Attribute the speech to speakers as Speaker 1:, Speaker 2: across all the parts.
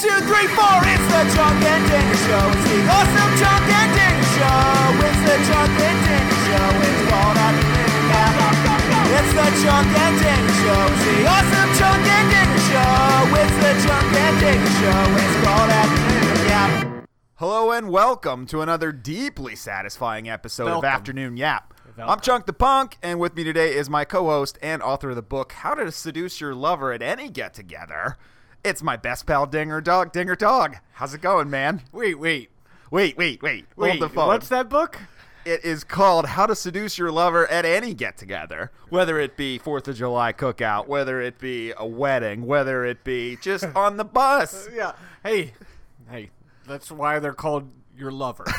Speaker 1: two, three, four. It's the Drunk and Daniel Show. It's the awesome Drunk and Daniel Show. It's the Drunk and Daniel Show. It's called on the minute. It's the Drunk and Daniel Show. It's the awesome Drunk and Daniel Show. It's the Drunk and Daniel Show. It's called on the minute. Yeah.
Speaker 2: Hello and welcome to another deeply satisfying episode of
Speaker 3: Welcome.
Speaker 2: Afternoon Yap.
Speaker 3: Welcome.
Speaker 2: I'm Chunk the Punk, and with me today is my co host and author of the book, How to Seduce Your Lover at Any Get Together. It's my best pal, Dinger Dog. Dinger Dog, how's it going, man?
Speaker 3: Wait, wait,
Speaker 2: Wait, wait, wait.
Speaker 3: wait.
Speaker 2: Hold the phone.
Speaker 3: What's that book?
Speaker 2: It is called How to Seduce Your Lover at Any Get Together. Whether it be 4th of July cookout, whether it be a wedding, whether it be just on the bus.
Speaker 3: Yeah. Hey, hey. That's why they're called your lover.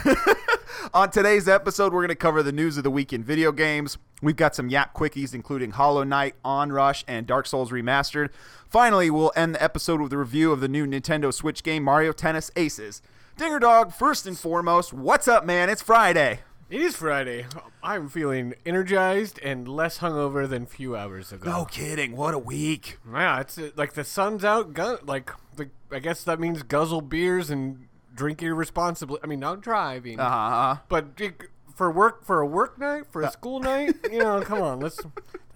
Speaker 2: On today's episode, we're going to cover the news of the week in video games. We've got some Yap Quickies, including Hollow Knight, Onrush, and Dark Souls Remastered. Finally, we'll end the episode with a review of the new Nintendo Switch game, Mario Tennis Aces. Dinger Dog, first and foremost, what's up, man? It's Friday.
Speaker 3: it is Friday. I'm feeling energized and less hungover than few hours ago.
Speaker 2: kidding. What a week.
Speaker 3: No. Yeah, it's uh, like the sun's out. Gu- like the, I guess that means guzzle beers and drink irresponsibly. I mean, not driving,
Speaker 2: Uh huh.
Speaker 3: but it- for work for a work night for a school night. You know, come on. Let's.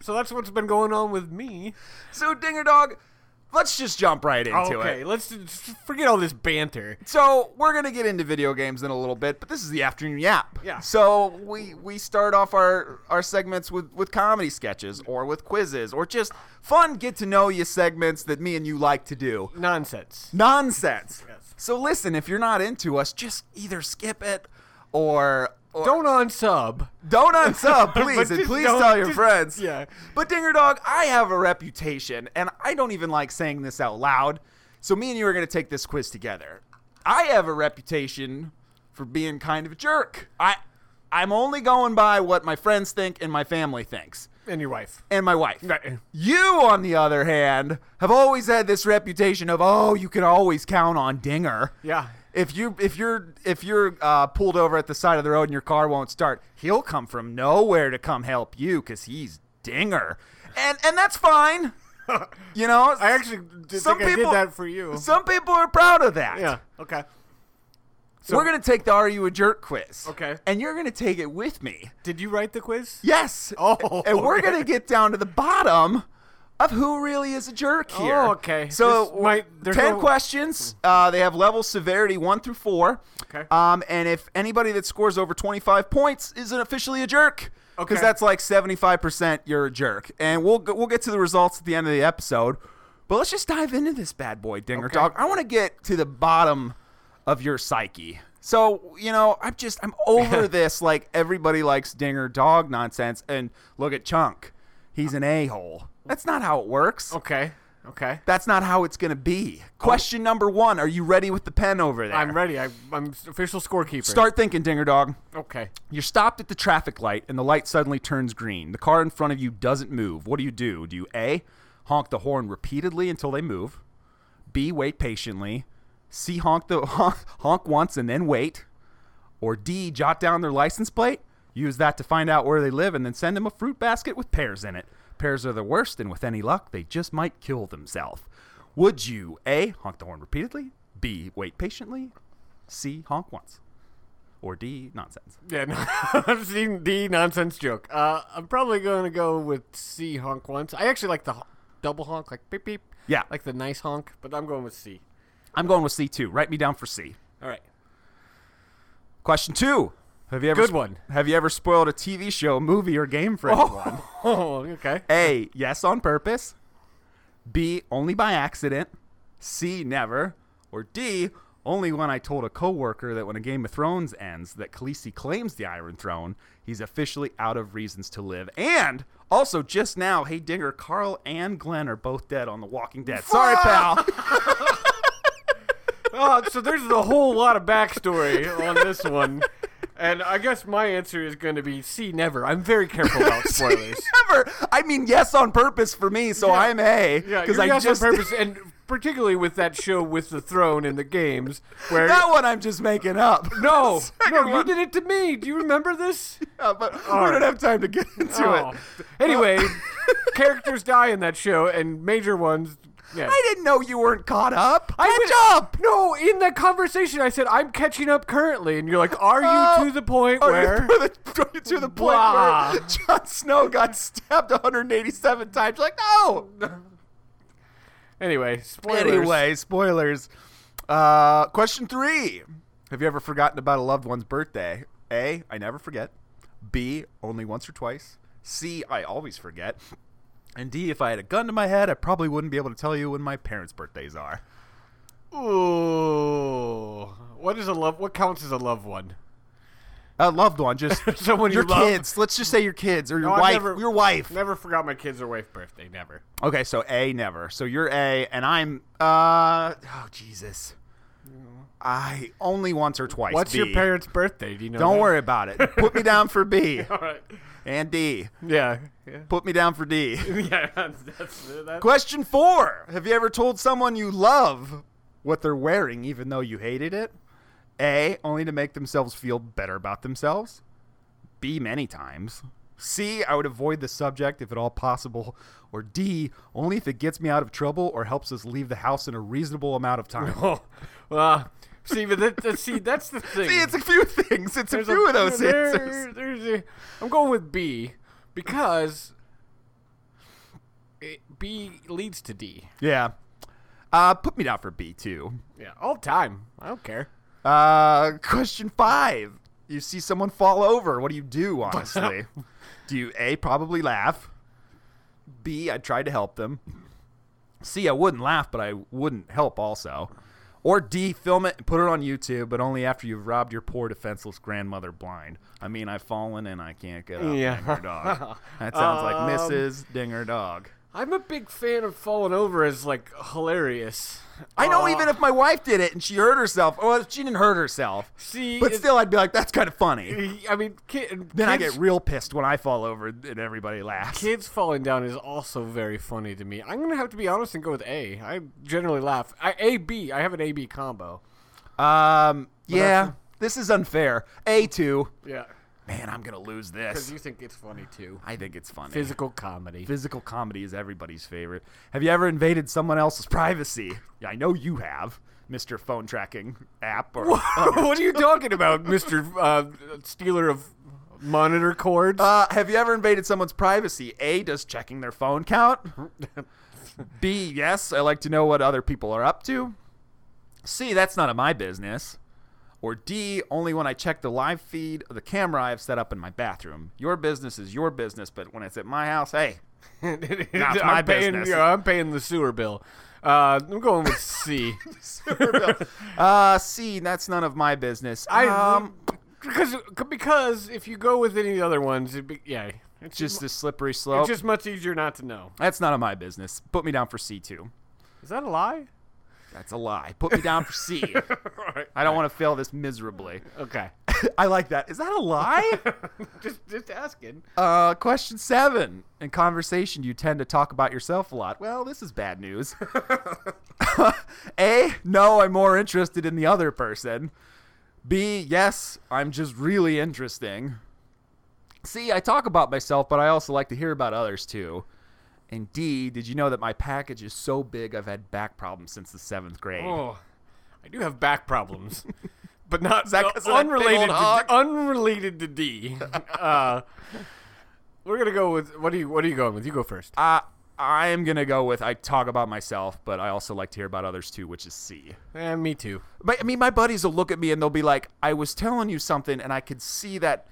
Speaker 3: So that's what's been going on with me.
Speaker 2: So, Dinger Dog, let's just jump right into
Speaker 3: okay,
Speaker 2: it.
Speaker 3: let's just forget all this banter.
Speaker 2: So, we're going to get into video games in a little bit, but this is the afternoon yap.
Speaker 3: Yeah.
Speaker 2: So, we we start off our, our segments with, with comedy sketches or with quizzes or just fun get to know you segments that me and you like to do.
Speaker 3: Nonsense.
Speaker 2: Nonsense.
Speaker 3: Yes.
Speaker 2: So, listen, if you're not into us, just either skip it or. or
Speaker 3: Don't unsub.
Speaker 2: don't unsub,
Speaker 3: But
Speaker 2: please, and
Speaker 3: just
Speaker 2: please
Speaker 3: don't-
Speaker 2: tell your
Speaker 3: just-
Speaker 2: friends.
Speaker 3: yeah.
Speaker 2: But Dinger Dog, I have a reputation, and I don't even like saying this out loud. So me and you are gonna take this quiz together. I have a reputation for being kind of a jerk. I I'm only going by what my friends think and my family thinks.
Speaker 3: And your wife.
Speaker 2: And my wife.
Speaker 3: Right.
Speaker 2: You, on the other hand, have always had this reputation of, oh, you can always count on Dinger.
Speaker 3: Yeah.
Speaker 2: If you if you're if you're uh, pulled over at the side of the road and your car won't start, he'll come from nowhere to come help you because he's dinger, and and that's fine. You know,
Speaker 3: I actually did
Speaker 2: Some
Speaker 3: think
Speaker 2: people-
Speaker 3: I did that for you.
Speaker 2: some people are proud of that.
Speaker 3: yeah. Okay. So-
Speaker 2: We're gonna take the "Are You a Jerk?" quiz.
Speaker 3: Okay.
Speaker 2: And you're gonna take it with me.
Speaker 3: Did you write the quiz?
Speaker 2: Yes.
Speaker 3: Oh,
Speaker 2: And we're
Speaker 3: okay.
Speaker 2: gonna get down to the bottom of who really is a jerk here.
Speaker 3: Oh, okay.
Speaker 2: So
Speaker 3: This might- there's
Speaker 2: ten
Speaker 3: no-
Speaker 2: questions. Uh, they have level severity one through four.
Speaker 3: Okay.
Speaker 2: Um, and if anybody that scores over twenty five points isn't officially a jerk.
Speaker 3: Okay.
Speaker 2: Because that's like seventy five percent. You're a jerk, and we'll go- we'll get to the results at the end of the episode. But let's just dive into this bad boy, Dinger
Speaker 3: Okay.
Speaker 2: Dog. I want to get to the bottom of your psyche. So, you know, I'm just I'm over this like everybody likes dinger dog nonsense and look at Chunk. He's an a-hole. That's not how it works.
Speaker 3: Okay. Okay.
Speaker 2: That's not how it's going to be. Question number 1, are you ready with the pen over there?
Speaker 3: I'm ready. I, I'm s- official scorekeeper.
Speaker 2: Start thinking, Dinger Dog.
Speaker 3: Okay.
Speaker 2: You're stopped at the traffic light and the light suddenly turns green. The car in front of you doesn't move. What do you do? Do you A, honk the horn repeatedly until they move? B, wait patiently? C, honk the honk, honk once and then wait? Or D, jot down their license plate, use that to find out where they live and then send them a fruit basket with pears in it. Pears are the worst and with any luck they just might kill themselves. Would you A, honk the horn repeatedly? B, wait patiently? C, honk once? Or D, nonsense?
Speaker 3: Yeah. No, I'm seeing the nonsense joke. Uh, I'm probably going to go with C honk once. I actually like the hon- double honk, like beep beep.
Speaker 2: Yeah.
Speaker 3: Like the nice honk, but I'm going with C.
Speaker 2: I'm going with C two. Write me down for C.
Speaker 3: All right.
Speaker 2: Question two. Have you ever
Speaker 3: Good
Speaker 2: sp-
Speaker 3: one.
Speaker 2: Have you ever spoiled a TV show, movie, or game for anyone?
Speaker 3: Oh, okay.
Speaker 2: A. Yes, on purpose. B. Only by accident. C. Never. Or D. Only when I told a coworker that when a Game of Thrones ends, that Khaleesi claims the Iron Throne, he's officially out of reasons to live. And also, just now, hey Dinger, Carl and Glenn are both dead on The Walking Dead. Sorry, pal.
Speaker 3: Oh, so there's a whole lot of backstory on this one. And I guess my answer is going to be C, never. I'm very careful about spoilers.
Speaker 2: Never. I mean, yes, on purpose for me. So
Speaker 3: Yeah.
Speaker 2: I'm A
Speaker 3: Yeah,
Speaker 2: because
Speaker 3: because I
Speaker 2: I
Speaker 3: guess
Speaker 2: just
Speaker 3: on purpose, and particularly with that show with the throne and the games, where
Speaker 2: that one I'm just making up.
Speaker 3: no, no,
Speaker 2: one.
Speaker 3: you did it to me. Do you remember this?
Speaker 2: Yeah, but we
Speaker 3: right.
Speaker 2: don't have time to get into
Speaker 3: Oh.
Speaker 2: it.
Speaker 3: Anyway, characters die in that show, and major ones Yeah.
Speaker 2: I didn't know you weren't caught up.
Speaker 3: I
Speaker 2: Catch
Speaker 3: went-
Speaker 2: up.
Speaker 3: No, in that conversation, I said I'm catching up currently, and you're like, "Are you
Speaker 2: Oh,
Speaker 3: to the point
Speaker 2: Are you
Speaker 3: where?"
Speaker 2: to the, to the point
Speaker 3: Blah.
Speaker 2: where Jon Snow got stabbed 187 times. Like, no.
Speaker 3: Anyway, spoilers.
Speaker 2: Anyway, spoilers. Uh, question three: Have you ever forgotten about a loved one's birthday? A. I never forget. B. Only once or twice. C. I always forget. And D. If I had a gun to my head, I probably wouldn't be able to tell you when my parents' birthdays are.
Speaker 3: Ooh, what is a love? What counts as a loved one?
Speaker 2: A loved one, just
Speaker 3: Someone you
Speaker 2: your
Speaker 3: love?
Speaker 2: kids. Let's just say your kids or your
Speaker 3: No, I've
Speaker 2: wife.
Speaker 3: never-
Speaker 2: your wife.
Speaker 3: Never forgot my kids or wife birthday. Never.
Speaker 2: Okay, so A never. So you're A, and I'm uh oh Jesus. I only once or twice.
Speaker 3: What's your
Speaker 2: B.
Speaker 3: parents' birthday? Do you know?
Speaker 2: Don't
Speaker 3: that?
Speaker 2: worry about it. Put me down for B
Speaker 3: All right.
Speaker 2: and D.
Speaker 3: Yeah. Yeah.
Speaker 2: Put me down for D.
Speaker 3: yeah that's, that's, that's,
Speaker 2: Question four: Have you ever told someone you love what they're wearing, even though you hated it? A, only to make themselves feel better about themselves. B, many times. C, I would avoid the subject if at all possible. Or D, only if it gets me out of trouble or helps us leave the house in a reasonable amount of time.
Speaker 3: Oh, well, see, but that, that, see, that's the thing.
Speaker 2: See, it's a few things. It's
Speaker 3: There's
Speaker 2: a few of those
Speaker 3: there-
Speaker 2: answers.
Speaker 3: there's a- I'm going with B because it, B leads to D.
Speaker 2: Yeah. Uh, put me down for B too.
Speaker 3: Yeah, all time. I don't care.
Speaker 2: Uh, question five. You see someone fall over. What do you do, honestly? do you A, probably laugh? B, I tried to help them. C, I wouldn't laugh, but I wouldn't help also. Or D, film it and put it on YouTube, but only after you've robbed your poor defenseless grandmother blind. I mean, I've fallen and I can't get up.
Speaker 3: Yeah.
Speaker 2: Dinger dog. That sounds like
Speaker 3: Um,
Speaker 2: Mrs. Dinger Dog.
Speaker 3: I'm a big fan of falling over as like hilarious.
Speaker 2: I know
Speaker 3: Uh,
Speaker 2: even if my wife did it and she hurt herself, well, she didn't hurt herself,
Speaker 3: See,
Speaker 2: but
Speaker 3: it-
Speaker 2: still, I'd be like, that's kind of funny.
Speaker 3: Uh, I mean, kid,
Speaker 2: Then I
Speaker 3: kids-
Speaker 2: get real pissed when I fall over and everybody laughs.
Speaker 3: Kids falling down is also very funny to me. I'm gonna have to be honest and go with A. I generally laugh. I, a B. I have an A B combo.
Speaker 2: Um, yeah,
Speaker 3: that's-
Speaker 2: this is unfair. A two,
Speaker 3: Yeah,
Speaker 2: man, I'm gonna lose
Speaker 3: because
Speaker 2: this.
Speaker 3: you think it's funny too.
Speaker 2: I think it's funny.
Speaker 3: Physical comedy.
Speaker 2: Physical comedy is everybody's favorite. Have you ever invaded someone else's privacy? Yeah, I know you have, Mister Phone Tracking app. Or
Speaker 3: Oh, what are you talking about, Mister uh, Stealer of Monitor Cords?
Speaker 2: uh, have you ever invaded someone's privacy? A does checking their phone count? B yes, I like to know what other people are up to. C that's none of my business. Or D, only when I check the live feed of the camera I have set up in my bathroom. Your business is your business, but when it's at my house, hey,
Speaker 3: I'm
Speaker 2: my
Speaker 3: paying,
Speaker 2: business.
Speaker 3: yeah, I'm paying the sewer bill. Uh, I'm going with C.
Speaker 2: sewer bill. uh, C, that's none of my business.
Speaker 3: I
Speaker 2: um,
Speaker 3: because because if you go with any other ones, it'd be, yeah, it's
Speaker 2: just
Speaker 3: mu-
Speaker 2: this slippery
Speaker 3: it's
Speaker 2: slope.
Speaker 3: just much easier not to know.
Speaker 2: that's none of my business. Put me down for C two.
Speaker 3: Is that a lie?
Speaker 2: That's a lie. Put me down for C.
Speaker 3: Alright.
Speaker 2: I don't want to fail this miserably.
Speaker 3: Okay.
Speaker 2: I like that. Is that a lie?
Speaker 3: just just asking.
Speaker 2: Uh, question seven. In conversation, you tend to talk about yourself a lot. Well, this is bad news. a, no, I'm more interested in the other person. B, yes, I'm just really interesting. C, I talk about myself, but I also like to hear about others too. And D, did you know that my package is so big I've had back problems since the seventh grade?
Speaker 3: Oh, I do have back problems, but not
Speaker 2: that
Speaker 3: uh,
Speaker 2: 'cause of that big
Speaker 3: unrelated.
Speaker 2: old
Speaker 3: To,
Speaker 2: hog?
Speaker 3: unrelated to D. uh, we're gonna go with what are you What are you going with? You go first.
Speaker 2: Uh, I'm going to go with I talk about myself, but I also like to hear about others too, which is C.
Speaker 3: Eh, me too.
Speaker 2: My, I mean, my buddies will look at me and they'll be like, "I was telling you something, and I could see that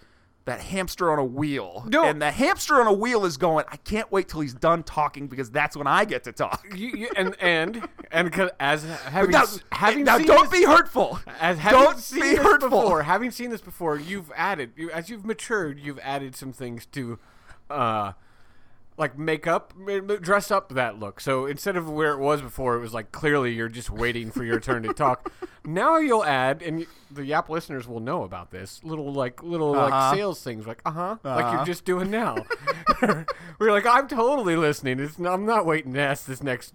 Speaker 2: that hamster on a wheel."
Speaker 3: No.
Speaker 2: And the hamster on a wheel is going. I can't wait till he's done talking because that's when I get to talk.
Speaker 3: You, you and and and 'cause as having
Speaker 2: Now,
Speaker 3: s- having
Speaker 2: now
Speaker 3: seen
Speaker 2: don't
Speaker 3: this-
Speaker 2: be hurtful.
Speaker 3: As having
Speaker 2: don't
Speaker 3: seen
Speaker 2: be
Speaker 3: this
Speaker 2: hurtful.
Speaker 3: Before, having seen this before, you've added you, as you've matured, you've added some things to, uh, like make up, m- m- dress up that look. So instead of where it was before, it was like clearly you're just waiting for your turn to talk. Now you'll add, and y the Yap listeners will know about this little like little
Speaker 2: Uh-huh.
Speaker 3: like sales things, like uh huh, like
Speaker 2: Uh-huh.
Speaker 3: you're just doing now. We're like, I'm totally listening. It's, I'm not waiting to ask this next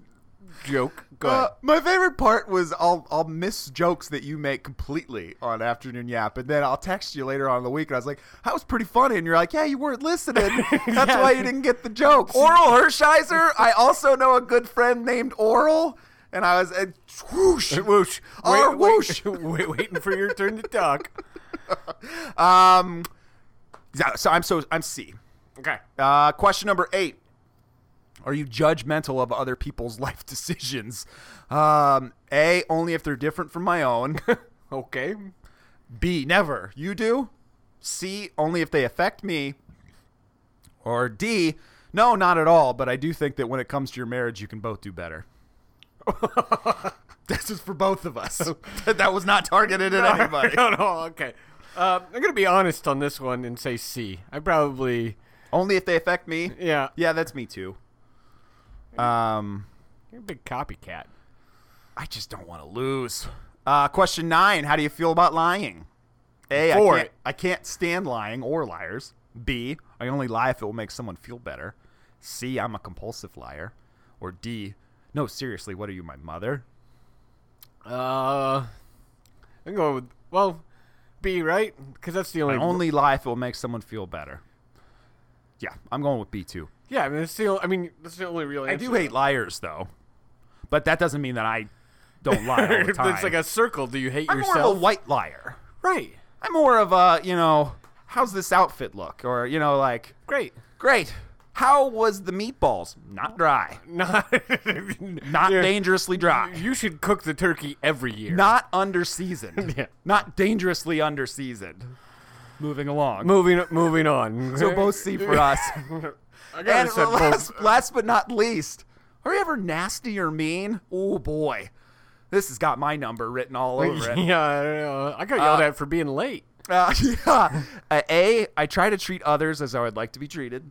Speaker 3: joke. Go
Speaker 4: Uh,
Speaker 3: ahead.
Speaker 4: my favorite part was I'll I'll miss jokes that you make completely on afternoon yap, and then I'll text you later on in the week, and I was like, "That was pretty funny," and you're like, "Yeah, you weren't listening. That's why you didn't get the joke." Oral Hershiser. I also know a good friend named Oral, and I was and whoosh
Speaker 3: Whoosh.
Speaker 4: Or
Speaker 3: Wait-
Speaker 4: whoosh.
Speaker 3: Wait, wait, waiting for your turn to talk.
Speaker 4: Um, yeah, so I'm so I'm C.
Speaker 3: Okay.
Speaker 4: Uh, question number eight.
Speaker 2: Are you judgmental of other people's life decisions? Um, A, only if they're different from my own.
Speaker 3: Okay.
Speaker 2: B, never. You do? C, only if they affect me. Or D, no, not at all, but I do think that when it comes to your marriage, you can both do better. this is for both of us. that was not targeted at anybody.
Speaker 3: no, no, okay. Uh, I'm gonna be honest on this one and say C. I probably
Speaker 2: only if they affect me.
Speaker 3: yeah.
Speaker 2: Yeah, that's me too. Um,
Speaker 3: You're a big copycat.
Speaker 2: I just don't want to lose. Uh, question nine: How do you feel about lying? A. I
Speaker 3: For
Speaker 2: can't,
Speaker 3: it.
Speaker 2: I can't stand lying or liars. B. I only lie if it will make someone feel better. C. I'm a compulsive liar. Or D. No, seriously, what are you, my mother?
Speaker 3: Uh, I'm going with well, B, right? Because that's the only
Speaker 2: I only lie if it will make someone feel better. Yeah, I'm going with B too.
Speaker 3: Yeah, I mean, it's the only, I mean, that's the only real. Answer.
Speaker 2: I do hate liars though, but that doesn't mean that I don't lie all the time.
Speaker 3: it's like a circle. Do you hate
Speaker 2: I'm more
Speaker 3: yourself?
Speaker 2: of a white liar.
Speaker 3: right.
Speaker 2: I'm more of a, you know, how's this outfit look? Or, you know, like,
Speaker 3: Great.
Speaker 2: great. How was the meatballs? Not dry.
Speaker 3: Not
Speaker 2: Not
Speaker 3: Yeah.
Speaker 2: dangerously dry.
Speaker 3: You should cook the turkey every year.
Speaker 2: Not under seasoned.
Speaker 3: Yeah.
Speaker 2: Not dangerously under seasoned. Moving along.
Speaker 3: moving moving on.
Speaker 2: so both C for us.
Speaker 3: I gotta
Speaker 2: and
Speaker 3: said both.
Speaker 2: last, last but not least, are you ever nasty or mean? Oh boy. This has got my number written all over it.
Speaker 3: yeah, I don't know. I got yelled at for being late.
Speaker 2: Uh, yeah. Uh, A, I try to treat others as I would like to be treated.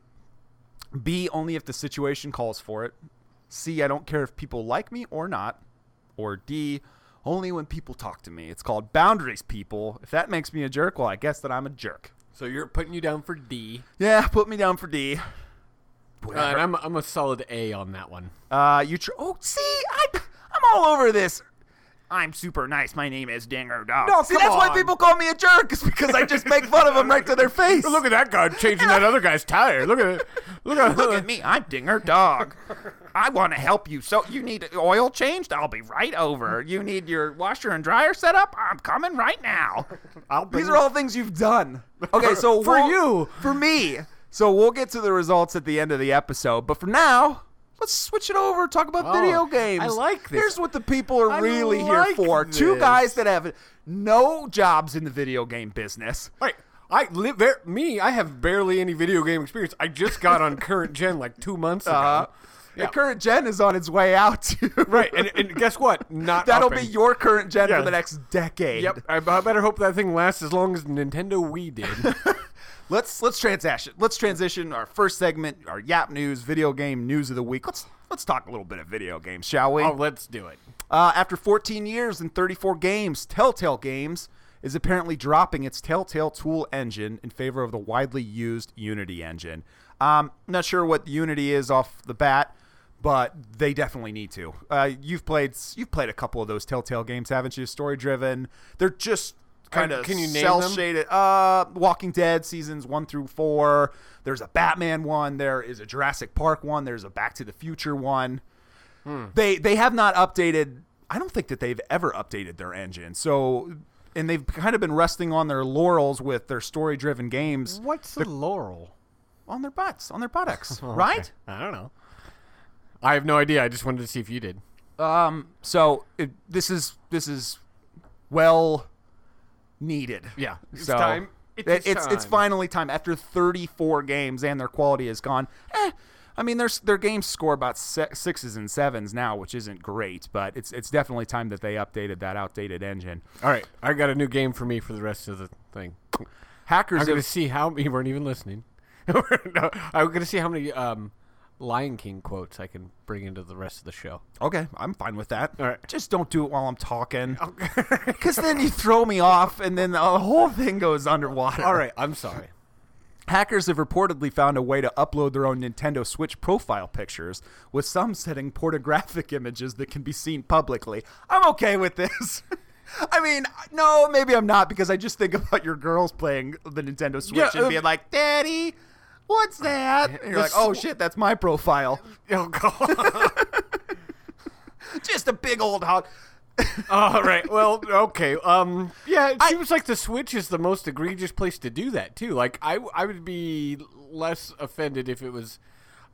Speaker 2: B, only if the situation calls for it. C, I don't care if people like me or not. Or D, only when people talk to me. It's called boundaries, people. If that makes me a jerk, well, I guess that I'm a jerk.
Speaker 3: So you're putting you down for D,
Speaker 2: Yeah, put me down for D.
Speaker 3: uh, and I'm I'm a solid A on that one.
Speaker 2: Uh, you tr- oh, see, I, I'm all over this. I'm super nice. My name is Dinger Dog. No, see,
Speaker 3: come
Speaker 2: that's why
Speaker 3: on.
Speaker 2: people call me a jerk. It's because I just make fun of them right to their face.
Speaker 3: Look at that guy changing that other guy's tire. Look at it. Look at
Speaker 2: Look at me, I'm Dinger Dog. I want to help you. So you need oil changed? I'll be right over. You need your washer and dryer set up? I'm coming right now.
Speaker 3: I'll
Speaker 2: These are all things you've done. Okay, so
Speaker 3: For
Speaker 2: we'll-
Speaker 3: you.
Speaker 2: for me. So we'll get to the results at the end of the episode, but for now. Let's switch it over. Talk about
Speaker 3: Oh,
Speaker 2: video games.
Speaker 3: I like this.
Speaker 2: Here's what the people are
Speaker 3: I
Speaker 2: really here
Speaker 3: like
Speaker 2: for: two
Speaker 3: this.
Speaker 2: guys that have no jobs in the video game business.
Speaker 3: Right. I live there. Me, I have barely any video game experience. I just got on current gen like two months ago.
Speaker 2: Uh,
Speaker 3: Yeah.
Speaker 2: The current gen is on its way out. Too.
Speaker 3: right, and, and guess what? Not
Speaker 2: That'll be
Speaker 3: upping.
Speaker 2: your current gen
Speaker 3: Yeah.
Speaker 2: for the next decade.
Speaker 3: Yep, I, I better hope that thing lasts as long as Nintendo Wii did.
Speaker 2: Let's let's transition. Let's transition our first segment, our Yap News, video game news of the week. Let's let's talk a little bit of video games, shall we?
Speaker 3: oh, let's do it.
Speaker 2: Uh, after 14 years and 34 games, Telltale Games is apparently dropping its Telltale Tool engine in favor of the widely used Unity engine. Um, not sure what Unity is off the bat, but they definitely need to. Uh, you've played you've played a couple of those Telltale games, haven't you? Story driven. They're just kind
Speaker 3: Uh,
Speaker 2: of
Speaker 3: can you name
Speaker 2: cell
Speaker 3: them?
Speaker 2: shaded. Uh, Walking Dead seasons one through four. There's a Batman one. There is a Jurassic Park one. There's a Back to the Future one they they have not updated i don't think that they've ever updated their engine so and they've kind of been resting on their laurels with their story driven games
Speaker 3: What's the laurel?
Speaker 2: on their butts on their buttocks
Speaker 3: Oh,
Speaker 2: right
Speaker 3: I don't know. I have no idea. I just wanted to see if you did.
Speaker 2: um so it, this is this is well needed
Speaker 3: Yeah. It's
Speaker 2: So,
Speaker 3: time. It
Speaker 2: it-
Speaker 3: is
Speaker 2: it's it's
Speaker 3: time.
Speaker 2: finally time after 34 games and their quality is gone. Eh, I mean, their their games score about si- sixes and sevens now, which isn't great, but it's it's definitely time that they updated that outdated engine.
Speaker 3: All right, I got a new game for me for the rest of the thing.
Speaker 2: Hackers have-
Speaker 3: I'm gonna see how you weren't even listening. No, I'm gonna see how many um, Lion King quotes I can bring into the rest of the show.
Speaker 2: Okay, I'm fine with that.
Speaker 3: All right.
Speaker 2: Just don't do it while I'm talking. Because then you throw me off, and then the whole thing goes underwater.
Speaker 3: All right, I'm sorry.
Speaker 2: Hackers have reportedly found a way to upload their own Nintendo Switch profile pictures, with some setting pornographic images that can be seen publicly. I'm okay with this. I mean, no, maybe I'm not because I just think about your girls playing the Nintendo Switch
Speaker 3: Yeah,
Speaker 2: and
Speaker 3: um,
Speaker 2: being like, "Daddy, what's that?" And you're
Speaker 3: the
Speaker 2: like, "Oh
Speaker 3: sw-
Speaker 2: shit, that's my profile.
Speaker 3: Oh god.
Speaker 2: Just a big old hog."
Speaker 3: All right. Well, okay. Um, yeah, it seems like the Switch is the most egregious place to do that too. Like, I I would be less offended if it was,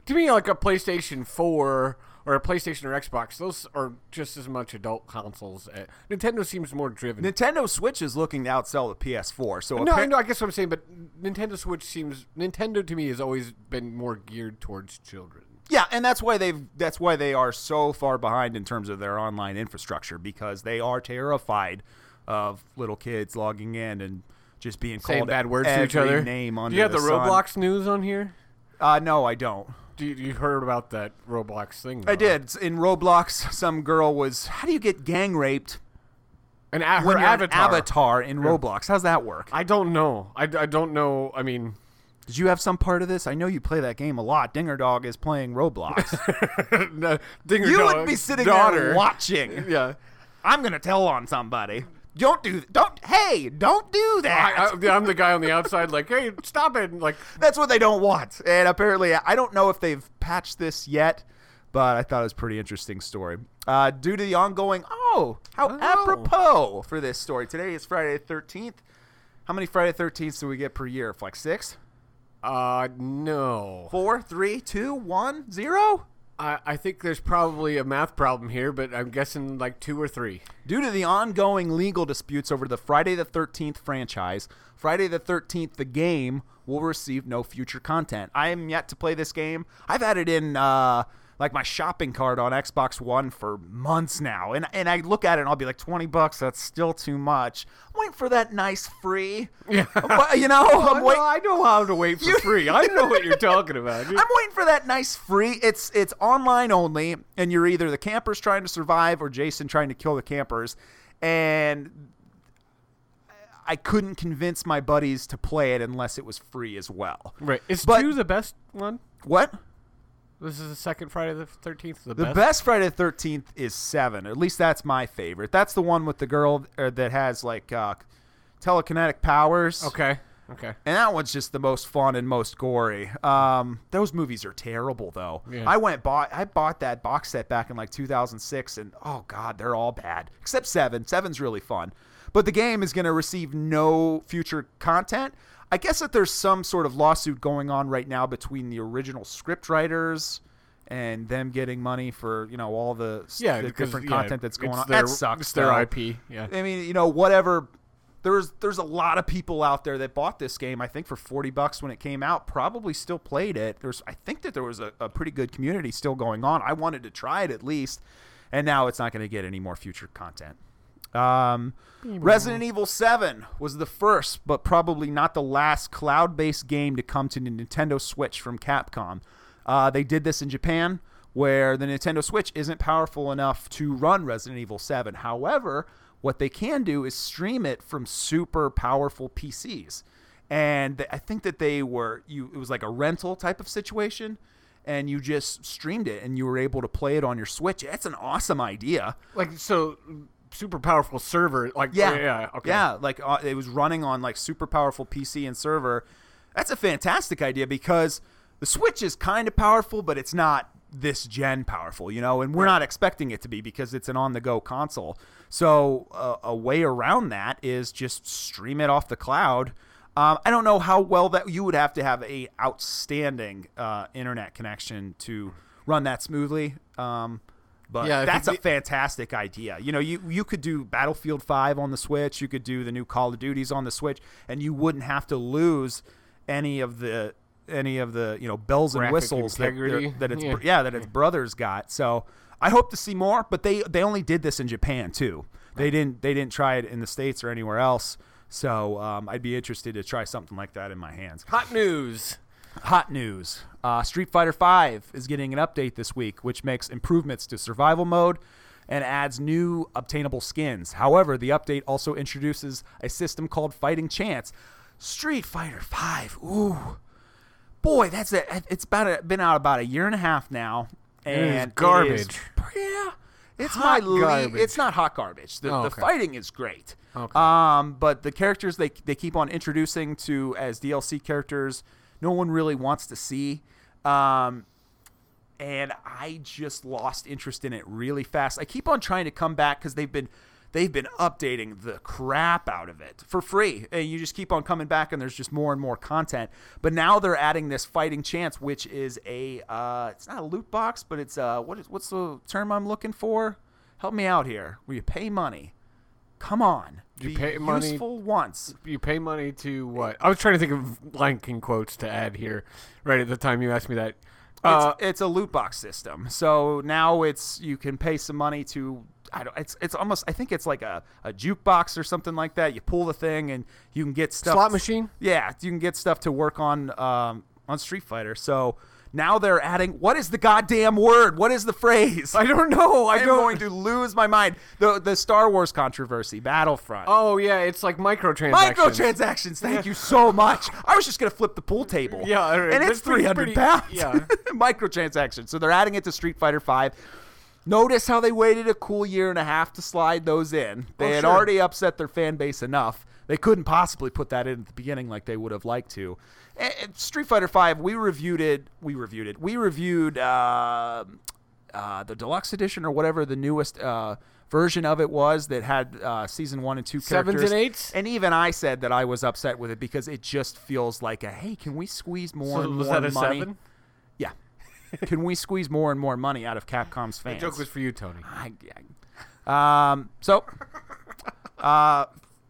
Speaker 3: to me, like a PlayStation Four or a PlayStation or Xbox. Those are just as much adult consoles. Uh, Nintendo seems more driven.
Speaker 2: Nintendo Switch is looking to outsell the PS4, so
Speaker 3: no,
Speaker 2: appa-
Speaker 3: I know. I guess what I'm saying, but Nintendo Switch seems Nintendo to me has always been more geared towards children.
Speaker 2: Yeah, and that's why they've that's why they are so far behind in terms of their online infrastructure because they are terrified of little kids logging in and just being
Speaker 3: Saying
Speaker 2: called
Speaker 3: bad words to
Speaker 2: every
Speaker 3: each other.
Speaker 2: Name
Speaker 3: do
Speaker 2: under
Speaker 3: you have the,
Speaker 2: the, sun.
Speaker 3: Roblox news on here?
Speaker 2: Uh, no, I don't.
Speaker 3: Do you, you heard about that Roblox thing?
Speaker 2: I
Speaker 3: though.
Speaker 2: did in Roblox. Some girl was. How do you get gang raped
Speaker 3: An a- her
Speaker 2: when you're an
Speaker 3: avatar.
Speaker 2: avatar in Roblox? How's that work?
Speaker 3: I don't know. I, I don't know. I mean,
Speaker 2: Did you have some part of this? I know you play that game a lot. Dinger Dog is playing Roblox.
Speaker 3: no, Dinger
Speaker 2: you
Speaker 3: Dog,
Speaker 2: would be sitting
Speaker 3: daughter.
Speaker 2: there watching.
Speaker 3: Yeah.
Speaker 2: I'm gonna tell on somebody. Don't do. Don't. Hey, don't do that.
Speaker 3: I, I, I'm the guy on the outside, like, hey, stop it. and, Like,
Speaker 2: That's what they don't want. And apparently, I don't know if they've patched this yet, but I thought it was a pretty interesting story. Uh, due to the ongoing, oh, how apropos for this story. Today is Friday the 13th. How many Friday 13ths do we get per year? Like six?
Speaker 3: uh, no.
Speaker 2: Four, three, two, one, zero?
Speaker 3: I, I think there's probably a math problem here, but I'm guessing like two or three.
Speaker 2: Due to the ongoing legal disputes over the Friday the 13th franchise, Friday the 13th, the game, will receive no future content. I am yet to play this game. I've had it in. Uh, like my shopping cart on Xbox One for months now, and and I look at it and I'll be like twenty bucks. That's still too much. I'm waiting for that nice free. Yeah, you know, I'm waiting.
Speaker 3: I know how to wait for
Speaker 2: You-
Speaker 3: free. I know what you're talking about.
Speaker 2: I'm waiting for that nice free. It's it's online only, and you're either the campers trying to survive or Jason trying to kill the campers. And I couldn't convince my buddies to play it unless it was free as well.
Speaker 3: right. Is
Speaker 2: But-
Speaker 3: two the best one?
Speaker 2: What?
Speaker 3: This is the second Friday the 13th. The,
Speaker 2: The
Speaker 3: best?
Speaker 2: best Friday the Thirteenth is seven. At least that's my favorite. That's the one with the girl uh, that has like uh, telekinetic powers.
Speaker 3: Okay. Okay.
Speaker 2: And that one's just the most fun and most gory. Um, those movies are terrible, though.
Speaker 3: Yeah.
Speaker 2: I went bought I bought that box set back in like 2006, and oh god, they're all bad except seven. Seven's really fun, but the game is going to receive no future content. I guess that there's some sort of lawsuit going on right now between the original script writers and them getting money for you know all the, s-
Speaker 3: Yeah,
Speaker 2: the
Speaker 3: because,
Speaker 2: different
Speaker 3: yeah,
Speaker 2: content that's going
Speaker 3: it's
Speaker 2: on.
Speaker 3: their-
Speaker 2: that sucks.
Speaker 3: It's their
Speaker 2: though.
Speaker 3: IP. Yeah.
Speaker 2: I mean, you know, whatever. There's there's a lot of people out there that bought this game. I think for forty bucks when it came out, probably still played it. There's I think that there was a, a pretty good community still going on. I wanted to try it at least, and now it's not going to get any more future content. Um, Resident Evil Seven was the first, but probably not the last cloud-based game to come to the Nintendo Switch from Capcom. Uh, they did this in Japan, where the Nintendo Switch isn't powerful enough to run Resident Evil 7. However, what they can do is stream it from super powerful PCs. And th- I think that they were you it was like a rental type of situation and you just streamed it and you were able to play it on your Switch. That's an awesome idea.
Speaker 3: Like, so super powerful server. Like, oh,
Speaker 2: Yeah.
Speaker 3: Yeah. Okay.
Speaker 2: Yeah, like uh, it was running on like super powerful PC and server. That's a fantastic idea because the Switch is kind of powerful, but it's not this gen powerful, you know, and we're not expecting it to be because it's an on the go console. So, uh, a way around that is just stream it off the cloud. Um, I don't know how well that you would have to have a outstanding uh, internet connection to run that smoothly. Um, but
Speaker 3: Yeah, I
Speaker 2: that's a
Speaker 3: think
Speaker 2: fantastic idea. You know, you you could do Battlefield 5 on the Switch, you could do the new Call of Duties on the Switch and you wouldn't have to lose any of the any of the, you know, bells and
Speaker 3: Graphic
Speaker 2: whistles that, they're-
Speaker 3: integrity.
Speaker 2: that it's
Speaker 3: Yeah.
Speaker 2: yeah, that its brothers got. So, I hope to see more, but they they only did this in Japan too. They didn't they didn't try it in the states or anywhere else. So, um, I'd be interested to try something like that in my hands.
Speaker 3: Hot news.
Speaker 2: Hot news. Uh, Street Fighter V is getting an update this week, which makes improvements to survival mode and adds new obtainable skins. However, the update also introduces a system called Fighting Chance. Street Fighter Five. Ooh, boy, that's it. It's about a, been out about a year and a half now,
Speaker 3: is
Speaker 2: and It is,
Speaker 3: garbage.
Speaker 2: yeah, it's
Speaker 3: Hot
Speaker 2: my le-
Speaker 3: garbage.
Speaker 2: It's not hot garbage. The,
Speaker 3: Oh,
Speaker 2: the
Speaker 3: okay.
Speaker 2: fighting is great.
Speaker 3: Okay.
Speaker 2: Um, but the characters they they keep on introducing to as DLC characters, no one really wants to see. Um, and I just lost interest in it really fast. I keep on trying to come back because they've been they've been updating the crap out of it for free, and you just keep on coming back, and there's just more and more content. But now they're adding this fighting chance, which is a uh, it's not a loot box, but it's uh what is what's the term I'm looking for? Help me out here. Will you pay money? Come on,
Speaker 3: You
Speaker 2: be
Speaker 3: pay money-
Speaker 2: useful once.
Speaker 3: You pay money to what? I was trying to think of Lion King quotes to add here. Right at the time you asked me that.
Speaker 2: it's,
Speaker 3: Uh,
Speaker 2: it's a loot box system. So now it's you can pay some money to I don't it's it's almost I think it's like a, a jukebox or something like that. You pull the thing and you can get stuff
Speaker 3: Slot machine?
Speaker 2: Yeah, you can get stuff to work on um, on Street Fighter. So now they're adding what is the goddamn word? What is the phrase?
Speaker 3: I don't know. I
Speaker 2: I'm
Speaker 3: don't.
Speaker 2: going to lose my mind. The the Star Wars controversy, Battlefront.
Speaker 3: Oh yeah, it's like microtransactions.
Speaker 2: Microtransactions. Thank you so much. I was just gonna flip the pool table.
Speaker 3: Yeah, all right.
Speaker 2: and
Speaker 3: That's
Speaker 2: it's
Speaker 3: pretty-
Speaker 2: three hundred
Speaker 3: pretty-
Speaker 2: pounds.
Speaker 3: yeah.
Speaker 2: microtransactions. So they're adding it to Street Fighter Five. Notice how they waited a cool year and a half to slide those in. They
Speaker 3: Oh,
Speaker 2: had
Speaker 3: sure.
Speaker 2: already upset their fan base enough. They couldn't possibly put that in at the beginning like they would have liked to. And- and Street Fighter Five, we reviewed it. We reviewed it. We reviewed uh, uh, the deluxe edition or whatever the newest uh, version of it was that had uh, season one and two
Speaker 3: Sevens
Speaker 2: characters.
Speaker 3: and eights?
Speaker 2: And even I said that I was upset with it because it just feels like a hey, can we squeeze more
Speaker 3: So
Speaker 2: and
Speaker 3: was
Speaker 2: more
Speaker 3: that a
Speaker 2: money?
Speaker 3: seven?
Speaker 2: Yeah. can we squeeze more and more money out of Capcom's fans?
Speaker 3: Joke was for you, Tony.
Speaker 2: I- I- um, so, uh,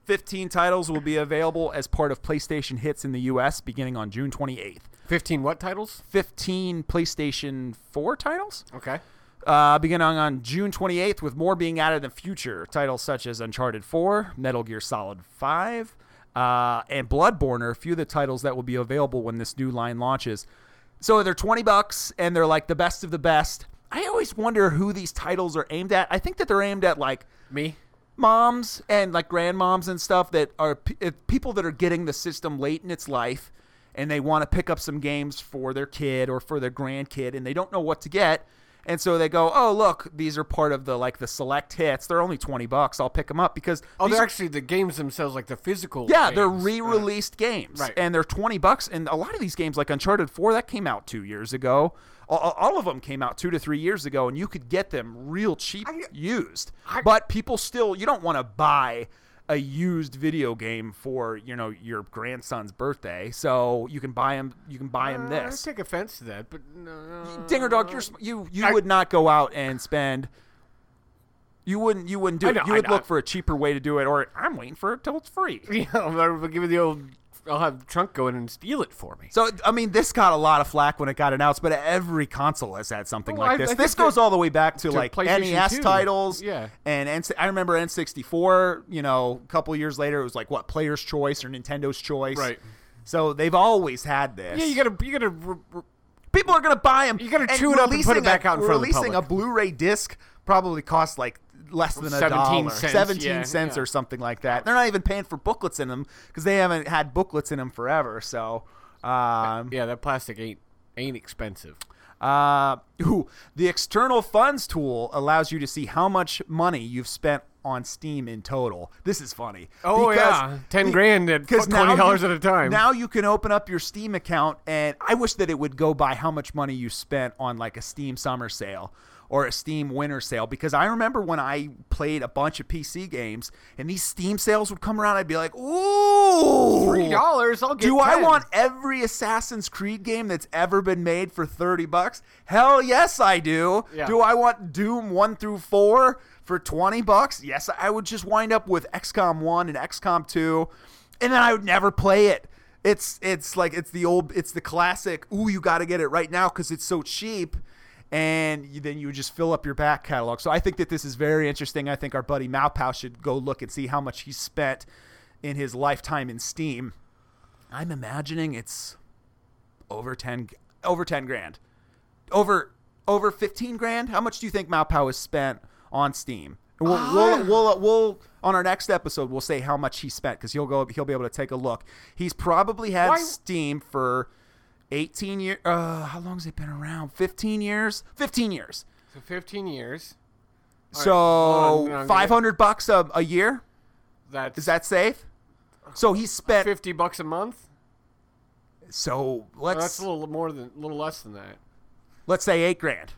Speaker 2: 15 titles will be available as part of PlayStation Hits in the U.S. beginning on June 28th.
Speaker 3: Fifteen what titles?
Speaker 2: 15 PlayStation 4 titles?
Speaker 3: Okay.
Speaker 2: uh, beginning on June 28th, with more being added in the future. Titles such as Uncharted 4, Metal Gear Solid 5, uh, and Bloodborne are a few of the titles that will be available when this new line launches. So they're 20 bucks, and they're like the best of the best. I always wonder who these titles are aimed at. I think that they're aimed at like
Speaker 3: Me.
Speaker 2: moms and like grandmoms and stuff that are p- if people that are getting the system late in its life and they want to pick up some games for their kid or for their grandkid and they don't know what to get and so they go oh look these are part of the like the select hits they're only 20 bucks i'll pick them up because
Speaker 3: Oh,
Speaker 2: these
Speaker 3: they're
Speaker 2: are-
Speaker 3: actually the games themselves, like the physical.
Speaker 2: yeah they're
Speaker 3: games.
Speaker 2: re-released games
Speaker 3: Right.
Speaker 2: and they're 20 bucks and a lot of these games like uncharted 4 that came out two years ago all, all of them came out two to three years ago and you could get them real cheap used but people still you don't want to buy a used video game for you know your grandson's birthday so you can buy him you can buy him
Speaker 3: Uh, I
Speaker 2: this
Speaker 3: take offense to that, but no.
Speaker 2: dinger dog you're, sm- you you would not go out and spend you wouldn't you wouldn't do
Speaker 3: I
Speaker 2: it
Speaker 3: know,
Speaker 2: you
Speaker 3: I
Speaker 2: would
Speaker 3: know.
Speaker 2: look for a cheaper way to do it or i'm waiting for it till it's free
Speaker 3: Yeah, I'll give you the old. I'll have Trunk go in and steal it for me.
Speaker 2: So I mean, this got a lot of flack when it got announced, but every console has had something
Speaker 3: Well, I-
Speaker 2: like this.
Speaker 3: I
Speaker 2: this
Speaker 3: think
Speaker 2: goes all the way back to, like
Speaker 3: PlayStation
Speaker 2: NES
Speaker 3: 2.
Speaker 2: titles,
Speaker 3: Yeah.
Speaker 2: And N- I remember N64. You know, a couple years later, it was like what Player's Choice or Nintendo's Choice,
Speaker 3: Right.
Speaker 2: So they've always had this.
Speaker 3: Yeah, you gotta, you gotta. Re- re-
Speaker 2: people are gonna buy them.
Speaker 3: You gotta chew it up and put it back out in front of the
Speaker 2: Releasing a
Speaker 3: public.
Speaker 2: Blu-ray disc probably costs like less than a
Speaker 3: 17
Speaker 2: dollar,
Speaker 3: cents,
Speaker 2: seventeen
Speaker 3: yeah,
Speaker 2: cents
Speaker 3: yeah.
Speaker 2: or something like that. They're not even paying for booklets in them because they haven't had booklets in them forever. So. Um,
Speaker 3: yeah, that plastic ain't ain't expensive.
Speaker 2: Uh, ooh, the external funds tool allows you to see how much money you've spent on Steam in total. This is funny.
Speaker 3: Oh, yeah. 10 grand at
Speaker 2: because now
Speaker 3: $20
Speaker 2: you-
Speaker 3: at a time.
Speaker 2: Now you can open up your Steam account, and I wish that it would go by how much money you spent on like a Steam summer sale or a Steam winter sale. Because I remember when I played a bunch of PC games, and these Steam sales would come around, I'd be like, ooh,
Speaker 3: Three dollars, I'll get.
Speaker 2: do I
Speaker 3: 10.
Speaker 2: want every Assassin's Creed game that's ever been made for 30 bucks? Hell yes, I do.
Speaker 3: Yeah.
Speaker 2: Do I want Doom 1 through 4 for 20 bucks? Yes, I would just wind up with XCOM 1 and XCOM 2, and then I would never play it. It's it's like it's the old it's the classic, ooh, you got to get it right now cuz it's so cheap. And you, then you would just fill up your back catalog. So I think that this is very interesting. I think our buddy Malpow should go look and see how much he spent in his lifetime in Steam. I'm imagining it's over ten, g- over ten grand, over over fifteen grand. How much do you think Mao Pao has spent on Steam? We'll we'll, we'll, we'll on our next episode, we'll say how much he spent because he'll go. He'll be able to take a look. He's probably had
Speaker 3: Why-
Speaker 2: Steam for eighteen years. Uh, how long has it been around? Fifteen years. Fifteen years.
Speaker 3: So 15 years. hold on, no, I'm
Speaker 2: so
Speaker 3: gonna-
Speaker 2: five hundred bucks a, a year.
Speaker 3: That's
Speaker 2: Is that safe? So he spent.
Speaker 3: 50 bucks a month?
Speaker 2: So
Speaker 3: Well, that's
Speaker 2: let's
Speaker 3: a little more than, a little less than that.
Speaker 2: let's say eight grand,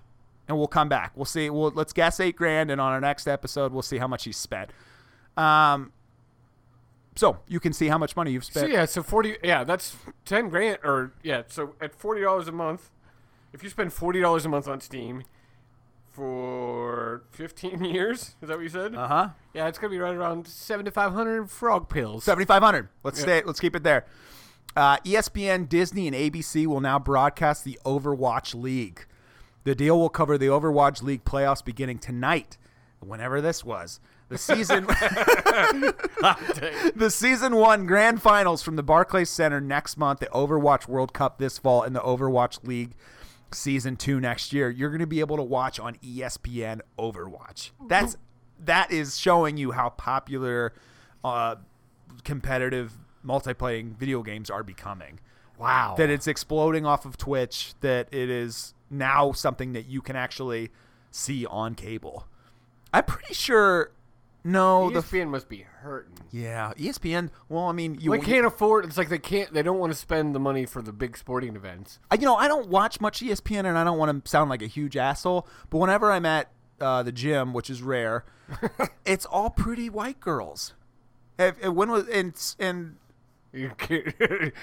Speaker 2: and we'll come back. We'll see. We'll let's guess eight grand, and on our next episode, we'll see how much he spent. Um. So you can see how much money you've
Speaker 3: So
Speaker 2: spent.
Speaker 3: yeah, so 40. Yeah, that's 10 grand, or yeah. So at 40 dollars a month, if you spend 40 dollars a month on Steam for 15 years, is that what you said?
Speaker 2: Uh huh.
Speaker 3: Yeah, it's gonna be right around 7,500 frog pills.
Speaker 2: 7,500. Let's stay. Let's keep it there. Uh, ESPN, Disney, and ABC will now broadcast the Overwatch League. The deal will cover the Overwatch League playoffs beginning tonight, whenever this was. The season, the season one grand finals from the Barclays Center next month. The Overwatch World Cup this fall, and the Overwatch League season two next year. You're going to be able to watch on E ESPN Overwatch. That's that is showing you how popular uh, competitive multiplayer video games are becoming.
Speaker 3: Wow.
Speaker 2: That it's exploding off of Twitch, that it is now something that you can actually see on cable. I'm pretty sure no the
Speaker 3: ESPN must be hurting.
Speaker 2: yeah, E ESPN, well I mean you
Speaker 3: They can't afford. It's like they can't. They don't want to spend the money for the big sporting events.
Speaker 2: I, you know, I don't watch much E ESPN, and I don't want to sound like a huge asshole. But whenever I'm at uh, the gym, which is rare, it's all pretty white girls. If, if- when was and and
Speaker 3: You can't-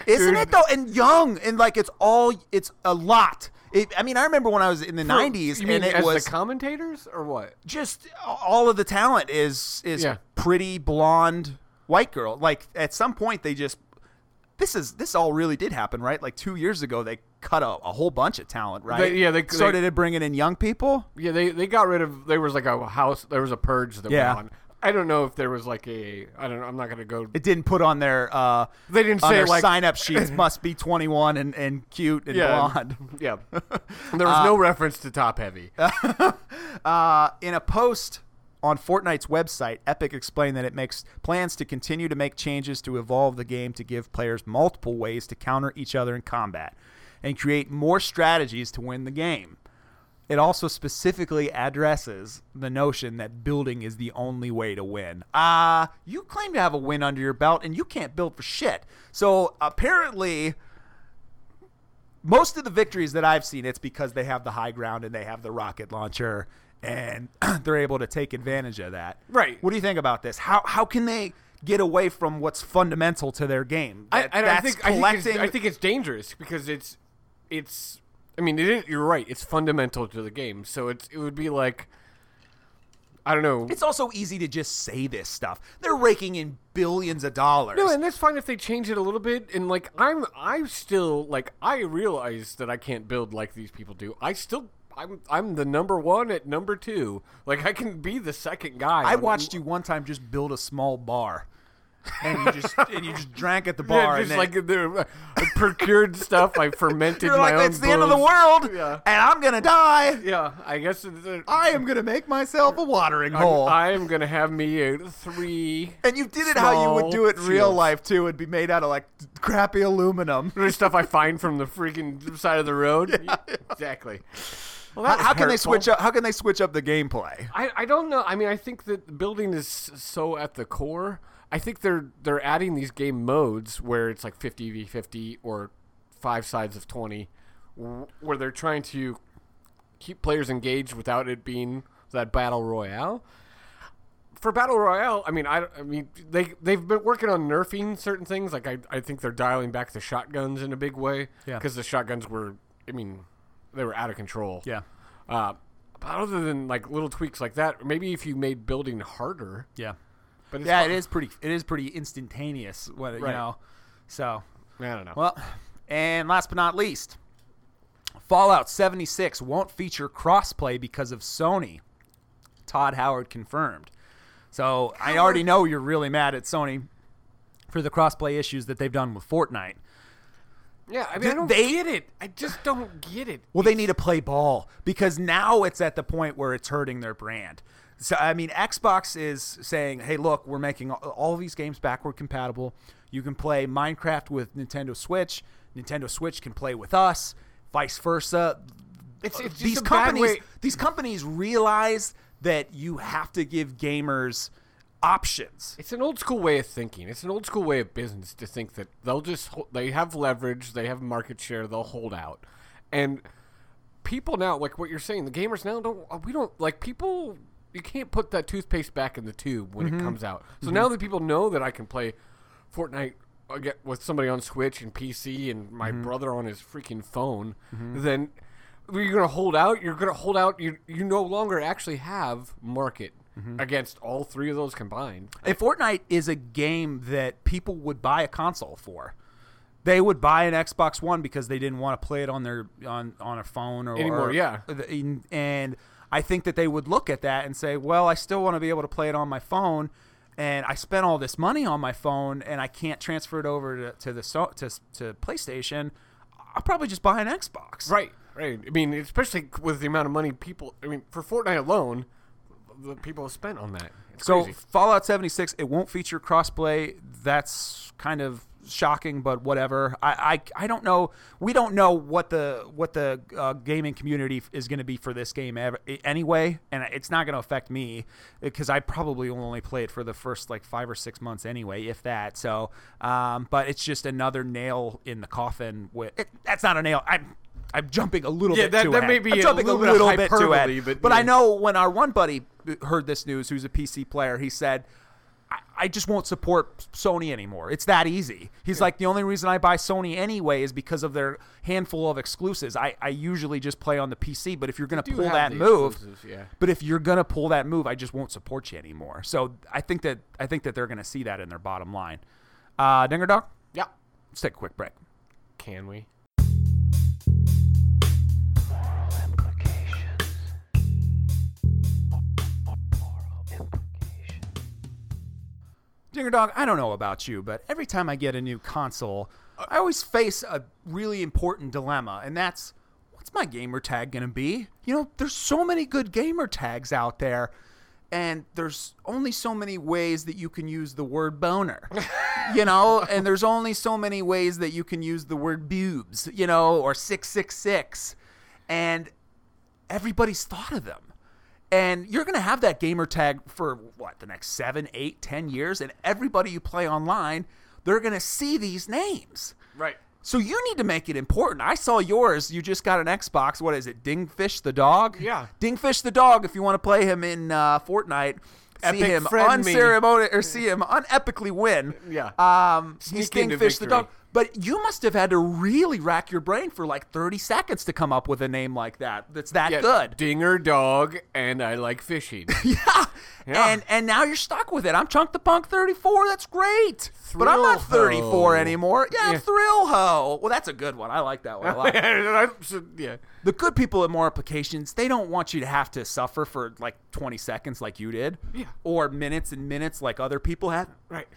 Speaker 2: isn't
Speaker 3: Dude,
Speaker 2: it though? And young and like it's all it's a lot. It, I mean, I remember when I was in the '90s,
Speaker 3: You mean
Speaker 2: and it
Speaker 3: as
Speaker 2: was
Speaker 3: the commentators or what?
Speaker 2: just all of the talent is is
Speaker 3: Yeah.
Speaker 2: pretty blonde white girl. Like at some point they just this is this all really did happen, right? Like two years ago they cut a, a whole bunch of talent, right?
Speaker 3: They- yeah, they-
Speaker 2: started
Speaker 3: they-
Speaker 2: it bringing in young people.
Speaker 3: Yeah, they they got rid of there was like a house there was a purge that
Speaker 2: Yeah.
Speaker 3: went on. I don't know if there was like a I don't know, I'm not gonna go
Speaker 2: It didn't put on their uh
Speaker 3: They didn't
Speaker 2: on
Speaker 3: say,
Speaker 2: their
Speaker 3: like-
Speaker 2: sign up sheets must be twenty one and, and cute and
Speaker 3: yeah,
Speaker 2: blonde.
Speaker 3: Yeah. There was no reference to top heavy.
Speaker 2: Uh, in a post on Fortnite's website, Epic explained that it makes plans to continue to make changes to evolve the game to give players multiple ways to counter each other in combat and create more strategies to win the game. It also specifically addresses the notion that building is the only way to win. Ah, you claim to have a win under your belt and you can't build for shit. So apparently, most of the victories that I've seen, it's because they have the high ground and they have the rocket launcher, and they're able to take advantage of that.
Speaker 3: Right.
Speaker 2: What do you think about this? How how can they get away from what's fundamental to their game?
Speaker 3: I,
Speaker 2: That-
Speaker 3: I, I
Speaker 2: that's
Speaker 3: think I think,
Speaker 2: collecting.
Speaker 3: it's, I think it's dangerous because it's it's I mean it is, you're right it's fundamental to the game so it's it would be like I don't know
Speaker 2: it's also easy to just say this stuff. They're raking in billions of dollars.
Speaker 3: No, and that's fine if they change it a little bit. And like, I'm, I'm still like, I realize that I can't build like these people do. I still, I'm, I'm the number one at number two. Like, I can be the second guy.
Speaker 2: I
Speaker 3: on-
Speaker 2: watched you one time just build a small bar, and you just and you just drank at the
Speaker 3: Yeah,
Speaker 2: bar.
Speaker 3: just
Speaker 2: and
Speaker 3: like the I procured stuff. I fermented
Speaker 2: you're
Speaker 3: my
Speaker 2: like,
Speaker 3: own.
Speaker 2: it's the end of the
Speaker 3: brews."
Speaker 2: world,
Speaker 3: Yeah.
Speaker 2: and I'm gonna die.
Speaker 3: Yeah, I guess it's, uh,
Speaker 2: I am gonna make myself a watering
Speaker 3: I'm-
Speaker 2: hole.
Speaker 3: I am gonna have me a three.
Speaker 2: And you did it how you would
Speaker 3: small
Speaker 2: do it in real
Speaker 3: shields.
Speaker 2: life too. It'd be made out of like crappy aluminum.
Speaker 3: There's stuff I find from the freaking side of the road. Exactly. Well,
Speaker 2: How,
Speaker 3: that was
Speaker 2: how can they
Speaker 3: hurtful.
Speaker 2: switch up? How can they switch up the gameplay?
Speaker 3: I, I don't know. I mean, I think that the building is so at the core. I think they're they're adding these game modes where it's like 50 v 50 or five sides of 20 wh- where they're trying to keep players engaged without it being that battle royale. For battle royale, I mean, I, I mean they they've been working on nerfing certain things. Like I, I think they're dialing back the shotguns in a big way
Speaker 2: Yeah.
Speaker 3: because the shotguns were, I mean, they were out of control.
Speaker 2: Yeah.
Speaker 3: Uh, but other than like little tweaks like that, maybe if you made building harder,
Speaker 2: Yeah,
Speaker 3: but it's
Speaker 2: yeah.
Speaker 3: fu-
Speaker 2: It is pretty. It is pretty instantaneous. What you
Speaker 3: Right.
Speaker 2: know. So
Speaker 3: I don't know.
Speaker 2: well, and last but not least, Fallout 76 won't feature crossplay because of Sony. Todd Howard confirmed. So I already know you're really mad at Sony for the crossplay issues that they've done with Fortnite.
Speaker 3: yeah, I mean, I don't
Speaker 2: they-
Speaker 3: get it. I just don't get it.
Speaker 2: Well, they need to play ball because now it's at the point where it's hurting their brand. So I mean, Xbox is saying, "Hey, look, we're making all, all these games backward compatible. You can play Minecraft with Nintendo Switch. Nintendo Switch can play with us, vice versa."
Speaker 3: It's- it's just
Speaker 2: these
Speaker 3: a bad
Speaker 2: companies,
Speaker 3: way-
Speaker 2: these companies realize that you have to give gamers options.
Speaker 3: It's an old school way of thinking. It's an old school way of business to think that they'll just ho- they have leverage, they have market share, they'll hold out, and people now like what you're saying. The gamers now don't uh, we don't like people. You can't put that toothpaste back in the tube when it comes out. So now that people know that I can play Fortnite again with somebody on Switch and PC and my brother on his freaking phone, then you're gonna hold out. You're gonna hold out. You you no longer actually have market. Against all three of those combined,
Speaker 2: And Fortnite is a game that people would buy a console for. They would buy an Xbox One because they didn't want to play it on their on on a phone or
Speaker 3: Anymore,
Speaker 2: or-
Speaker 3: yeah.
Speaker 2: in- And I think that they would look at that and say, "Well, I still want to be able to play it on my phone, and I spent all this money on my phone, and I can't transfer it over to to the so- to to PlayStation. I'll probably just buy an Xbox."
Speaker 3: Right, right. I mean, especially with the amount of money people. I mean, for Fortnite alone, the people have spent on that. It's
Speaker 2: So
Speaker 3: crazy.
Speaker 2: Fallout 76, it won't feature crossplay. That's kind of shocking, but whatever. I, I, I don't know. We don't know what the what the uh, gaming community f- is going to be for this game ever, i- anyway, and it's not going to affect me because I probably will only play it for the first like five or six months anyway, if that. So, um, but it's just another nail in the coffin. With it, that's not a nail. I'm I'm jumping a little
Speaker 3: Yeah,
Speaker 2: bit
Speaker 3: that-
Speaker 2: too
Speaker 3: that
Speaker 2: ahead.
Speaker 3: may be
Speaker 2: I'm
Speaker 3: a
Speaker 2: jumping
Speaker 3: little bit of hyperbole,
Speaker 2: but,
Speaker 3: but
Speaker 2: but I
Speaker 3: yeah.
Speaker 2: know know when our one buddy heard this news, who's a PC player, he said, I, I just won't support Sony anymore. It's that easy. He's like, the only reason I buy Sony anyway is because of their handful of exclusives. I, I usually just play on the PC, but if you're going to
Speaker 3: do
Speaker 2: pull
Speaker 3: have
Speaker 2: that
Speaker 3: the
Speaker 2: move,
Speaker 3: exclusives, yeah.
Speaker 2: but if you're going to pull that move, I just won't support you anymore. So I think that I think that they're going to see that in their bottom line. Uh, Dinger Dog,
Speaker 3: yeah.
Speaker 2: let's take a quick break.
Speaker 3: Can we?
Speaker 2: Dinger Dog, I don't know about you, but every time I get a new console, I always face a really important dilemma, and that's what's my gamer tag going to be? You know, there's so many good gamer tags out there, and there's only so many ways that you can use the word boner. you know, and there's only so many ways that you can use the word boobs, you know, or 666. And everybody's thought of them. And you're going to have that gamer tag for what, the next seven, eight, ten years? And everybody you play online, they're going to see these names.
Speaker 3: Right.
Speaker 2: So you need to make it important. I saw yours. You just got an Xbox. What is it? Dingfish the dog?
Speaker 3: Yeah.
Speaker 2: Dingfish the dog, if you want to play him in uh, Fortnite.
Speaker 3: Epic
Speaker 2: see him
Speaker 3: friend me.
Speaker 2: unceremonious, or see him unepically win.
Speaker 3: Yeah.
Speaker 2: Um, he's
Speaker 3: Sneak into
Speaker 2: Dingfish the
Speaker 3: victory.
Speaker 2: dog. But you must have had to really rack your brain for like 30 seconds to come up with a name like that. That's that
Speaker 3: Yeah.
Speaker 2: good.
Speaker 3: Dinger dog, and I like fishing.
Speaker 2: yeah.
Speaker 3: Yeah.
Speaker 2: And and now you're stuck with it. I'm Chunk the Punk 34. That's great. but I'm not
Speaker 3: Thrill-ho.
Speaker 2: 34 anymore. Yeah,
Speaker 3: Yeah.
Speaker 2: thrill ho. Well, that's a good one. I like that one a lot.
Speaker 3: And I should- yeah.
Speaker 2: the good people at more applications they don't want you to have to suffer for like 20 seconds like you did
Speaker 3: Yeah.
Speaker 2: or minutes and minutes like other people have
Speaker 3: Right.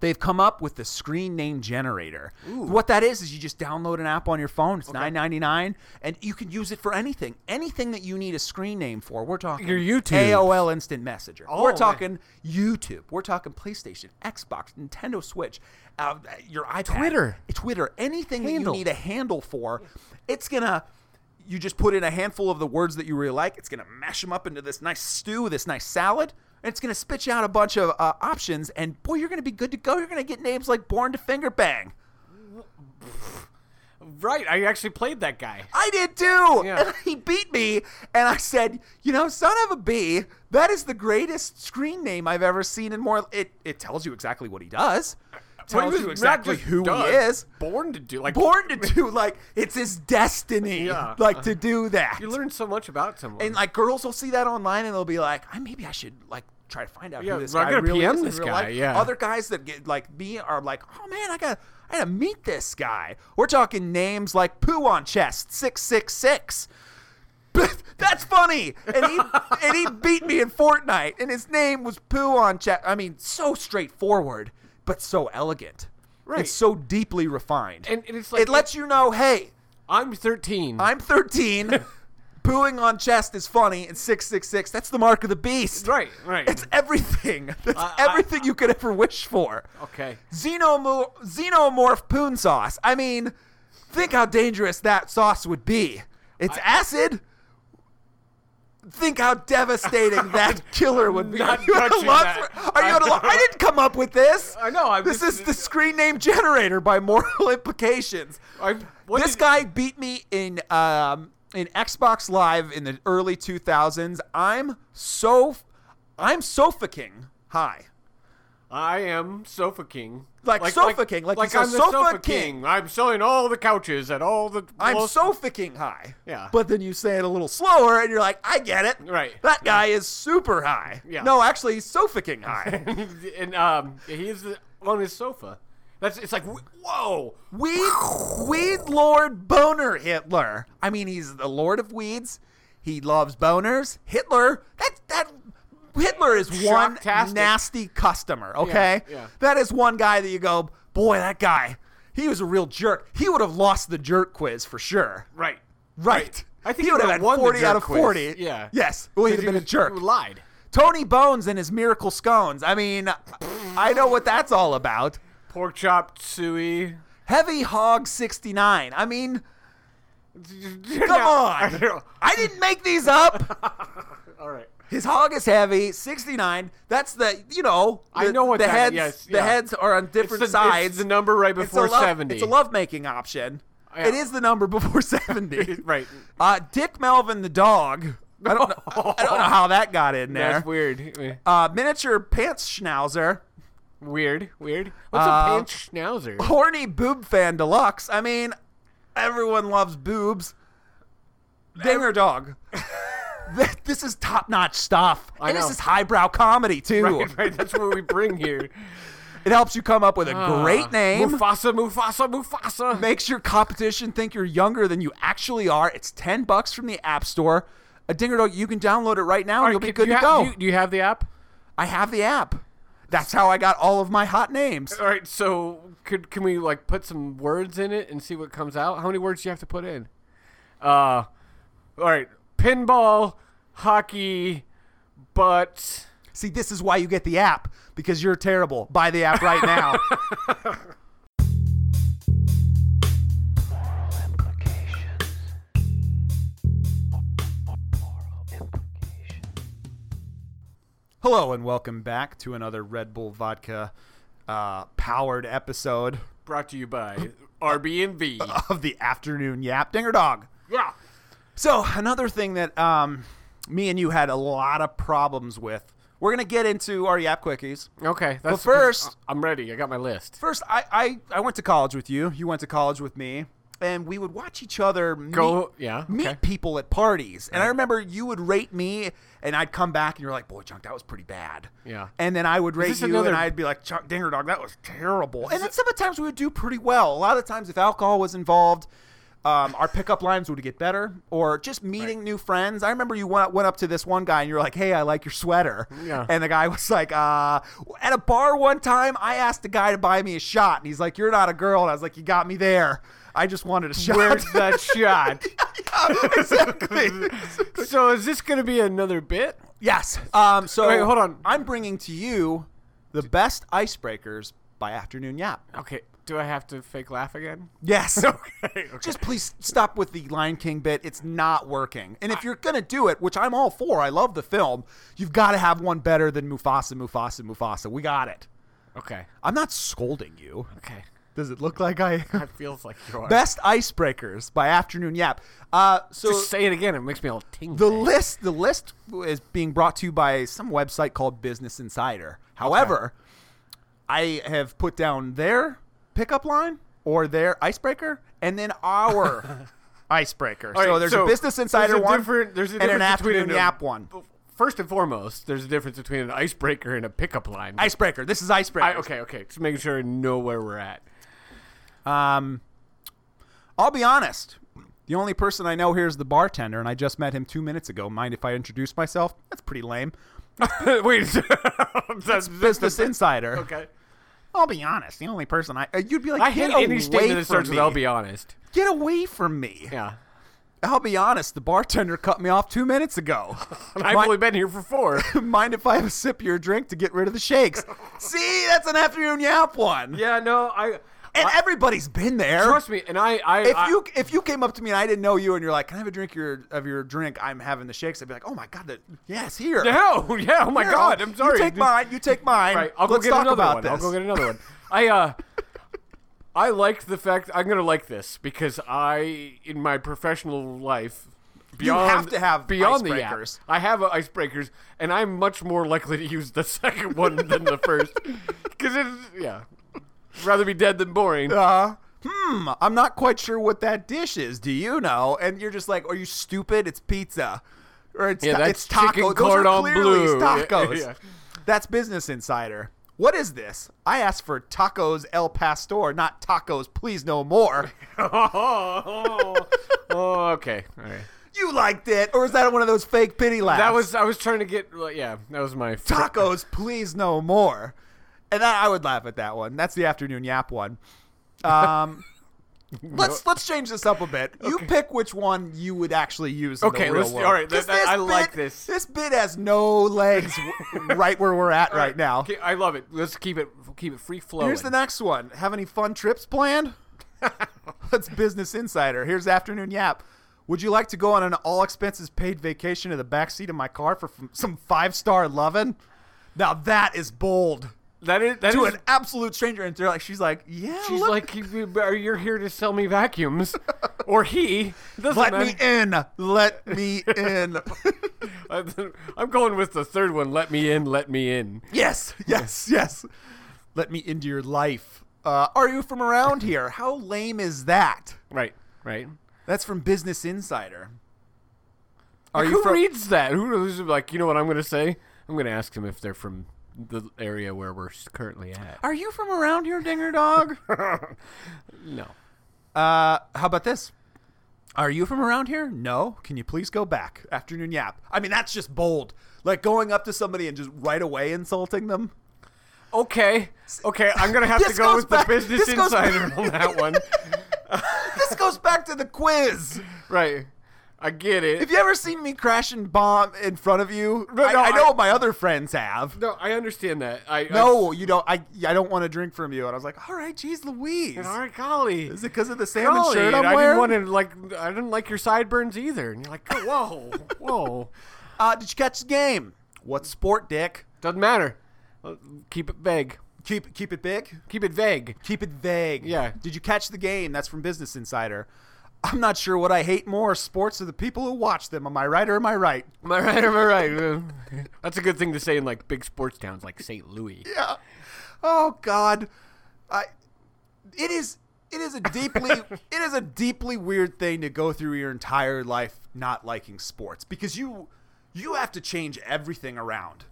Speaker 2: they've come up with the screen name generator what that is is you just download an app on your phone it's 9.99 and you can use it for anything anything that you need a screen name for we're talking
Speaker 3: Your YouTube.
Speaker 2: aol instant messenger
Speaker 3: Oh,
Speaker 2: we're
Speaker 3: man.
Speaker 2: talking youtube we're talking playstation xbox nintendo switch uh, your ipad
Speaker 3: Twitter.
Speaker 2: twitter anything that
Speaker 3: Handle.
Speaker 2: you need a handle for it's gonna you just put in a handful of the words that you really like. It's going to mash them up into this nice stew, this nice salad, and it's going to spit you out a bunch of uh, options. And boy, you're going to be good to go. You're going to get names like Born to Finger Bang.
Speaker 3: Right. I actually played that guy.
Speaker 2: I did too.
Speaker 3: Yeah.
Speaker 2: And he beat me. And I said, you know, son of a B, that is the greatest screen name I've ever seen. And more, it, it tells you exactly what he does.
Speaker 3: But he
Speaker 2: Tells
Speaker 3: was
Speaker 2: you
Speaker 3: not
Speaker 2: exactly
Speaker 3: just
Speaker 2: who
Speaker 3: done,
Speaker 2: he is.
Speaker 3: Born to do. Like
Speaker 2: Born to do like it's his destiny,
Speaker 3: Yeah.
Speaker 2: like to do that.
Speaker 3: You learn so much about someone.
Speaker 2: and like girls will see that online and they'll be like, I maybe I should like try to find out
Speaker 3: Yeah,
Speaker 2: who this
Speaker 3: I'm
Speaker 2: guy
Speaker 3: gonna
Speaker 2: really
Speaker 3: PM
Speaker 2: is. in
Speaker 3: this
Speaker 2: real
Speaker 3: guy,
Speaker 2: life.
Speaker 3: yeah.
Speaker 2: Other guys that get like me are like, oh man, I got I gotta meet this guy. We're talking names like poo on chest six six six. That's funny, and he and he beat me in Fortnite, and his name was Poo on Chat. I mean, so straightforward, but so elegant,
Speaker 3: Right.
Speaker 2: And so deeply refined,
Speaker 3: And- and it's like-
Speaker 2: it lets you know, hey,
Speaker 3: I'm 13.
Speaker 2: I'm 13. Poo
Speaker 4: Pooing on chest is funny, and 666, that's the mark of the beast.
Speaker 3: Right, right.
Speaker 4: It's everything. That's
Speaker 3: I- I-
Speaker 4: everything you could ever wish for.
Speaker 3: okay.
Speaker 4: Xenomor- xenomorph poon sauce. I mean, think how dangerous that sauce would be. It's acid. Think how devastating that killer would be.
Speaker 3: Not
Speaker 4: Are you at a
Speaker 3: touching
Speaker 4: loss
Speaker 3: that.
Speaker 4: for- Are you at a lo- I didn't come up with this.
Speaker 3: I know, I'm
Speaker 4: this
Speaker 3: just-
Speaker 4: is the screen name generator by moral implications.
Speaker 3: I, what
Speaker 4: this
Speaker 3: did-
Speaker 4: guy beat me in um, in Xbox Live in the early 2000s. I'm so I'm so fucking high.
Speaker 3: I am Sofa King.
Speaker 4: Like Sofa King, like he's a
Speaker 3: I'm the
Speaker 4: Sofa
Speaker 3: Sofa,
Speaker 4: King.
Speaker 3: King. I'm selling all the couches at all the.
Speaker 4: I'm
Speaker 3: all-
Speaker 4: so fucking high.
Speaker 3: Yeah.
Speaker 4: But then you say it a little slower, and you're like, I get it.
Speaker 3: Right.
Speaker 4: That guy is super high.
Speaker 3: Yeah.
Speaker 4: No, actually, he's so fucking high.
Speaker 3: and um, he's on his sofa. That's it's like whoa.
Speaker 4: Weed, weed lord boner Hitler. I mean, he's the lord of weeds. He loves boners. Hitler. That that Hitler is one
Speaker 3: Shocktastic.
Speaker 4: nasty customer. Okay.
Speaker 3: yeah.
Speaker 4: That is one guy that you go, boy, that guy. He was a real jerk. He would have lost the jerk quiz for sure.
Speaker 3: Right.
Speaker 4: Right.
Speaker 3: I think
Speaker 4: he
Speaker 3: he
Speaker 4: would have
Speaker 3: would've
Speaker 4: had
Speaker 3: won the
Speaker 4: 40 out
Speaker 3: jerk
Speaker 4: of
Speaker 3: quiz.
Speaker 4: 40.
Speaker 3: Yeah.
Speaker 4: Yes. Well, he'd have
Speaker 3: He
Speaker 4: been a
Speaker 3: was-
Speaker 4: jerk.
Speaker 3: he Lied.
Speaker 4: Tony Bones and his miracle scones. I mean, I know what that's all about.
Speaker 3: Pork chop suey.
Speaker 4: Heavy Hog 69. I mean, come on. I didn't make these up.
Speaker 3: all right.
Speaker 4: His hog is heavy, 69. That's the, you know, the,
Speaker 3: I know what
Speaker 4: the
Speaker 3: that-
Speaker 4: heads
Speaker 3: yes,
Speaker 4: the
Speaker 3: yeah.
Speaker 4: heads are on
Speaker 3: It's
Speaker 4: different
Speaker 3: the,
Speaker 4: sides.
Speaker 3: it's the number right before
Speaker 4: it's a love,
Speaker 3: seventy.
Speaker 4: It's a lovemaking option.
Speaker 3: Yeah.
Speaker 4: It is the number before 70.
Speaker 3: Right.
Speaker 4: Uh, Dick Melvin the dog. I don't, know, I don't know how that got in there.
Speaker 3: That's weird.
Speaker 4: Uh, miniature pants schnauzer.
Speaker 3: Weird. Weird. What's
Speaker 4: Uh,
Speaker 3: a pants schnauzer?
Speaker 4: Horny boob fan deluxe. I mean, everyone loves boobs. Banger dog. Th- this is top notch stuff.
Speaker 3: I
Speaker 4: and
Speaker 3: know.
Speaker 4: this is highbrow comedy, too.
Speaker 3: Right, right. That's what we bring here. Uh,
Speaker 4: It helps you come up with a
Speaker 3: Ah,
Speaker 4: great name.
Speaker 3: Mufasa, Mufasa, Mufasa.
Speaker 4: Makes your competition think you're younger than you actually are. It's 10 bucks from the App Store. A dinger dog, you can download it right now and you'll be good
Speaker 3: do you
Speaker 4: to
Speaker 3: ha-
Speaker 4: go.
Speaker 3: Do you, do you have the app?
Speaker 4: I have the app. That's how I got all of my hot names.
Speaker 3: All right. So could can we like put some words in it and see what comes out? How many words do you have to put in? Uh, all right. Pinball, hockey, but
Speaker 4: See, this is why you get the app because you're terrible. Buy the app right now.
Speaker 2: Hello and welcome back to another Red Bull Vodka uh, powered episode
Speaker 3: brought to you by Airbnb.
Speaker 2: of the afternoon yap dinger dog.
Speaker 3: yeah.
Speaker 2: So another thing that um, me and you had a lot of problems with. We're gonna get into our yap quickies.
Speaker 3: Okay. That's
Speaker 2: But first-
Speaker 3: I'm ready. I got my list.
Speaker 2: First, I, I I went to college with you. You went to college with me, and we would watch each other meet,
Speaker 3: Go- yeah,
Speaker 2: meet
Speaker 3: okay.
Speaker 2: people at parties. And I remember you would rate me, and I'd come back, and you're like, "Boy, Chunk, that was pretty bad."
Speaker 3: Yeah.
Speaker 2: And then I would rate
Speaker 3: this
Speaker 2: you,
Speaker 3: another-
Speaker 2: and I'd be like, "Chunk, Dinger Dog, that was terrible." And then sometimes we would do pretty well. A lot of times, if alcohol was involved. Um, our pickup lines would get better, or just meeting new friends. I remember you went, went up to this one guy and you're like, "Hey, I like your sweater,"
Speaker 3: Yeah.
Speaker 2: and the guy was like, uh, at a bar one time, I asked a guy to buy me a shot, and he's like, You're not a girl. And I was like, You got me there. I just wanted a shot.
Speaker 3: Where's that shot?
Speaker 2: exactly.
Speaker 3: So is this going to be another bit?
Speaker 2: yes. Um, so
Speaker 3: Wait, hold on.
Speaker 2: I'm bringing to you the best icebreakers by Afternoon Yap.
Speaker 3: Okay. Do I have to fake laugh again?
Speaker 2: Yes.
Speaker 3: okay.
Speaker 2: Just please stop with the Lion King bit. It's not working. And if you're going to do it, which I'm all for, I love the film, you've got to have one better than Mufasa, Mufasa, Mufasa. We got it.
Speaker 3: Okay.
Speaker 2: I'm not scolding you.
Speaker 3: Okay.
Speaker 2: Does it look like I
Speaker 3: That feels like you are.
Speaker 2: Best icebreakers by Afternoon Yap. Uh, so
Speaker 3: Just say it again. It makes me all tingle.
Speaker 2: the list, the list is being brought to you by some website called Business Insider. However, I have put down their pickup line or their icebreaker, and then our icebreaker.
Speaker 3: All
Speaker 2: so
Speaker 3: right,
Speaker 2: there's a Business Insider
Speaker 3: there's a
Speaker 2: one,
Speaker 3: different- there's a
Speaker 2: and an
Speaker 3: difference between
Speaker 2: Afternoon
Speaker 3: an-
Speaker 2: Yap one.
Speaker 3: First and foremost, there's a difference between an icebreaker and a pickup line.
Speaker 2: Icebreaker. This is icebreaker.
Speaker 3: I- okay, okay. Just making sure I know where we're at.
Speaker 2: Um, I'll be honest. The only person I know here is the bartender, and I just met him two minutes ago. Mind if I introduce myself? That's pretty lame.
Speaker 3: Wait. that's
Speaker 2: Business Insider.
Speaker 3: Okay.
Speaker 2: I'll be honest. The only person I uh, you'd be like,
Speaker 3: I
Speaker 2: get
Speaker 3: hate
Speaker 2: away
Speaker 3: any statement that
Speaker 2: from
Speaker 3: starts with
Speaker 2: me.
Speaker 3: "I'll be honest."
Speaker 2: Get away from me.
Speaker 3: Yeah.
Speaker 2: I'll be honest, the bartender cut me off two minutes ago.
Speaker 3: I've
Speaker 2: My-
Speaker 3: only been here for four.
Speaker 2: Mind if I have a sip of your drink to get rid of the shakes? See, that's an afternoon yap one.
Speaker 3: yeah, no, I
Speaker 2: And everybody's been there.
Speaker 3: trust me, and I, I,
Speaker 2: if
Speaker 3: I-
Speaker 2: you if you came up to me and I didn't know you and you're like, "Can I have a drink of your, of your drink? I'm having the shakes." I'd be like, "Oh my god, that yes, here."
Speaker 3: no, yeah, oh my
Speaker 2: Here,
Speaker 3: god,
Speaker 2: I'll-
Speaker 3: I'm sorry.
Speaker 2: You take
Speaker 3: dude.
Speaker 2: mine. You take mine.
Speaker 3: Right, I'll
Speaker 2: Let's
Speaker 3: go get
Speaker 2: talk
Speaker 3: another
Speaker 2: about
Speaker 3: one.
Speaker 2: this.
Speaker 3: I'll go get another one. I uh, I liked the fact I'm gonna like this because I, in my professional life, beyond
Speaker 2: have to have
Speaker 3: beyond the app,
Speaker 2: icebreakers.
Speaker 3: I have uh, icebreakers, and I'm much more likely to use the second one than the first because it's yeah, rather be dead than boring.
Speaker 2: Uh, hmm, I'm not quite sure what that dish is. Do you know? And you're just like, "Are you stupid? It's pizza." Or it's,
Speaker 3: Yeah,
Speaker 2: ta-
Speaker 3: that's
Speaker 2: it's taco.
Speaker 3: chicken
Speaker 2: Those are
Speaker 3: cordon
Speaker 2: clearly
Speaker 3: bleu. Yeah,
Speaker 2: tacos.
Speaker 3: yeah.
Speaker 2: That's Business Insider. What is this? I asked for tacos El Pastor, not tacos. Please, no more.
Speaker 3: oh, okay, all right.
Speaker 2: You liked it, or is that one of those fake pity laughs?
Speaker 3: That was I was trying to get well, yeah. That was my fr-
Speaker 2: tacos. Please, no more. And I, I would laugh at that one. That's the afternoon yap one. Um, let's let's change this up a bit. You pick which one you would actually use. In
Speaker 3: Okay,
Speaker 2: the real
Speaker 3: let's-
Speaker 2: world.
Speaker 3: all right, that-
Speaker 2: 'Cause
Speaker 3: that- I like
Speaker 2: bit-
Speaker 3: this.
Speaker 2: This bit has no legs, w- right where we're at right now.
Speaker 3: Okay, I love it. Let's keep it keep it free flowing.
Speaker 2: Here's the next one. Have any fun trips planned? That's Business Insider. Here's Afternoon Yap. Would you like to go on an all expenses paid vacation to the backseat of my car for f- some five star lovin'? Now that is bold.
Speaker 3: That is that
Speaker 2: To
Speaker 3: is-
Speaker 2: an absolute stranger, and they're like, she's like, yeah,
Speaker 3: She's
Speaker 2: let,
Speaker 3: like, "You- are you're here to sell me vacuums, or he? Doesn't
Speaker 2: let me
Speaker 3: matter.
Speaker 2: in, let me in.
Speaker 3: Uh, I'm going with the third one. Let me in. Let me in.
Speaker 2: yes, yes, yes. Let me into your life. Uh, are you from around here? How lame is that?
Speaker 3: Right. Right.
Speaker 2: That's from Business Insider. Are
Speaker 3: Who reads that? Who who's like? You know what I'm going to say? I'm going to ask them if they're from the area where we're s- currently at.
Speaker 2: Are you from around here, Dinger Dog?
Speaker 3: No.
Speaker 2: uh, how about this? Are you from around here? No. Can you please go back? Afternoon yap. I mean, that's just bold. Like going up to somebody and just right away insulting them.
Speaker 3: Okay. Okay. I'm going to have to
Speaker 2: This
Speaker 3: go
Speaker 2: goes
Speaker 3: with
Speaker 2: back-
Speaker 3: the Business
Speaker 2: this goes back-
Speaker 3: Insider on that one.
Speaker 2: This goes back to the quiz.
Speaker 3: Right. I get it.
Speaker 2: Have you ever seen me crash and bomb in front of you?
Speaker 3: No,
Speaker 2: I,
Speaker 3: no,
Speaker 2: I know
Speaker 3: I-
Speaker 2: my other friends have.
Speaker 3: no, I understand that. I
Speaker 2: No, you don't. I I don't want to drink from you. And I was like, all right, geez, Louise.
Speaker 3: I, all right, golly.
Speaker 2: Is it because of the salmon
Speaker 3: Golly,
Speaker 2: shirt
Speaker 3: and
Speaker 2: I'm
Speaker 3: I
Speaker 2: wearing?
Speaker 3: didn't want to like. I didn't like your sideburns either. And you're like, whoa, whoa.
Speaker 2: uh, did you catch the game? What sport, Dick?
Speaker 3: Doesn't matter. Uh, Keep it vague.
Speaker 2: Keep keep it big.
Speaker 3: Keep it vague.
Speaker 2: Keep it vague.
Speaker 3: Yeah.
Speaker 2: Did you catch the game? That's from Business Insider. I'm not sure what I hate more, sports or the people who watch them. Am I right or am I right?
Speaker 3: Am I right? Am I right? That's a good thing to say in like big sports towns like St. Louis.
Speaker 2: Yeah. Oh God. I it is it is a deeply it is a deeply weird thing to go through your entire life not liking sports because you you have to change everything around.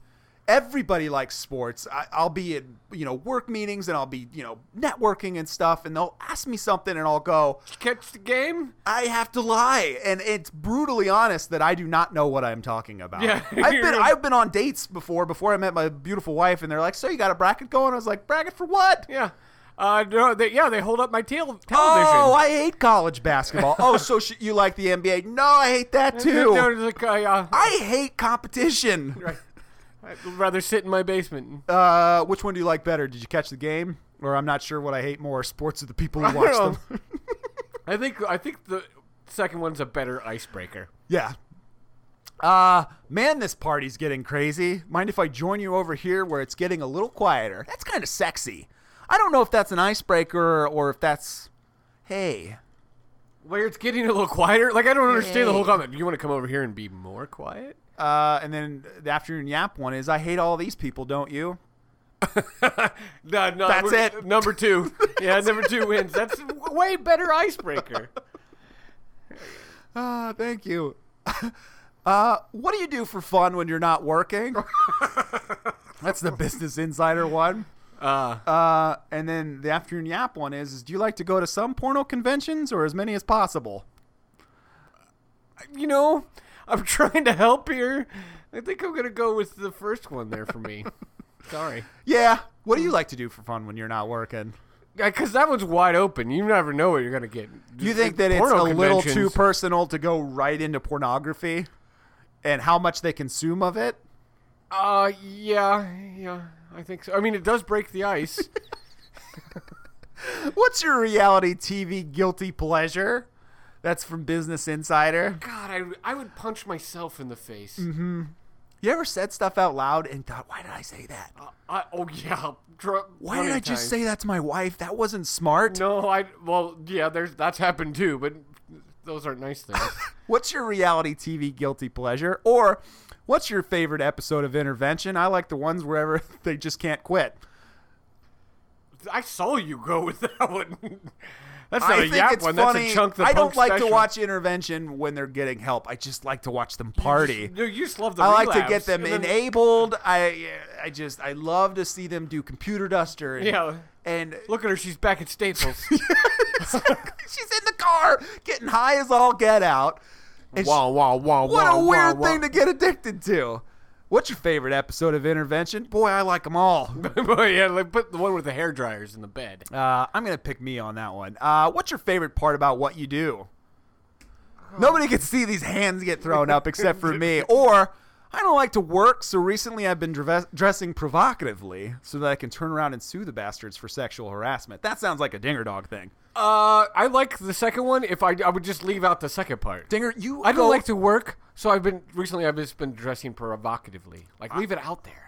Speaker 2: Everybody likes sports. I, I'll be at you know work meetings and I'll be you know networking and stuff, and they'll ask me something and I'll go,
Speaker 3: Catch the game?
Speaker 2: I have to lie, and it's brutally honest that I do not know what I'm talking about.
Speaker 3: Yeah.
Speaker 2: I've been I've been on dates before before I met my beautiful wife, and they're like, "So you got a bracket going?" I was like, "Bracket for what?"
Speaker 3: Yeah. Uh, no, they, yeah, they hold up my tail television.
Speaker 2: Oh, I hate college basketball. oh, so sh- you like the NBA? No, I hate that
Speaker 3: No,
Speaker 2: too.
Speaker 3: it's like, I, uh,
Speaker 2: I hate competition.
Speaker 3: right. I'd rather sit in my basement.
Speaker 2: Uh, which one do you like better? Did you catch the game? Or I'm not sure what I hate more: sports or the people who watch them.
Speaker 3: I think I think the second one's a better icebreaker.
Speaker 2: Yeah. Uh, man, this party's getting crazy. Mind if I join you over here where it's getting a little quieter? That's kind of sexy. I don't know if that's an icebreaker or if that's, hey,
Speaker 3: Where it's getting a little quieter. Like I don't understand the whole comment. You want to come over here and be more quiet?
Speaker 2: uh, and then the afternoon yap one is I hate all these people, don't you?
Speaker 3: No, no,
Speaker 2: That's
Speaker 3: we're-
Speaker 2: it.
Speaker 3: Number two. Yeah, number two wins. That's w- way better icebreaker.
Speaker 2: Ah, thank you. uh, what do you do for fun when you're not working? that's the Business Insider one.
Speaker 3: Uh,
Speaker 2: Uh, and then the afternoon yap one is, is do you like to go to some porno conventions or as many as possible?
Speaker 3: you know, I'm trying to help here. I think I'm gonna go with the first one there for me. Sorry.
Speaker 2: Yeah. What do you like to do for fun when you're not working?
Speaker 3: because Uh, that one's wide open. You never know what you're gonna get.
Speaker 2: You think that it's
Speaker 3: Porno
Speaker 2: a little too
Speaker 3: conventions-
Speaker 2: personal to go right into pornography and how much they consume of it?
Speaker 3: Uh, yeah, yeah, I think so. I mean, it does break the ice.
Speaker 2: What's your reality TV guilty pleasure? That's from Business Insider.
Speaker 3: God, I, I would punch myself in the face.
Speaker 2: Mm-hmm. You ever said stuff out loud and thought, why did I say that?
Speaker 3: I, oh yeah. Dr-
Speaker 2: Why did I just say that to my wife? That wasn't smart.
Speaker 3: No, I well, yeah, there's that's happened too, but those aren't nice things.
Speaker 2: What's your reality TV guilty pleasure? Or what's your favorite episode of Intervention? I like the ones wherever they just can't quit.
Speaker 3: I saw you go with that one. That's not
Speaker 2: I
Speaker 3: a
Speaker 2: think
Speaker 3: yap
Speaker 2: it's
Speaker 3: one.
Speaker 2: funny.
Speaker 3: That's a chunk. The
Speaker 2: I don't
Speaker 3: Punk
Speaker 2: like
Speaker 3: special.
Speaker 2: to watch Intervention when they're getting help. I just like to watch them party.
Speaker 3: No, you just love the.
Speaker 2: I like to
Speaker 3: relapse.
Speaker 2: get them
Speaker 3: And then-
Speaker 2: enabled. I I just I love to see them do computer duster. And,
Speaker 3: Yeah.
Speaker 2: and
Speaker 3: Look at her. She's back at Staples.
Speaker 2: she's in the car getting high as all get out. And she-
Speaker 3: wow, wow, wow,
Speaker 2: what
Speaker 3: wow,
Speaker 2: a weird
Speaker 3: wow,
Speaker 2: thing to get addicted to. What's your favorite episode of Intervention? Boy, I like them all.
Speaker 3: to. Boy, yeah, like put the one with the hair dryers in the bed.
Speaker 2: Uh, I'm gonna pick me on that one. Uh, what's your favorite part about what you do? Nobody can see these hands get thrown up except for me. Or I don't like to work, so recently I've been dress- dressing provocatively so that I can turn around and sue the bastards for sexual harassment. That sounds like a dinger dog thing.
Speaker 3: Uh, I like the second one. If I, I would just leave out the second part.
Speaker 2: Dinger, you
Speaker 3: I
Speaker 2: go-
Speaker 3: don't like to work, so I've been recently. I've just been dressing provocatively. Like leave it out there.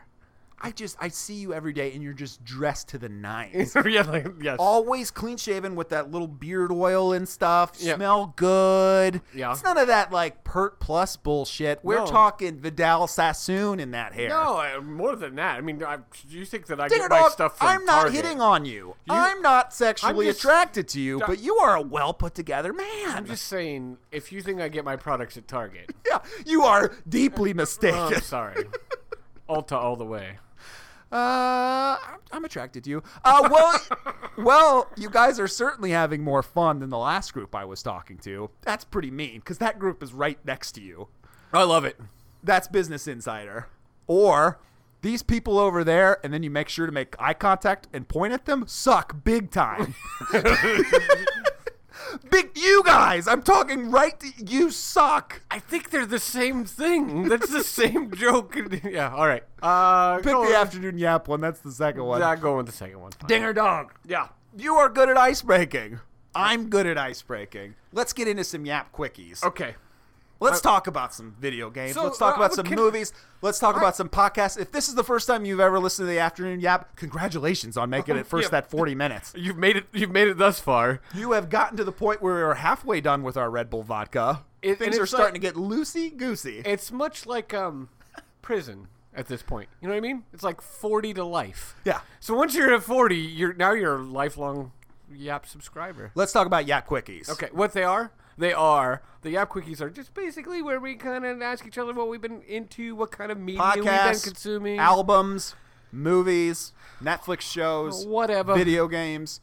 Speaker 2: I just I see you every day and you're just dressed to the nines.
Speaker 3: yeah, like, yes.
Speaker 2: Always clean shaven with that little beard oil and stuff.
Speaker 3: Yeah.
Speaker 2: Smell good.
Speaker 3: Yeah.
Speaker 2: It's none of that like pert plus bullshit. We're
Speaker 3: No.
Speaker 2: talking Vidal Sassoon in that hair.
Speaker 3: no, uh, more than that. I mean, I, do you think that I
Speaker 2: Dinner
Speaker 3: get my
Speaker 2: dog,
Speaker 3: stuff from
Speaker 2: I'm not
Speaker 3: Target?
Speaker 2: hitting on you. I'm not sexually
Speaker 3: I'm just-
Speaker 2: attracted to you,
Speaker 3: Di-
Speaker 2: but you are a well put together man.
Speaker 3: I'm just saying, if you think I get my products at Target,
Speaker 2: yeah, you are deeply
Speaker 3: oh,
Speaker 2: mistaken.
Speaker 3: I'm sorry. Ulta all the way.
Speaker 2: Uh, I'm, I'm attracted to you. Uh, well, well, you guys are certainly having more fun than the last group I was talking to. That's pretty mean because that group is right next to you.
Speaker 3: I love it.
Speaker 2: That's Business Insider. Or these people over there, and then you make sure to make eye contact and point at them, suck big time. big, you guys, I'm talking right to you, suck.
Speaker 3: I think they're the same thing. That's the same joke. yeah. All right. Uh,
Speaker 2: Pick
Speaker 3: go
Speaker 2: the
Speaker 3: on.
Speaker 2: afternoon yap one. That's the second one.
Speaker 3: Yeah, go with the second one. Fine.
Speaker 2: Dinger dog.
Speaker 3: Yeah.
Speaker 2: You are good at ice breaking. I'm good at ice breaking. Let's get into some yap quickies.
Speaker 3: Okay.
Speaker 2: Let's talk about some video games.
Speaker 3: So,
Speaker 2: Let's talk
Speaker 3: uh,
Speaker 2: about
Speaker 3: what
Speaker 2: some
Speaker 3: can-
Speaker 2: movies. Let's talk about some podcasts. If this is the first time you've ever listened to the afternoon yap, congratulations on making it first
Speaker 3: Yeah.
Speaker 2: that 40 minutes.
Speaker 3: You've made it. You've made it thus far.
Speaker 2: You have gotten to the point where we're halfway done with our Red Bull vodka.
Speaker 3: It-
Speaker 2: Things
Speaker 3: and
Speaker 2: are
Speaker 3: it's
Speaker 2: starting
Speaker 3: like-
Speaker 2: to get loosey goosey.
Speaker 3: It's much like um, prison at this point. You know what I mean? It's like forty to life.
Speaker 2: Yeah.
Speaker 3: So once you're at forty, you're now you're a lifelong Yap subscriber.
Speaker 2: Let's talk about yap quickies.
Speaker 3: Okay. What they are? They are the Yap Quickies are just basically where we kind of ask each other what we've been into, what kind of media we've been
Speaker 2: Podcasts,
Speaker 3: consuming,
Speaker 2: albums, movies, Netflix shows,
Speaker 3: whatever,
Speaker 2: video games,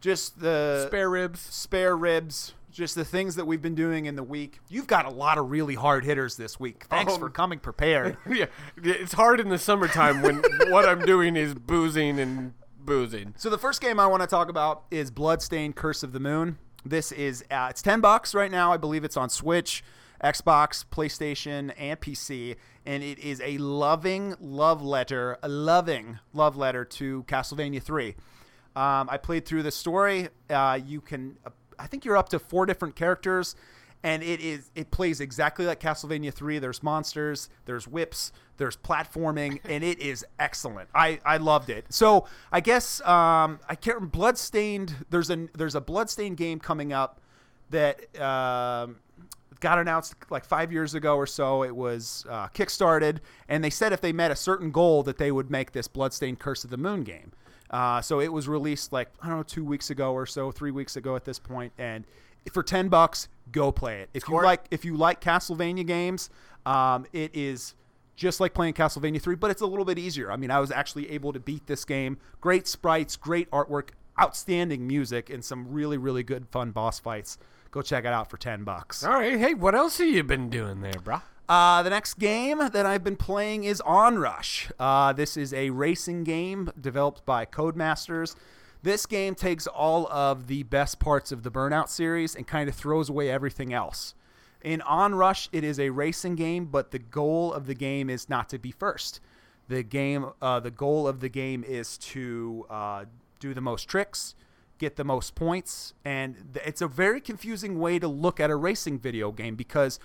Speaker 2: just the
Speaker 3: spare ribs.
Speaker 2: spare ribs, just the things that we've been doing in the week. You've got a lot of really hard hitters this week. Thanks
Speaker 3: Um,
Speaker 2: for coming prepared.
Speaker 3: yeah, it's hard in the summertime when what I'm doing is boozing and boozing.
Speaker 2: So the first game I want to talk about is Bloodstained: Curse of the Moon. This is uh, it's ten bucks right now. I believe it's on Switch, Xbox, PlayStation, and PC, and it is a loving love letter, a loving love letter to Castlevania Three. Um, I played through the story. Uh, you can, I think you're up to four different characters, and it is it plays exactly like Castlevania 3. There's monsters, there's whips, there's platforming, and it is excellent. I, I loved it. So I guess um, I can't remember Bloodstained. There's a there's a Bloodstained game coming up that um, got announced like five years ago or so. It was uh, kickstarted, and they said if they met a certain goal that they would make this Bloodstained Curse of the Moon game. Uh, so it was released like I don't know two weeks ago or so, three weeks ago at this point, and for ten bucks, go play it. If you like, if you like Castlevania games, um, it is just like playing Castlevania 3, but it's a little bit easier. I mean, I was actually able to beat this game. Great sprites, great artwork, outstanding music, and some really, really good fun boss fights. Go check it out for 10 bucks.
Speaker 3: All right, hey, what else have you been doing there, brah?
Speaker 2: Uh, the next game that I've been playing is Onrush. Uh, this is a racing game developed by Codemasters. This game takes all of the best parts of the Burnout series and kind of throws away everything else. In Onrush, it is a racing game, but the goal of the game is not to be first. The game, uh, the goal of the game is to uh, do the most tricks, get the most points, and th- it's a very confusing way to look at a racing video game because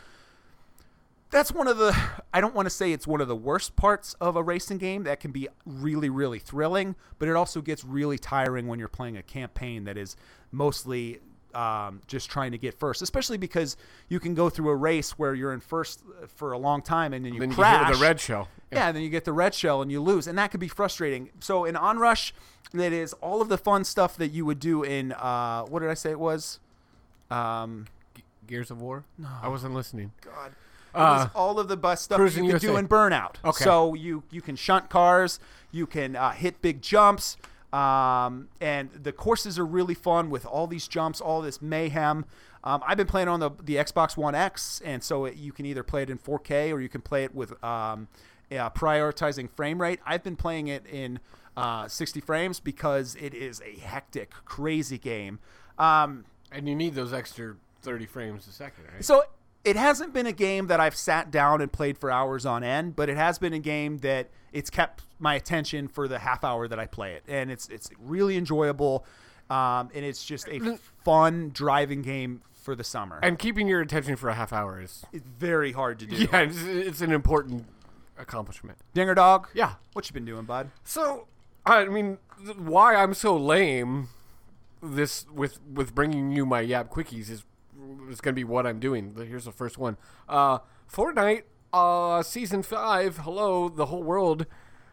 Speaker 2: that's one of the I don't want to say it's one of the worst parts of a racing game that can be really really thrilling, but it also gets really tiring when you're playing a campaign that is mostly um, just trying to get first, especially because you can go through a race where you're in first uh, for a long time and then you
Speaker 3: Then you
Speaker 2: crash
Speaker 3: hear the red shell.
Speaker 2: yeah. and then you get the red shell and you lose, and that could be frustrating. So in Onrush, that is all of the fun stuff that you would do in uh, what did I say it was? Um,
Speaker 3: Gears of War? No. I wasn't listening.
Speaker 2: God. It
Speaker 3: Uh,
Speaker 2: was all of the bus stuff you
Speaker 3: Cruising
Speaker 2: can do
Speaker 3: USA.
Speaker 2: in Burnout.
Speaker 3: Okay.
Speaker 2: So you you can shunt cars, you can uh, hit big jumps, um, and the courses are really fun with all these jumps, all this mayhem. Um, I've been playing on the the Xbox One X, and so it, you can either play it in 4K or you can play it with um, uh, prioritizing frame rate. I've been playing it in uh, 60 frames because it is a hectic, crazy game. Um,
Speaker 3: And you need those extra 30 frames a second, right?
Speaker 2: so it hasn't been a game that I've sat down and played for hours on end, but it has been a game that it's kept my attention for the half hour that I play it, and it's it's really enjoyable, um, and it's just a fun driving game for the summer.
Speaker 3: And keeping your attention for a half hour is.
Speaker 2: it's very hard to do.
Speaker 3: Yeah, it's, it's an important accomplishment.
Speaker 2: Dinger dog.
Speaker 3: Yeah.
Speaker 2: What you been doing, bud?
Speaker 3: So, I mean, th- why I'm so lame this with with bringing you my Yap Quickies is is going to be what I'm doing. Here's the first one. Uh Fortnite uh season 5. Hello, the whole world.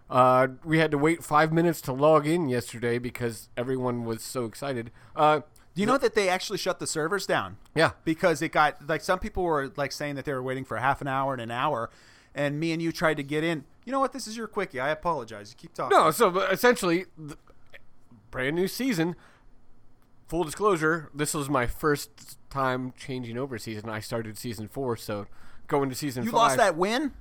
Speaker 3: Uh we had to wait 5 minutes to log in yesterday because everyone was so excited. Uh
Speaker 2: Do you know that they actually shut the servers down?
Speaker 3: yeah.
Speaker 2: because it got like some people were like saying that they were waiting for half an hour and an hour, and me and you tried to get in. You know what? This is your quickie. I apologize. You keep talking.
Speaker 3: No, so but essentially, th brand new season. Full disclosure: this was my first time changing over season. I started season four, so going to season.
Speaker 2: you
Speaker 3: five,
Speaker 2: lost that win.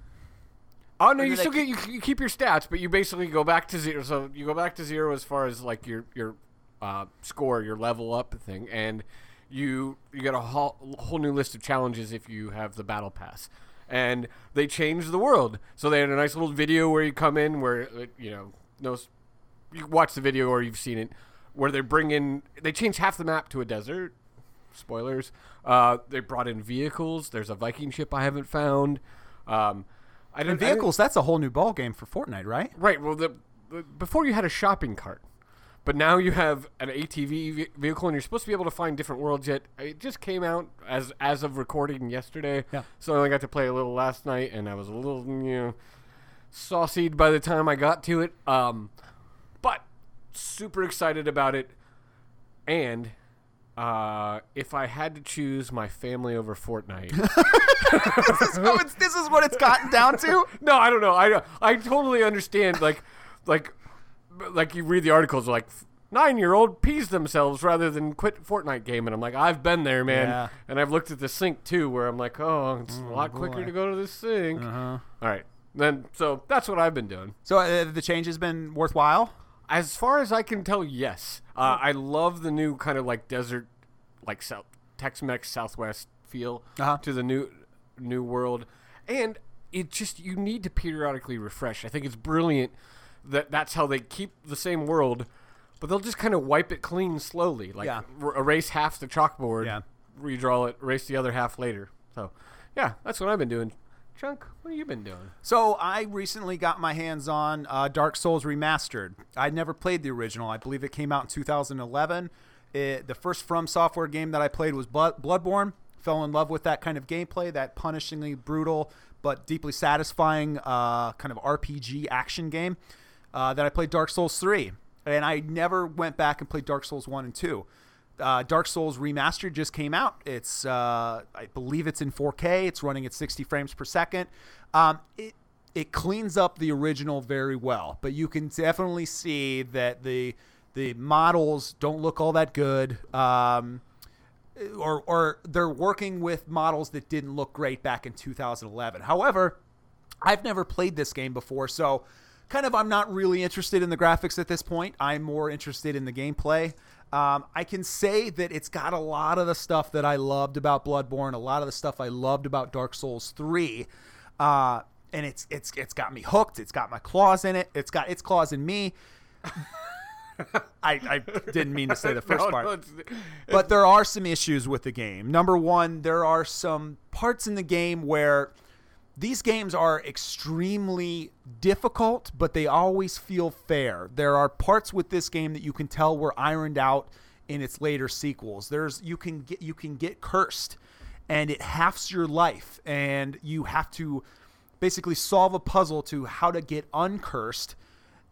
Speaker 3: Oh no,
Speaker 2: Or
Speaker 3: you
Speaker 2: did I
Speaker 3: still get you, you keep your stats, but you basically go back to zero. So you go back to zero as far as like your your uh, score, your level up thing, and you you get a whole, whole new list of challenges if you have the battle pass. And they changed the world. So they had a nice little video where you come in, where uh, you know no, s- you watch the video or you've seen it, where they bring in they change half the map to a desert spoilers. Uh, they brought in vehicles. There's a Viking ship I haven't found. Um, I didn't I didn't-
Speaker 2: Vehicles, that's a whole new ball game for Fortnite, right?
Speaker 3: right. Well, the, the- before you had a shopping cart, but now you have an ATV ve- vehicle, and you're supposed to be able to find different worlds. Yet it just came out as as of recording yesterday.
Speaker 2: Yeah.
Speaker 3: So I only got to play a little last night, and I was a little you know saucied by the time I got to it. Um, but super excited about it. And uh, if I had to choose my family over Fortnite.
Speaker 2: oh, it's, this is what it's gotten down to.
Speaker 3: No, I don't know. I I totally understand. Like, like, like you read the articles like nine year old pees themselves rather than quit Fortnite game, and I'm like, I've been there, man.
Speaker 2: Yeah.
Speaker 3: And I've looked at the sink too, where I'm like, oh, it's a lot quicker
Speaker 2: boy. Uh-huh.
Speaker 3: to go to the sink. All right, then. So that's what I've been doing.
Speaker 2: So uh, the change has been worthwhile.
Speaker 3: As far as I can tell, yes. Uh,
Speaker 2: Hmm.
Speaker 3: I love the new kind of like desert, like South Tex-Mex Southwest feel
Speaker 2: Uh-huh.
Speaker 3: to the new new world, and it just you need to periodically refresh. I think it's brilliant that that's how they keep the same world, but they'll just kind of wipe it clean slowly, like
Speaker 2: Yeah.
Speaker 3: r- erase half the chalkboard,
Speaker 2: Yeah.
Speaker 3: redraw it, erase the other half later. So, yeah, that's what I've been doing. Chunk, what have you been doing?
Speaker 2: So I recently got my hands on uh, Dark Souls Remastered. I never played the original. I believe it came out in 2011. It, the first From Software game that I played was Blood, Bloodborne. Fell in love with that kind of gameplay, that punishingly brutal but deeply satisfying uh, kind of RPG action game. Uh, that I played Dark Souls 3, and I never went back and played Dark Souls 1 and 2. Uh, Dark Souls Remastered just came out. It's, uh, I believe it's in 4K. It's running at 60 frames per second. Um, it it cleans up the original very well, but you can definitely see that the the models don't look all that good. Um, or or they're working with models that didn't look great back in 2011. However, I've never played this game before, so kind of I'm not really interested in the graphics at this point. I'm more interested in the gameplay. Um, I can say that it's got a lot of the stuff that I loved about Bloodborne, a lot of the stuff I loved about Dark Souls 3. Uh, and it's it's it's got me hooked. It's got my claws in it. It's got its claws in me. I, I didn't mean to say the first
Speaker 3: No,
Speaker 2: part
Speaker 3: Oh, no, it's-
Speaker 2: but there are some issues with the game. Number one, there are some parts in the game where these games are extremely difficult, but they always feel fair. There are parts with this game that you can tell were ironed out in its later sequels. There's you can get you can get cursed and it halves your life and you have to basically solve a puzzle to how to get uncursed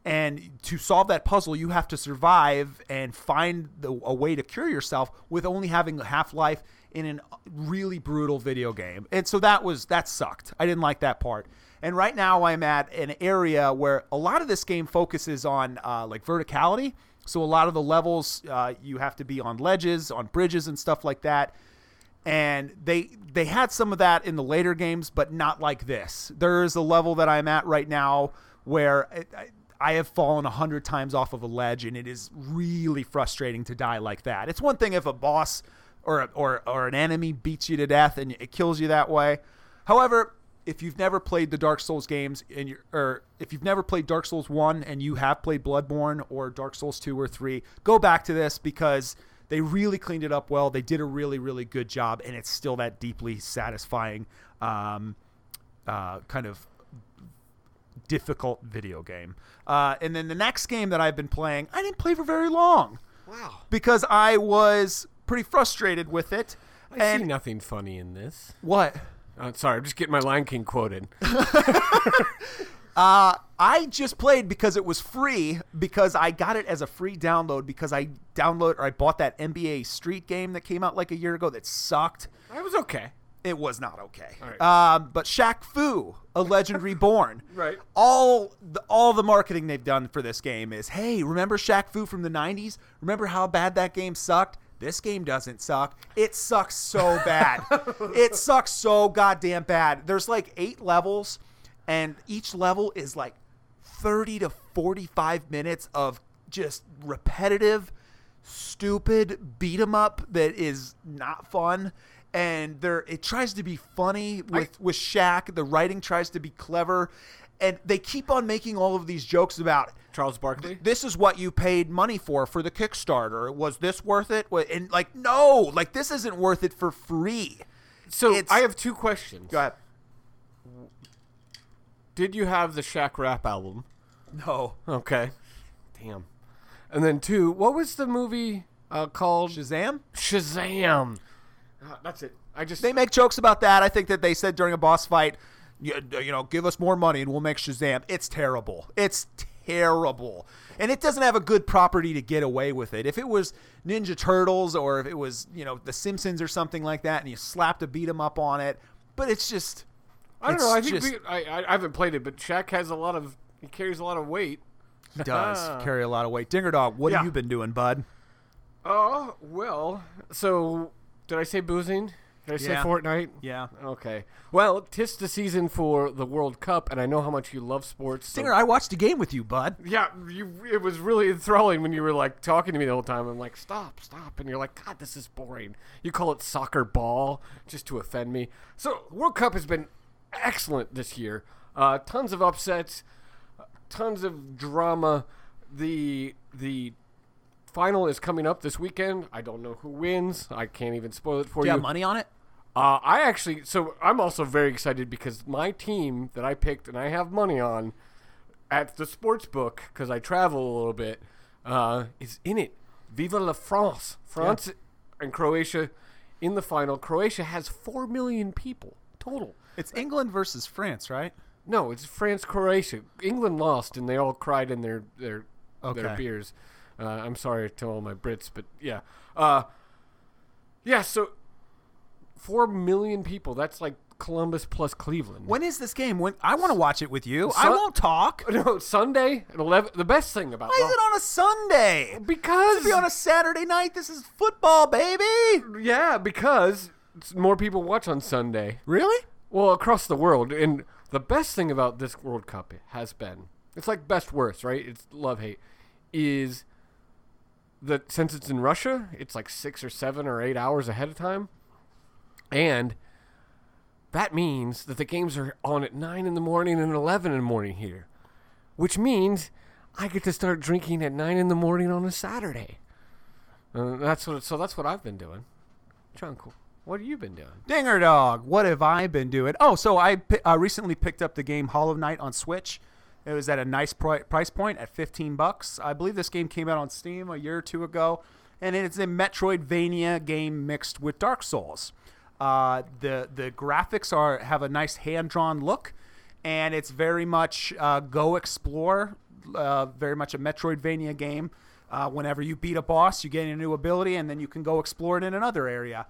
Speaker 2: and to solve that puzzle, you have to survive and find the, a way to cure yourself with only having a half life in a really brutal video game. And so that was that sucked. I didn't like that part. And right now I'm at an area where a lot of this game focuses on uh, like verticality. So a lot of the levels uh, you have to be on ledges, on bridges, and stuff like that and they they had some of that in the later games, but not like this. There is a level that I'm at right now where I, I, I have fallen a hundred times off of a ledge, and it is really frustrating to die like that. It's one thing if a boss or a- or or an enemy beats you to death and it kills you that way. However, if you've never played the Dark Souls games and you or if you've never played Dark Souls 1 and you have played Bloodborne or Dark Souls 2 or 3, go back to this because they really cleaned it up well. They did a really really good job and it's still that deeply satisfying um, uh, kind of difficult video game. Uh, and then the next game that I've been playing, I didn't play for very long. Wow. Because I was pretty frustrated with it.
Speaker 3: I
Speaker 2: and
Speaker 3: see nothing funny in this.
Speaker 2: what?
Speaker 3: Uh, sorry, I'm just getting my Lion King quoted.
Speaker 2: Uh, I just played because it was free because I got it as a free download because I download or I bought that NBA Street game that came out like a year ago that sucked.
Speaker 3: I was okay.
Speaker 2: It was not okay.
Speaker 3: right.
Speaker 2: Um, but Shaq Fu, A Legend Reborn.
Speaker 3: Right.
Speaker 2: All the, all the marketing they've done for this game is, hey, remember Shaq Fu from the '90s? Remember how bad that game sucked? This game doesn't suck. It sucks so bad. it sucks so goddamn bad. There's like eight levels, and each level is like 30 to 45 minutes of just repetitive stupid beat 'em up that is not fun and there it tries to be funny with with Shaq the writing tries to be clever and they keep on making all of these jokes about
Speaker 3: Charles Barkley.
Speaker 2: this is what you paid money for for the Kickstarter was this worth it Wa- and like no like this isn't worth it for free
Speaker 3: So
Speaker 2: it's-
Speaker 3: I have two questions.
Speaker 2: go ahead
Speaker 3: Did you have the Shaq rap album?
Speaker 2: no
Speaker 3: Okay. Damn. And then two, what was the movie uh, called?
Speaker 2: Shazam
Speaker 3: Shazam. Ah, that's it. I just
Speaker 2: uh, they make jokes about that. I think that they said during a boss fight, you, you know, give us more money and we'll make Shazam. It's terrible. It's terrible. And it doesn't have a good property to get away with it. If it was Ninja Turtles or if it was, you know, The Simpsons or something like that and you slapped a beat 'em up on it, but it's just
Speaker 3: I don't
Speaker 2: it's
Speaker 3: know. I think
Speaker 2: just-
Speaker 3: we- I, I I haven't played it, but Shaq has a lot of he carries a lot of weight.
Speaker 2: he does carry a lot of weight. Dinger Dog, what
Speaker 3: Yeah.
Speaker 2: have you been doing, bud?
Speaker 3: Oh well. So did I say boozing? Did I say
Speaker 2: Yeah.
Speaker 3: Fortnite?
Speaker 2: Yeah.
Speaker 3: Okay. Well, tis the season for the World Cup, and I know how much you love sports. so-
Speaker 2: Dinger, I watched a game with you, bud.
Speaker 3: yeah, you, it was really enthralling when you were like talking to me the whole time. I'm like, stop, stop, and you're like, God, this is boring. You call it soccer ball just to offend me. So World Cup has been excellent this year. Uh, tons of upsets, tons of drama. The the final is coming up this weekend. I don't know who wins. I can't even spoil it for
Speaker 2: Do you
Speaker 3: you.
Speaker 2: have money on it?
Speaker 3: Uh, I actually, so I'm also very excited because my team that I picked and I have money on at the sports book because I travel a little bit uh, is in it. Viva la France! France and Croatia in the final. Croatia has four million people total.
Speaker 2: It's England versus France, right?
Speaker 3: No, it's France Croatia. England lost, and they all cried in their their
Speaker 2: Okay.
Speaker 3: their beers. Uh, I'm sorry to all my Brits, but yeah, uh, yeah. So four million people. That's like Columbus plus Cleveland.
Speaker 2: When is this game? When I want to watch it with you. I
Speaker 3: Sun-
Speaker 2: won't talk.
Speaker 3: No, Sunday at eleven. The best thing about
Speaker 2: Why is it on a Sunday?
Speaker 3: because
Speaker 2: Should be on a Saturday night. This is football, baby.
Speaker 3: yeah because it's- more people watch on Sunday.
Speaker 2: Really?
Speaker 3: Well, across the world, and the best thing about this World Cup has been It's like best worst, right? It's love hate. Is that since it's in Russia, it's like six or seven or eight hours ahead of time, and that means that the games are on at nine in the morning and eleven in the morning here, which means I get to start drinking at nine in the morning on a Saturday. And that's what. So that's what I've been doing. John, what have you been doing?
Speaker 2: Dinger dog, what have I been doing? Oh, so I pi- uh, recently picked up the game Hollow Knight on Switch. It was at a nice pri- price point at 15 bucks. I believe this game came out on Steam a year or two ago, and it's a Metroidvania game mixed with Dark Souls. Uh, the the graphics are have a nice hand drawn look, and it's very much uh, go explore, uh, very much a Metroidvania game. Uh, whenever you beat a boss, you get a new ability, and then you can go explore it in another area.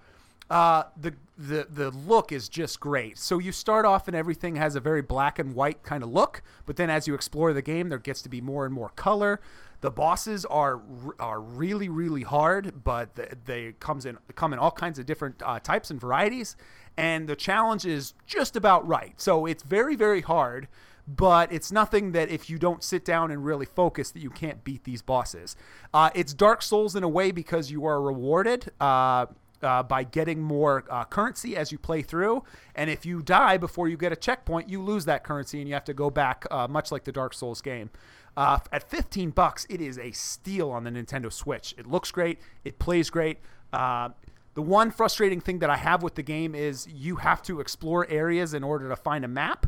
Speaker 2: Uh, the the the look is just great. So you start off and everything has a very black and white kind of look, but then as you explore the game, there gets to be more and more color. The bosses are r- are really really hard, but th- they comes in come in all kinds of different uh, types and varieties, and the challenge is just about right. So it's very very hard, but it's nothing that if you don't sit down and really focus that you can't beat these bosses. Uh, it's Dark Souls in a way because you are rewarded. Uh, uh, by getting more uh, currency as you play through. And if you die before you get a checkpoint, you lose that currency and you have to go back, uh, much like the Dark Souls game. Uh, at 15 bucks, it is a steal on the Nintendo Switch. It looks great, it plays great. Uh, the one frustrating thing that I have with the game is you have to explore areas in order to find a map.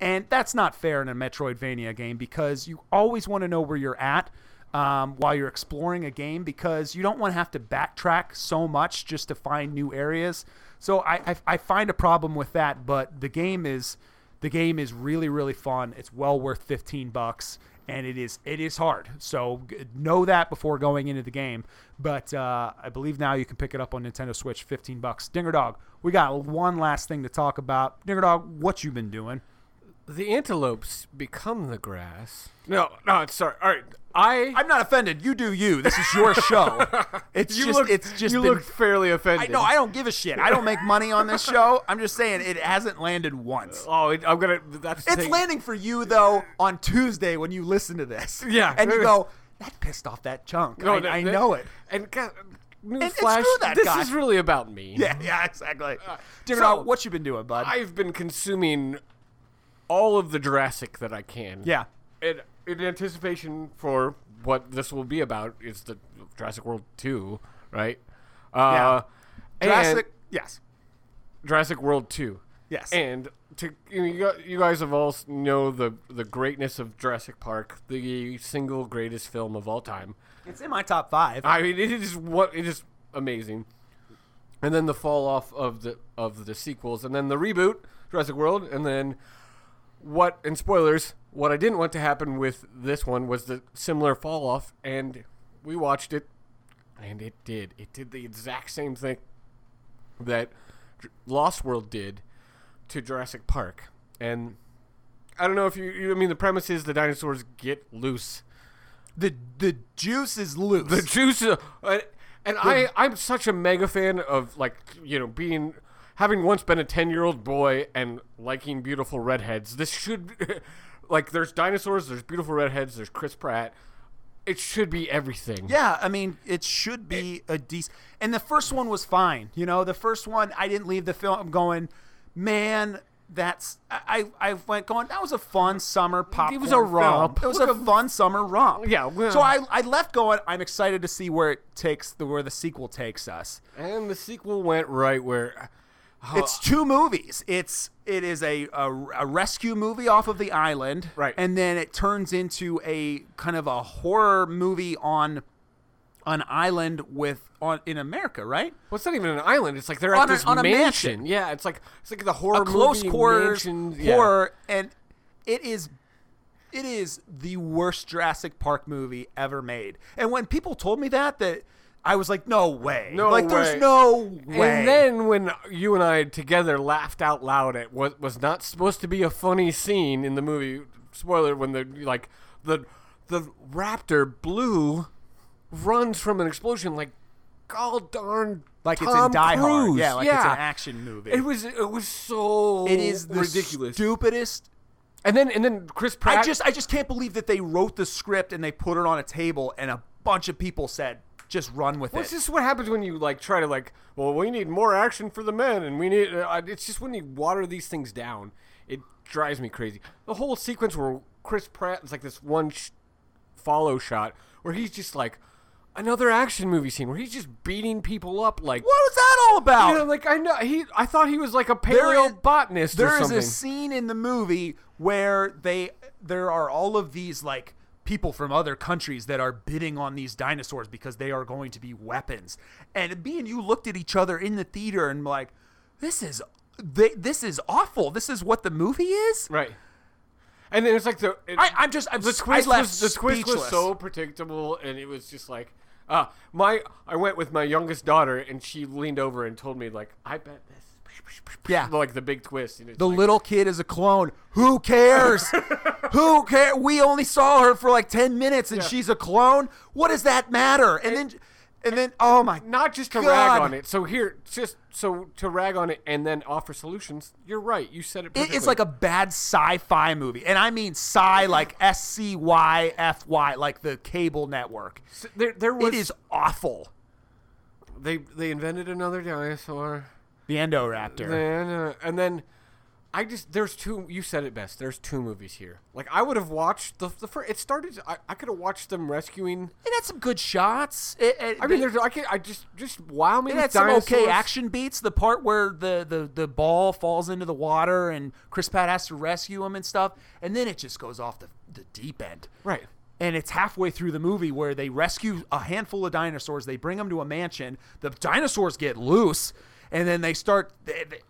Speaker 2: And that's not fair in a Metroidvania game because you always want to know where you're at um, while you're exploring a game because you don't want to have to backtrack so much just to find new areas. So I, I, I find a problem with that, but the game is the game is really really fun. It's well worth 15 bucks, and it is it is hard. So g- know that before going into the game. But uh, I believe now you can pick it up on Nintendo Switch, 15 bucks. Dinger Dog, we got one last thing to talk about. Dinger Dog, what you been doing?
Speaker 3: The antelopes become the grass. No, no, it's sorry. All right, I.
Speaker 2: I'm not offended. You do you. This is your show. It's
Speaker 3: you
Speaker 2: just
Speaker 3: look.
Speaker 2: it's just
Speaker 3: you
Speaker 2: been
Speaker 3: look fairly
Speaker 2: I
Speaker 3: offended.
Speaker 2: know I don't give a shit. I don't make money on this show. I'm just saying it hasn't landed once.
Speaker 3: Oh, it- I'm gonna. That's the
Speaker 2: It's
Speaker 3: thing.
Speaker 2: landing for you though on Tuesday when you listen to this.
Speaker 3: Yeah.
Speaker 2: and you go, that pissed off that chunk. I,
Speaker 3: that-
Speaker 2: I
Speaker 3: that-
Speaker 2: know it.
Speaker 3: And God,
Speaker 2: and
Speaker 3: newsflash,
Speaker 2: screw that
Speaker 3: this
Speaker 2: guy.
Speaker 3: is really about me.
Speaker 2: Yeah, yeah, exactly. Dude,
Speaker 3: Uh, so-
Speaker 2: what you been doing, bud?
Speaker 3: I've been consuming all of the Jurassic that I can.
Speaker 2: yeah,
Speaker 3: in, in anticipation for what this will be about is the Jurassic World Two, right? Uh, and-
Speaker 2: Jurassic. Yes,
Speaker 3: Jurassic World Two.
Speaker 2: yes.
Speaker 3: And to you, know, you gu- you guys have all s- know the the greatness of Jurassic Park, the single greatest film of all time.
Speaker 2: it's in my top five.
Speaker 3: I mean, it is what it is amazing. And then the fall off of the of the sequels, and then the reboot, Jurassic World, and then what? And spoilers. What I didn't want to happen with this one was the similar fall off, and we watched it, and it did. It did the exact same thing that Dr- Lost World did to Jurassic Park, and I don't know if you. you I mean, the premise is the dinosaurs get loose.
Speaker 2: the the juice is loose.
Speaker 3: The juice, is- uh, and I, I'm such a mega fan of like you know being having once been a ten year old boy and liking beautiful redheads. This should like there's dinosaurs, there's beautiful redheads, there's Chris Pratt. It should be everything.
Speaker 2: Yeah, I mean, it should be a decent. And the first one was fine. You know, the first one, I didn't leave the film going, man. That's I. I I went going. That was a fun summer popcorn.
Speaker 3: was a
Speaker 2: film.
Speaker 3: romp.
Speaker 2: It was a fun summer romp.
Speaker 3: Yeah, well-
Speaker 2: So I, I left going. I'm excited to see where it takes the where the sequel takes us.
Speaker 3: And the sequel went right where oh, Uh,
Speaker 2: It's two movies. It's it is a, a a rescue movie off of the island,
Speaker 3: Right.
Speaker 2: And then it turns into a kind of a horror movie on an island with on in America, right?
Speaker 3: well, it's not even an island. It's like they're
Speaker 2: On
Speaker 3: at
Speaker 2: a-
Speaker 3: this
Speaker 2: on a
Speaker 3: mansion.
Speaker 2: mansion.
Speaker 3: Yeah, it's like it's like the horror
Speaker 2: a close
Speaker 3: movie
Speaker 2: quarters
Speaker 3: mansion. Yeah.
Speaker 2: horror, and it is it is the worst Jurassic Park movie ever made. And when people told me that, that I was like, no way,
Speaker 3: No
Speaker 2: like
Speaker 3: way.
Speaker 2: there's no way.
Speaker 3: And then when you and I together laughed out loud at what was not supposed to be a funny scene in the movie, spoiler, when the like the the raptor blue runs from an explosion like gall darn
Speaker 2: like it's
Speaker 3: Tom
Speaker 2: in Die Hard,
Speaker 3: Cruise.
Speaker 2: yeah, like it's
Speaker 3: yeah.
Speaker 2: an action movie.
Speaker 3: It was it was so
Speaker 2: It is the
Speaker 3: ridiculous.
Speaker 2: stupidest
Speaker 3: And then and then Chris Pratt.
Speaker 2: I just I just can't believe that they wrote the script and they put it on a table and a bunch of people said just run with
Speaker 3: Well,
Speaker 2: it.
Speaker 3: it's just what happens when you like try to like. Well, we need more action for the men, and we need. Uh, it's just when you water these things down, it drives me crazy. The whole sequence where Chris Pratt is like this one sh- follow shot where he's just like another action movie scene where he's just beating people up like.
Speaker 2: what was that all about?
Speaker 3: You know, like I know he. I thought he was like a
Speaker 2: is-
Speaker 3: paleobotanist or
Speaker 2: There is
Speaker 3: something.
Speaker 2: a scene in the movie where they there are all of these like people from other countries that are bidding on these dinosaurs because they are going to be weapons. And me and you looked at each other in the theater and like, this is they, this is awful. This is what the movie is.
Speaker 3: right. And then it's like the. it-
Speaker 2: I, I'm just I'm
Speaker 3: the
Speaker 2: s-
Speaker 3: twist
Speaker 2: I left
Speaker 3: was the twist was
Speaker 2: speechless.
Speaker 3: so predictable, and it was just like, uh, my I went with my youngest daughter, and she leaned over and told me like, I bet this,
Speaker 2: yeah.
Speaker 3: like the big twist. And it's
Speaker 2: The
Speaker 3: like,
Speaker 2: little kid is a clone. Who cares? Who care? We only saw her for like ten minutes, and
Speaker 3: Yeah.
Speaker 2: she's a clone. What does that matter? And then, and then, oh my!
Speaker 3: not just to
Speaker 2: God.
Speaker 3: rag on it. So here, just so to rag on it, and then offer solutions. You're right. You said it.
Speaker 2: It-
Speaker 3: Perfectly.
Speaker 2: it's like a bad sci-fi movie, and I mean sci like S C Y F Y, like the cable network.
Speaker 3: So there, there was
Speaker 2: it is awful.
Speaker 3: they they invented another dinosaur.
Speaker 2: The Endoraptor.
Speaker 3: Then, uh, and then I just there's two. You said it best. There's two movies here. Like I would have watched the the first. It started. I, I could have watched them rescuing.
Speaker 2: it had some good shots. It, it-
Speaker 3: I mean, there's I can I just just wow me.
Speaker 2: It
Speaker 3: with
Speaker 2: had some okay
Speaker 3: dinosaurs.
Speaker 2: action beats. The part where the, the, the ball falls into the water and Chris Pat has to rescue him and stuff. And then it just goes off the, the deep end.
Speaker 3: Right.
Speaker 2: And it's halfway through the movie where they rescue a handful of dinosaurs. They bring them to a mansion. The dinosaurs get loose. And then they start. they- they-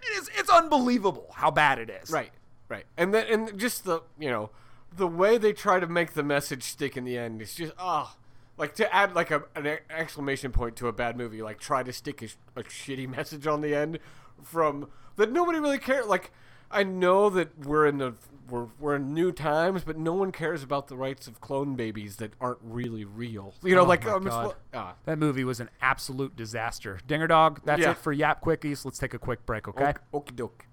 Speaker 2: it is, it's unbelievable how bad it is.
Speaker 3: Right. Right. And then and just the you know the way they try to make the message stick in the end is just ah. like to add like a, an e-, exclamation point to a bad movie, like try to stick a, sh- a shitty message on the end from that nobody really cares. Like I know that we're in the we're, we're in new times, but no one cares about the rights of clone babies that aren't really real. You know,
Speaker 2: Oh
Speaker 3: like
Speaker 2: my
Speaker 3: um, it's
Speaker 2: God.
Speaker 3: li- ah,
Speaker 2: That movie was an absolute disaster. Dinger Dog, that's
Speaker 3: Yeah.
Speaker 2: it for Yap Quickies. Let's take a quick break, okay?
Speaker 3: okie doke.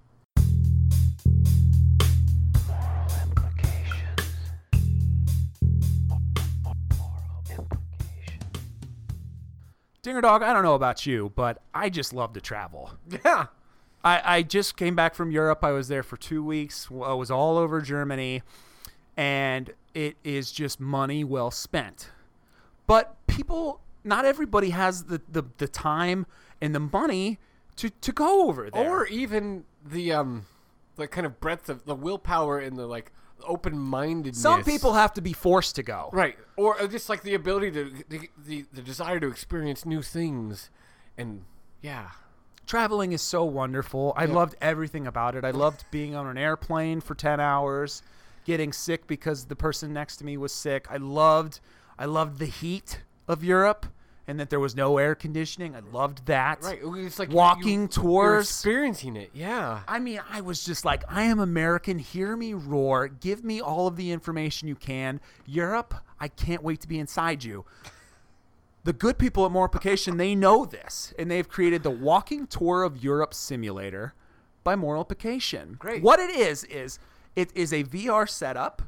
Speaker 2: Dinger Dog, I don't know about you, but I just love to travel.
Speaker 3: Yeah.
Speaker 2: I, I just came back from Europe. I was there for two weeks. I was all over Germany, and it is just money well spent. But people, not everybody has the, the, the time and the money to, to go over there.
Speaker 3: or even the um the kind of breadth of the willpower and the like open mindedness
Speaker 2: Some people have to be forced to go.
Speaker 3: right or uh, just like the ability to the, the the desire to experience new things and yeah
Speaker 2: Traveling is so wonderful. I loved everything about it. I loved being on an airplane for 10 hours, getting sick because the person next to me was sick. I loved I loved the heat of Europe and that there was no air conditioning. I loved that.
Speaker 3: right it's like you-
Speaker 2: walking
Speaker 3: you- you're
Speaker 2: tours.
Speaker 3: experiencing it yeah
Speaker 2: I mean, I was just like, I am American. Hear me roar. Give me all of the information you can. Europe, I can't wait to be inside you. The good people at Moralification, they know this, and they've created the Walking Tour of Europe simulator by Moralification.
Speaker 3: Great.
Speaker 2: What it is is it is a VR setup.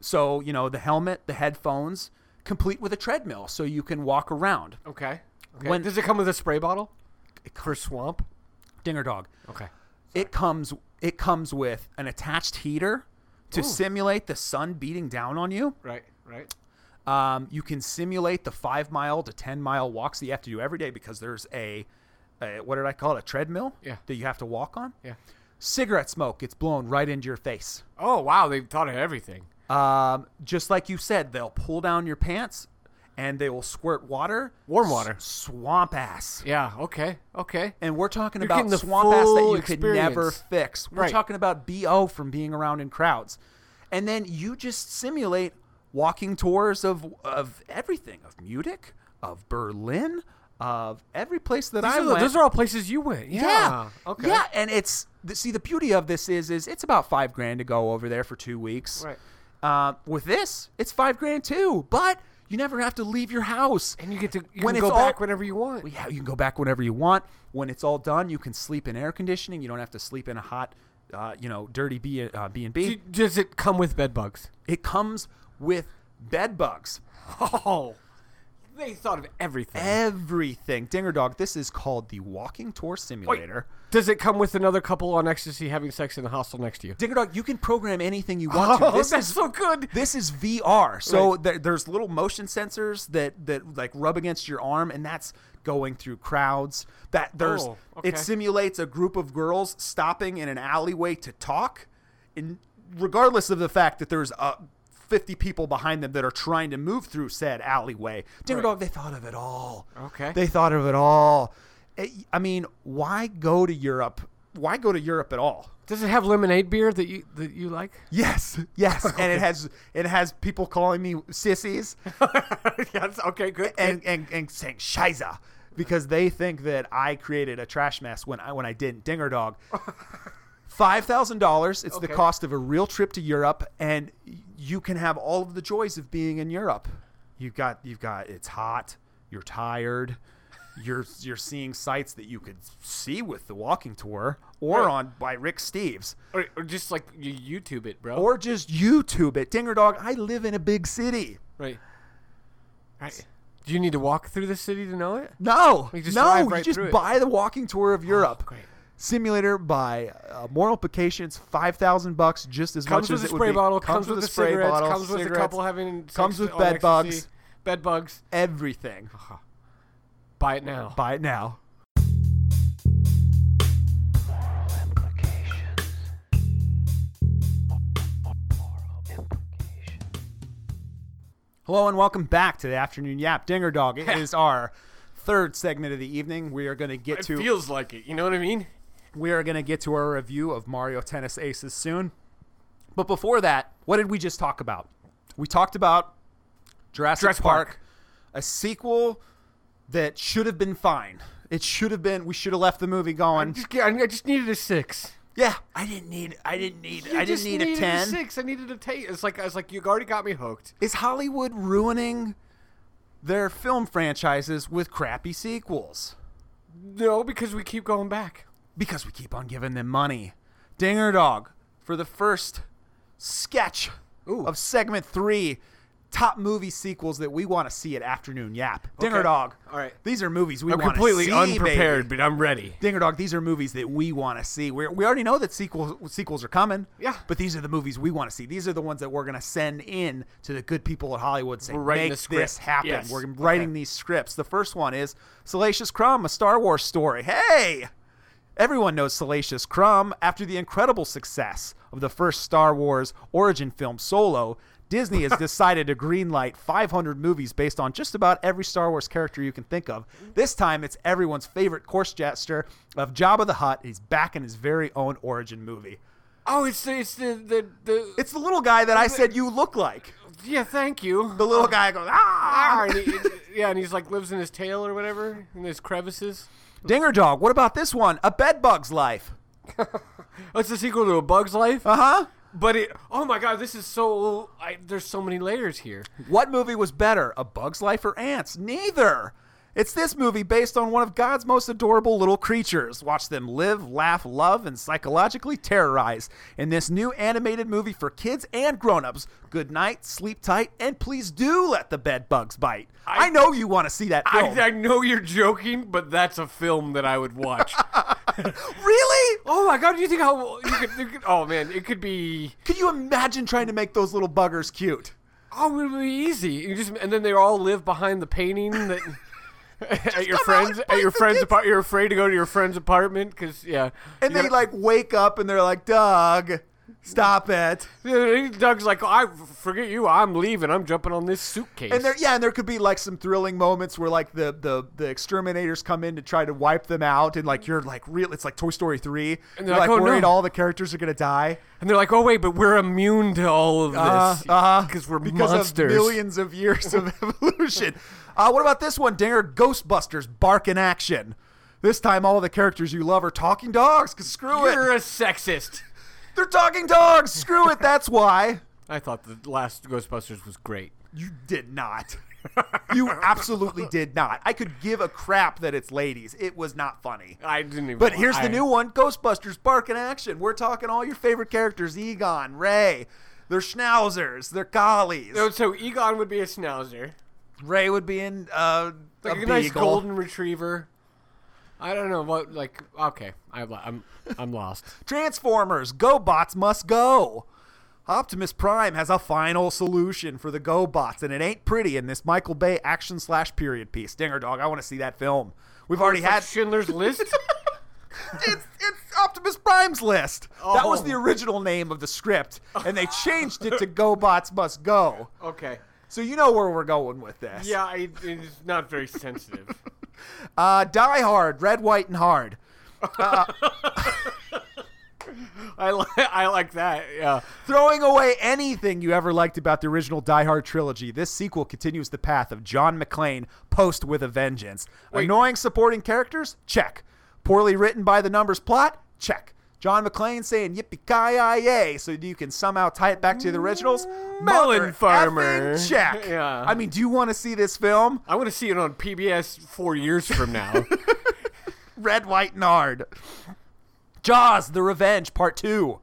Speaker 2: So you know the helmet, the headphones, complete with a treadmill, so you can walk around.
Speaker 3: okay okay
Speaker 2: When-
Speaker 3: does it come with a spray bottle for swamp
Speaker 2: Dinger dog.
Speaker 3: okay
Speaker 2: it comes it comes with an attached heater to simulate the sun beating down on you.
Speaker 3: right right
Speaker 2: Um, you can simulate the five mile to ten mile walks that you have to do every day because there's a, a what did I call it a treadmill
Speaker 3: Yeah.
Speaker 2: that you have to walk on.
Speaker 3: yeah
Speaker 2: Cigarette smoke gets blown right into your face.
Speaker 3: oh wow they've thought of everything
Speaker 2: Um, just like you said, they'll pull down your pants and they will squirt water,
Speaker 3: Warm water.
Speaker 2: s- swamp ass.
Speaker 3: yeah okay okay
Speaker 2: And we're talking
Speaker 3: You're
Speaker 2: about
Speaker 3: getting the
Speaker 2: swamp ass that
Speaker 3: full
Speaker 2: you could never
Speaker 3: experience.
Speaker 2: fix. We're
Speaker 3: Right.
Speaker 2: talking about BO from being around in crowds. And then you just simulate walking tours of of everything, of Munich, of Berlin, of every place that
Speaker 3: these
Speaker 2: I
Speaker 3: are, the-
Speaker 2: went.
Speaker 3: those are all places you went yeah,
Speaker 2: yeah.
Speaker 3: okay
Speaker 2: Yeah, and it's th- see the beauty of this is is it's about 5 grand to go over there for 2 weeks.
Speaker 3: Right.
Speaker 2: Uh, with this, it's 5 grand too, but you never have to leave your house.
Speaker 3: and you get to you
Speaker 2: When
Speaker 3: can
Speaker 2: it's
Speaker 3: go back
Speaker 2: all-
Speaker 3: whenever you want
Speaker 2: Well, yeah, you can go back whenever you want. When it's all done, you can sleep in air conditioning. You don't have to sleep in a hot uh, you know, dirty B uh, B and B.
Speaker 3: Do- Does it come with bed bugs?
Speaker 2: It comes with bed bugs.
Speaker 3: Oh, they thought of everything.
Speaker 2: Everything, Dinger Dog. This is called the Walking Tour Simulator.
Speaker 3: Does it come with another couple on ecstasy having sex in the hostel next to you?
Speaker 2: Dinger Dog, you can program anything you want to. This
Speaker 3: Oh, that's
Speaker 2: is
Speaker 3: so good.
Speaker 2: This is VR. So
Speaker 3: Right.
Speaker 2: there, there's little motion sensors that that like rub against your arm, and that's going through crowds. That there's
Speaker 3: Oh, okay.
Speaker 2: it simulates a group of girls stopping in an alleyway to talk, and regardless of the fact that there's uh, 50 people behind them that are trying to move through said alleyway. Dinner
Speaker 3: Right.
Speaker 2: Dog, they thought of it all.
Speaker 3: Okay.
Speaker 2: They thought of it all. It- I mean, why go to Europe? Why go to Europe at all?
Speaker 3: Does it have lemonade beer that you that you like?
Speaker 2: Yes, yes, and it has it has people calling me sissies
Speaker 3: yes. Okay. Good.
Speaker 2: and and, and saying shiza because they think that I created a trash mess when I when I didn't. Dinger dog. Five thousand dollars. It's the
Speaker 3: Okay.
Speaker 2: cost of a real trip to Europe, and you can have all of the joys of being in Europe. You've got you've got it's hot. You're tired. You're you're seeing sights that you could see with the walking tour or
Speaker 3: Right.
Speaker 2: on by Rick Steves.
Speaker 3: or, or just like you YouTube it, bro.
Speaker 2: or just YouTube it. Dinger Dog, I live in a big city.
Speaker 3: right. Right. Do you need to walk through the city to know it?
Speaker 2: No,
Speaker 3: You just
Speaker 2: no,
Speaker 3: drive
Speaker 2: you
Speaker 3: right
Speaker 2: just
Speaker 3: through it. Oh,
Speaker 2: buy the walking tour of Europe.
Speaker 3: great.
Speaker 2: Simulator by uh, Moral Implications, five thousand bucks, just as
Speaker 3: Comes
Speaker 2: much as
Speaker 3: with
Speaker 2: it
Speaker 3: a
Speaker 2: would
Speaker 3: spray
Speaker 2: be-
Speaker 3: bottle. Comes, with
Speaker 2: a
Speaker 3: the cigarettes.
Speaker 2: bottle,
Speaker 3: comes with a
Speaker 2: cigarettes,
Speaker 3: couple having. sex
Speaker 2: comes with
Speaker 3: on
Speaker 2: bed
Speaker 3: ecstasy,
Speaker 2: bugs.
Speaker 3: Bed bugs.
Speaker 2: everything.
Speaker 3: Buy it now.
Speaker 2: Buy it now. Hello and welcome back to the afternoon yap, Dinger Dog. It is our third segment of the evening. We are going to get
Speaker 3: It
Speaker 2: to
Speaker 3: feels like it. You know what I mean?
Speaker 2: we are going to get to our review of Mario Tennis Aces soon. But before that, what did we just talk about? We talked about Jurassic
Speaker 3: Jurassic
Speaker 2: Park,
Speaker 3: Park.
Speaker 2: a sequel that should have been fine. It should have been. We should have left the movie going.
Speaker 3: Just, I I just needed a six.
Speaker 2: Yeah, I didn't need. I didn't need.
Speaker 3: You
Speaker 2: I didn't
Speaker 3: just
Speaker 2: need a
Speaker 3: needed
Speaker 2: ten.
Speaker 3: six. I needed a eight. It's like I was like, you already got me hooked.
Speaker 2: Is Hollywood ruining their film franchises with crappy sequels?
Speaker 3: No, because we keep going back.
Speaker 2: because we keep on giving them money. Dinger Dog for the first sketch of segment three, top movie sequels that we want to see at afternoon yap. Dinger
Speaker 3: Okay.
Speaker 2: Dog.
Speaker 3: All right.
Speaker 2: These are movies we
Speaker 3: I'm
Speaker 2: want to see.
Speaker 3: completely unprepared,
Speaker 2: baby.
Speaker 3: but I'm ready.
Speaker 2: Dinger Dog. These are movies that we want to see. We're, we already know that sequels sequels are coming.
Speaker 3: Yeah.
Speaker 2: But these are the movies we want to see. These are the ones that we're gonna send in to the good people at Hollywood. Saying,
Speaker 3: We're writing
Speaker 2: make
Speaker 3: the script.
Speaker 2: this happen.
Speaker 3: Yes.
Speaker 2: We're writing these scripts. The first one is Salacious Crumb, a Star Wars story. Hey. Everyone knows Salacious Crumb. After the incredible success of the first Star Wars origin film, Solo, Disney has decided to greenlight 500 movies based on just about every Star Wars character you can think of. This time, it's everyone's favorite course jester of Jabba the Hutt. He's back in his very own origin movie.
Speaker 3: Oh, it's the it's the the, the
Speaker 2: It's the little guy that I said you look like.
Speaker 3: yeah. Thank you.
Speaker 2: The little guy goes, ah!
Speaker 3: Ah, and he- yeah, and he's like lives in his tail or whatever in his crevices.
Speaker 2: Dinger Dog, what about this one? A Bed Bug's Life.
Speaker 3: Oh, it's the sequel to A Bug's Life.
Speaker 2: Uh huh.
Speaker 3: But it, oh my god, this is so. I, there's so many layers here.
Speaker 2: What movie was better, A Bug's Life or Ants? Neither. It's this movie based on one of God's most adorable little creatures. Watch them live, laugh, love, and psychologically terrorize in this new animated movie for kids and grown-ups. Good night, sleep tight, and please do let the bed bugs bite. I,
Speaker 3: I-
Speaker 2: know you want to see that
Speaker 3: I,
Speaker 2: film.
Speaker 3: I know you're joking, but that's a film that I would watch.
Speaker 2: really?
Speaker 3: oh my god, do you think how you could, you could? Oh man, it could be.
Speaker 2: Can you imagine trying to make those little buggers cute?
Speaker 3: Oh, it would be easy. You just and then they all live behind the painting that at your
Speaker 2: come out and
Speaker 3: friends
Speaker 2: bite
Speaker 3: at your
Speaker 2: the
Speaker 3: friends
Speaker 2: kids.
Speaker 3: apart. You're afraid to go to your friend's apartment because yeah.
Speaker 2: And
Speaker 3: you
Speaker 2: they
Speaker 3: gotta-
Speaker 2: like wake up and they're like, "Doug, stop it."
Speaker 3: Doug's like, I forget you. I'm leaving. I'm jumping on this suitcase.
Speaker 2: And there, yeah, and there could be like some thrilling moments where like the the the exterminators come in to try to wipe them out, and like you're like real. It's like Toy Story three. And
Speaker 3: they're
Speaker 2: you're like,
Speaker 3: like, "Oh, no."
Speaker 2: worried all the characters are gonna die.
Speaker 3: And they're like, oh wait, but we're immune to all of
Speaker 2: Uh,
Speaker 3: this
Speaker 2: uh,
Speaker 3: because we're
Speaker 2: because
Speaker 3: monsters.
Speaker 2: of millions of years of evolution. Uh, what about this one, Dinger? Ghostbusters bark in action. This time, all the characters you love are talking dogs. Cause screw
Speaker 3: You're
Speaker 2: it,
Speaker 3: a sexist.
Speaker 2: they're talking dogs. Screw it. That's why
Speaker 3: I thought the last Ghostbusters was great.
Speaker 2: you did not. You absolutely did not. I could give a crap that it's ladies. It was not funny.
Speaker 3: I didn't even.
Speaker 2: But here's
Speaker 3: I-
Speaker 2: the new one Ghostbusters Bark in Action. We're talking all your favorite characters Egon, Ray, their schnauzers, their collies.
Speaker 3: So, so Egon would be a schnauzer,
Speaker 2: Ray would be in uh,
Speaker 3: like a,
Speaker 2: a,
Speaker 3: nice
Speaker 2: beagle.
Speaker 3: golden retriever. I don't know what like. Okay, I'm lo- I'm I'm lost.
Speaker 2: Transformers, GoBots must go. Optimus Prime has a final solution for the GoBots, and it ain't pretty in this Michael Bay action slash period piece. Dinger dog, I want to see that film. We've already
Speaker 3: Like
Speaker 2: had
Speaker 3: Schindler's List.
Speaker 2: it's, it's Optimus Prime's List. That was
Speaker 3: Oh.
Speaker 2: the original name of the script, and they changed it to GoBots Must Go.
Speaker 3: okay.
Speaker 2: So you know where we're going with this.
Speaker 3: Yeah, I, it's not very sensitive.
Speaker 2: Uh, Die Hard, Red, White, and Hard.
Speaker 3: I li- I like that. Yeah.
Speaker 2: Throwing away anything you ever liked about the original Die Hard trilogy, this sequel continues the path of John McClane post with a vengeance. Annoying supporting characters? Check. Poorly written by the numbers plot? Check. John McClane saying yippee ki yay so you can somehow tie it back to the originals?
Speaker 3: Melon
Speaker 2: Mother
Speaker 3: farmer.
Speaker 2: effing Check.
Speaker 3: Yeah.
Speaker 2: I mean, do you want to see this film?
Speaker 3: I want to see it on PBS four years from now.
Speaker 2: Red, White, and Hard. Jaws: The Revenge Part Two.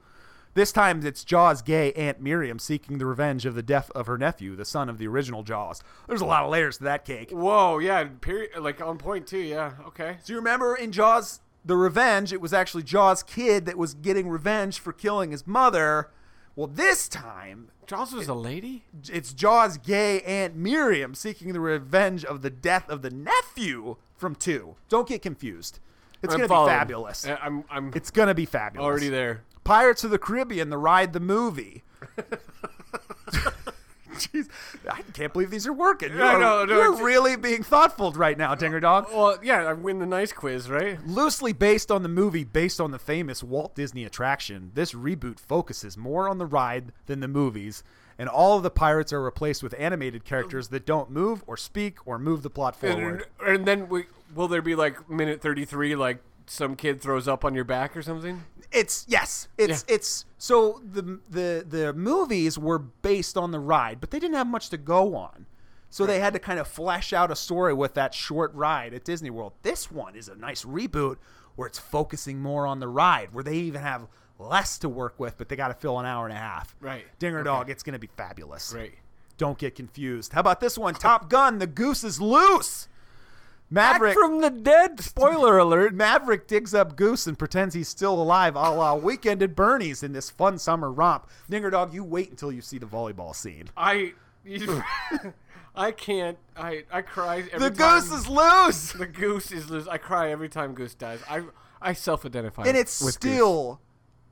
Speaker 2: This time it's Jaws' gay Aunt Miriam seeking the revenge of the death of her nephew, the son of the original Jaws. There's a lot of layers to that cake.
Speaker 3: Whoa, yeah, period, like on point too. Yeah, okay.
Speaker 2: Do you remember in Jaws: The Revenge, it was actually Jaws' kid that was getting revenge for killing his mother. Well, this time
Speaker 3: Jaws was a lady.
Speaker 2: it's Jaws' gay Aunt Miriam seeking the revenge of the death of the nephew from two. Don't get confused. It's
Speaker 3: I'm
Speaker 2: gonna
Speaker 3: following.
Speaker 2: be fabulous.
Speaker 3: I- I'm I'm
Speaker 2: It's gonna be fabulous.
Speaker 3: already there.
Speaker 2: Pirates of the Caribbean, the ride, the movie. Jeez, I can't believe these are working. You
Speaker 3: I
Speaker 2: are,
Speaker 3: know, no,
Speaker 2: you're
Speaker 3: it's-
Speaker 2: really being thoughtful right now, Dinger Dog.
Speaker 3: Well, yeah, I win the nice quiz, right?
Speaker 2: Loosely based on the movie, based on the famous Walt Disney attraction, this reboot focuses more on the ride than the movies, and all of the pirates are replaced with animated characters that don't move or speak or move the plot
Speaker 3: And,
Speaker 2: forward.
Speaker 3: and then we, will there be like minute thirty three, like some kid throws up on your back or something?
Speaker 2: It's yes, it's it's so the the the movies were based on the ride, but they didn't have much to go on. So they had to kind of flesh out a story with that short ride at Disney World. This one is a nice reboot where it's focusing more on the ride, where they even have less to work with, but they got to fill an hour and a half.
Speaker 3: Right.
Speaker 2: Dinger dog, it's going to be fabulous.
Speaker 3: Great.
Speaker 2: Don't get confused. How about this one? Top Gun, the goose is loose. Maverick
Speaker 3: from the dead. Spoiler alert.
Speaker 2: Maverick digs up Goose and pretends he's still alive, a la Weekend at Bernie's in this fun summer romp. Dinger Dog, you wait until you see the volleyball scene.
Speaker 3: I, I can't. I I cry. Every
Speaker 2: The
Speaker 3: time-
Speaker 2: goose is loose,
Speaker 3: the goose is loose. I cry every time goose dies. I I self identify.
Speaker 2: and it's
Speaker 3: with Goose.
Speaker 2: still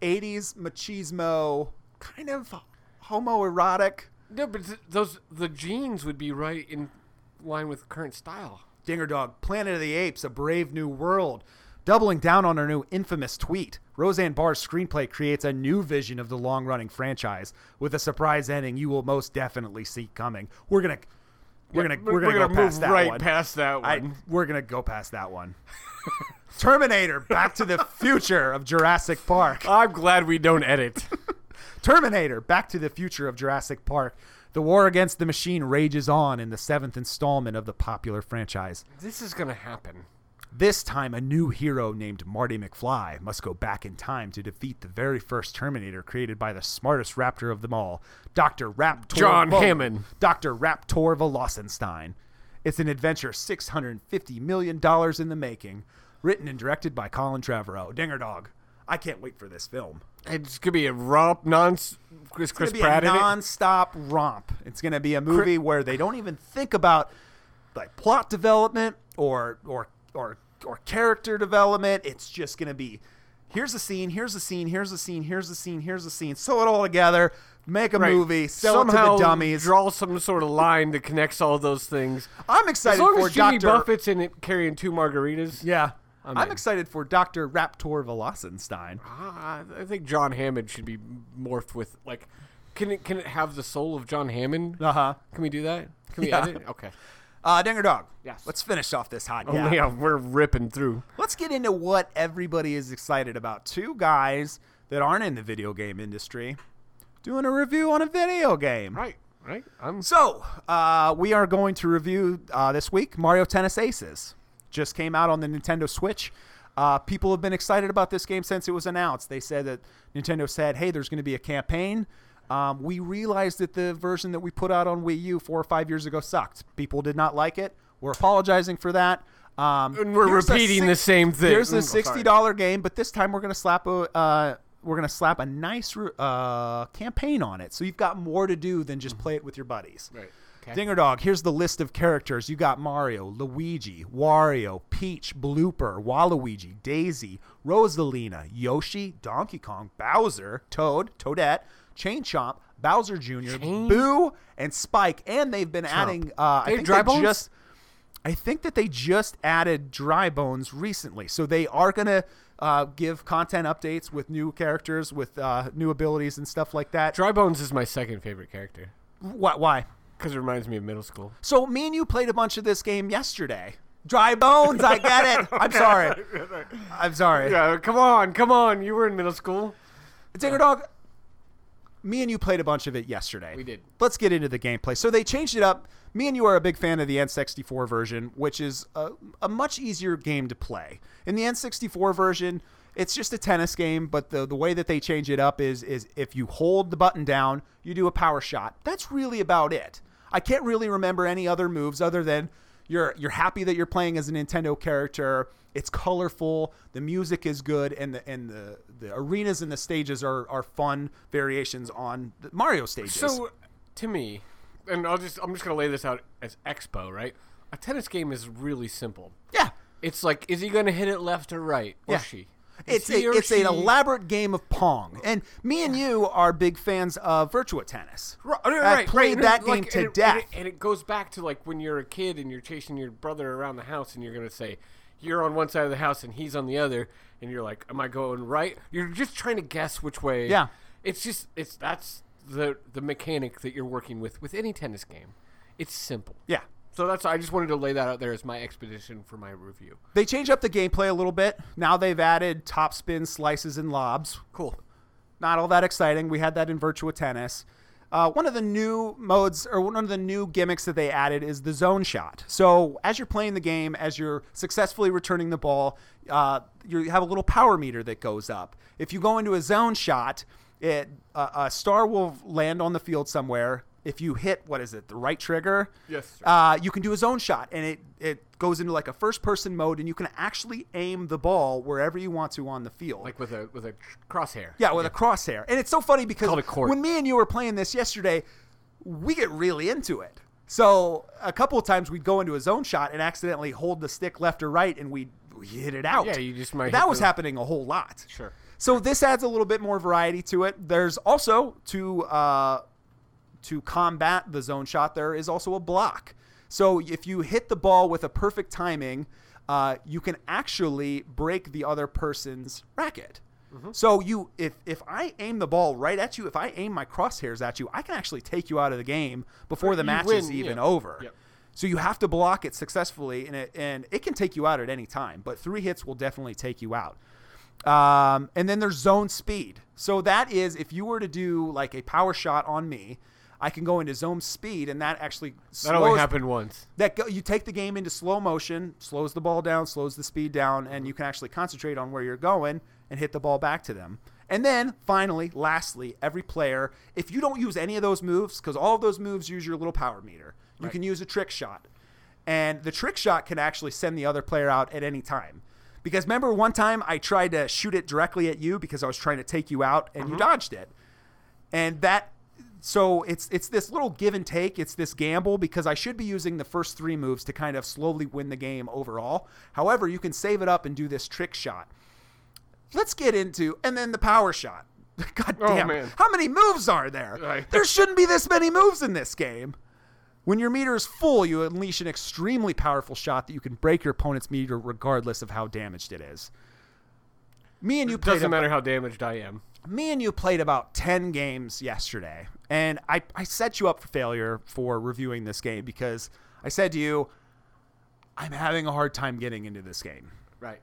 Speaker 2: 80s machismo, kind of homoerotic.
Speaker 3: No, but th- those the jeans would be right in line with current style.
Speaker 2: Dinger Dog, Planet of the Apes, A Brave New World. Doubling down on her new infamous tweet, Roseanne Barr's screenplay creates a new vision of the long running franchise with a surprise ending you will most definitely see coming. We're going to. We're gonna we're, gonna, go
Speaker 3: move
Speaker 2: past that
Speaker 3: right
Speaker 2: one.
Speaker 3: past that
Speaker 2: I,
Speaker 3: one.
Speaker 2: we're gonna go past that one. Terminator, Back to the Future of Jurassic Park.
Speaker 3: I, am glad we don't edit.
Speaker 2: Terminator, Back to the Future of Jurassic Park. The war against the machine rages on in the seventh installment of the popular franchise.
Speaker 3: this is gonna happen.
Speaker 2: This time, a new hero named Marty McFly must go back in time to defeat the very first Terminator created by the smartest raptor of them all, Dr. Raptor
Speaker 3: John Hammond.
Speaker 2: Dr. Raptor Velocenstein. It's an adventure $650 million in the making, written and directed by Colin Trevorrow. Dinger Dog, I can't wait for this film.
Speaker 3: It's gonna be a romp, non Chris, Chris
Speaker 2: It's going to
Speaker 3: Pratt
Speaker 2: be a
Speaker 3: in it.
Speaker 2: non-stop romp. It's going to be a movie where they don't even think about like plot development or or or or character development. It's just going to be here's a scene, here's a scene, here's a scene, here's a scene, here's a scene. Sew it all together, make a
Speaker 3: Right.
Speaker 2: movie, sell it
Speaker 3: Somehow
Speaker 2: to the dummies.
Speaker 3: Draw some sort of line that connects all those things.
Speaker 2: I'm
Speaker 3: As
Speaker 2: excited
Speaker 3: long
Speaker 2: for
Speaker 3: as Jimmy
Speaker 2: Dr.
Speaker 3: Buffett's in it carrying two margaritas.
Speaker 2: Yeah.
Speaker 3: I'm
Speaker 2: I'm,
Speaker 3: in.
Speaker 2: excited for Dr. Raptor Velocenstein.
Speaker 3: Ah, I think John Hammond should be morphed with like. Can it can it have the soul of John Hammond?
Speaker 2: Uh-huh.
Speaker 3: Can we do that? Can we
Speaker 2: Yeah.
Speaker 3: edit? Okay.
Speaker 2: Uh Dinger Dog.
Speaker 3: Yes.
Speaker 2: Let's finish off this hot
Speaker 3: Yeah.
Speaker 2: gap.
Speaker 3: we're ripping through.
Speaker 2: Let's get into what everybody is excited about. Two guys that aren't in the video game industry doing a review on a video game.
Speaker 3: Right. right? I'm
Speaker 2: So, uh, we are going to review uh, this week Mario Tennis Aces. Just came out on the Nintendo Switch. Uh, people have been excited about this game since it was announced. They said that Nintendo said, hey, there's going to be a campaign. Um, we realized that the version that we put out on Wii U four or five years ago sucked. People did not like it. We're apologizing for that. Um,
Speaker 3: And we're
Speaker 2: here's a
Speaker 3: repeating the
Speaker 2: six-
Speaker 3: same thing.
Speaker 2: Here's
Speaker 3: Mm,
Speaker 2: a
Speaker 3: oh, sorry.
Speaker 2: sixty dollar game, but this time we're gonna slap a uh, we're gonna slap a nice uh, campaign on it. So you've got more to do than just play it with your buddies.
Speaker 3: Mm-hmm. Right. Okay.
Speaker 2: Dinger Dog, here's the list of characters. You got Mario, Luigi, Wario, Peach, Blooper, Waluigi, Daisy, Rosalina, Yoshi, Donkey Kong, Bowser, Toad, Toadette, Chain Chomp, Bowser Jr., Boo, and Spike. And they've been adding. Uh,
Speaker 3: They
Speaker 2: I think
Speaker 3: dry
Speaker 2: they
Speaker 3: bones?
Speaker 2: just. I think that they just added dry bones recently, so they are gonna uh, give content updates with new characters, with uh, new abilities and stuff like that.
Speaker 3: Drybones is my second favorite character
Speaker 2: Why? why?
Speaker 3: because it reminds me of middle school.
Speaker 2: So me and you played a bunch of this game yesterday. Dry bones, I get it. I'm sorry. I'm sorry.
Speaker 3: Yeah, come on, come on. You were in middle school.
Speaker 2: Dinger Dog, me and you played a bunch of it yesterday.
Speaker 3: We did.
Speaker 2: Let's get into the gameplay. So they changed it up. Me and you are a big fan of the N64 version, which is a, a much easier game to play. In the N64 version, it's just a tennis game, but the, the way that they change it up is is if you hold the button down, you do a power shot. That's really about it. I can't really remember any other moves other than you're you're happy that you're playing as a Nintendo character. It's colorful, the music is good, and the and the, the arenas and the stages are, are fun variations on the Mario stages.
Speaker 3: So, to me, and I'll just I'm just gonna lay this out as expo, right? A tennis game is really simple.
Speaker 2: yeah,
Speaker 3: It's like, is he gonna hit it left or right or
Speaker 2: Yeah.
Speaker 3: she?
Speaker 2: it's
Speaker 3: Is he
Speaker 2: a,
Speaker 3: or
Speaker 2: it's an
Speaker 3: she-
Speaker 2: elaborate game of Pong, and me and you are big fans of Virtua Tennis.
Speaker 3: Right, right,
Speaker 2: I
Speaker 3: right,
Speaker 2: played
Speaker 3: and
Speaker 2: that
Speaker 3: it- like,
Speaker 2: game to
Speaker 3: and it-
Speaker 2: death.
Speaker 3: and it, and it goes back to like when you're a kid and you're chasing your brother around the house, and you're gonna say, "You're on one side of the house and he's on the other," and you're like, "Am I going right?" You're just trying to guess which way.
Speaker 2: Yeah.
Speaker 3: it's just it's that's the the mechanic that you're working with with any tennis game. It's simple.
Speaker 2: Yeah,
Speaker 3: So that's I just wanted to lay that out there as my expedition for my review.
Speaker 2: they change up the gameplay a little bit. Now they've added topspin, slices, and lobs,
Speaker 3: Cool.
Speaker 2: not all that exciting. We had that in Virtua Tennis. Uh, one of the new modes or one of the new gimmicks that they added is the zone shot. So as you're playing the game, as you're successfully returning the ball, uh, you have a little power meter that goes up. If you go into a zone shot, it uh, a star will land on the field somewhere. If you hit what is it, the right trigger?
Speaker 3: Yes, sir.
Speaker 2: Uh, you can do a zone shot, and it it goes into like a first person mode, and you can actually aim the ball wherever you want to on the field.
Speaker 3: Like with a with a tr- crosshair.
Speaker 2: Yeah, with a crosshair. And it's so funny because
Speaker 3: Called a court.
Speaker 2: when me and you were playing this yesterday, we get really into it. So a couple of times we'd go into a zone shot and accidentally hold the stick left or right, and we we hit it out.
Speaker 3: Yeah, you just might
Speaker 2: That
Speaker 3: hit
Speaker 2: was
Speaker 3: the-
Speaker 2: happening a whole lot.
Speaker 3: Sure.
Speaker 2: So this adds a little bit more variety to it. There's also to uh, to combat the zone shot, there is also a block. So if you hit the ball with a perfect timing, uh, you can actually break the other person's racket.
Speaker 3: Mm-hmm.
Speaker 2: So you, if if I aim the ball right at you, if I aim my crosshairs at you, I can actually take you out of the game before the
Speaker 3: You
Speaker 2: match is
Speaker 3: win,
Speaker 2: even
Speaker 3: yeah.
Speaker 2: over.
Speaker 3: Yep.
Speaker 2: So you have to block it successfully, and it and it can take you out at any time. But three hits will definitely take you out. Um, and then there's zone speed. So that is if you were to do like a power shot on me, I can go into zone speed, and that actually
Speaker 3: That only
Speaker 2: slows-
Speaker 3: happened once.
Speaker 2: That go, you take the game into slow motion, slows the ball down, slows the speed down, and you can actually concentrate on where you're going and hit the ball back to them. And then finally, lastly, every player, if you don't use any of those moves, because all of those moves use your little power meter, you can use a trick shot. And the trick shot can actually send the other player out at any time. Because remember, one time I tried to shoot it directly at you because I was trying to take you out and you dodged it and that so it's it's this little give and take it's this gamble because i should be using the first three moves to kind of slowly win the game overall however you can save it up and do this trick shot let's get into and then the power shot god
Speaker 3: Oh,
Speaker 2: damn
Speaker 3: man.
Speaker 2: how many moves are there
Speaker 3: Right.
Speaker 2: there shouldn't be this many moves in this game when your meter is full, you unleash an extremely powerful shot that you can break your opponent's meter regardless of how damaged it is. Me and you played
Speaker 3: Doesn't
Speaker 2: a-
Speaker 3: matter how damaged I am.
Speaker 2: me and you played about 10 games yesterday and I, I set you up for failure for reviewing this game because i said to you i'm having a hard time getting into this game
Speaker 3: Right.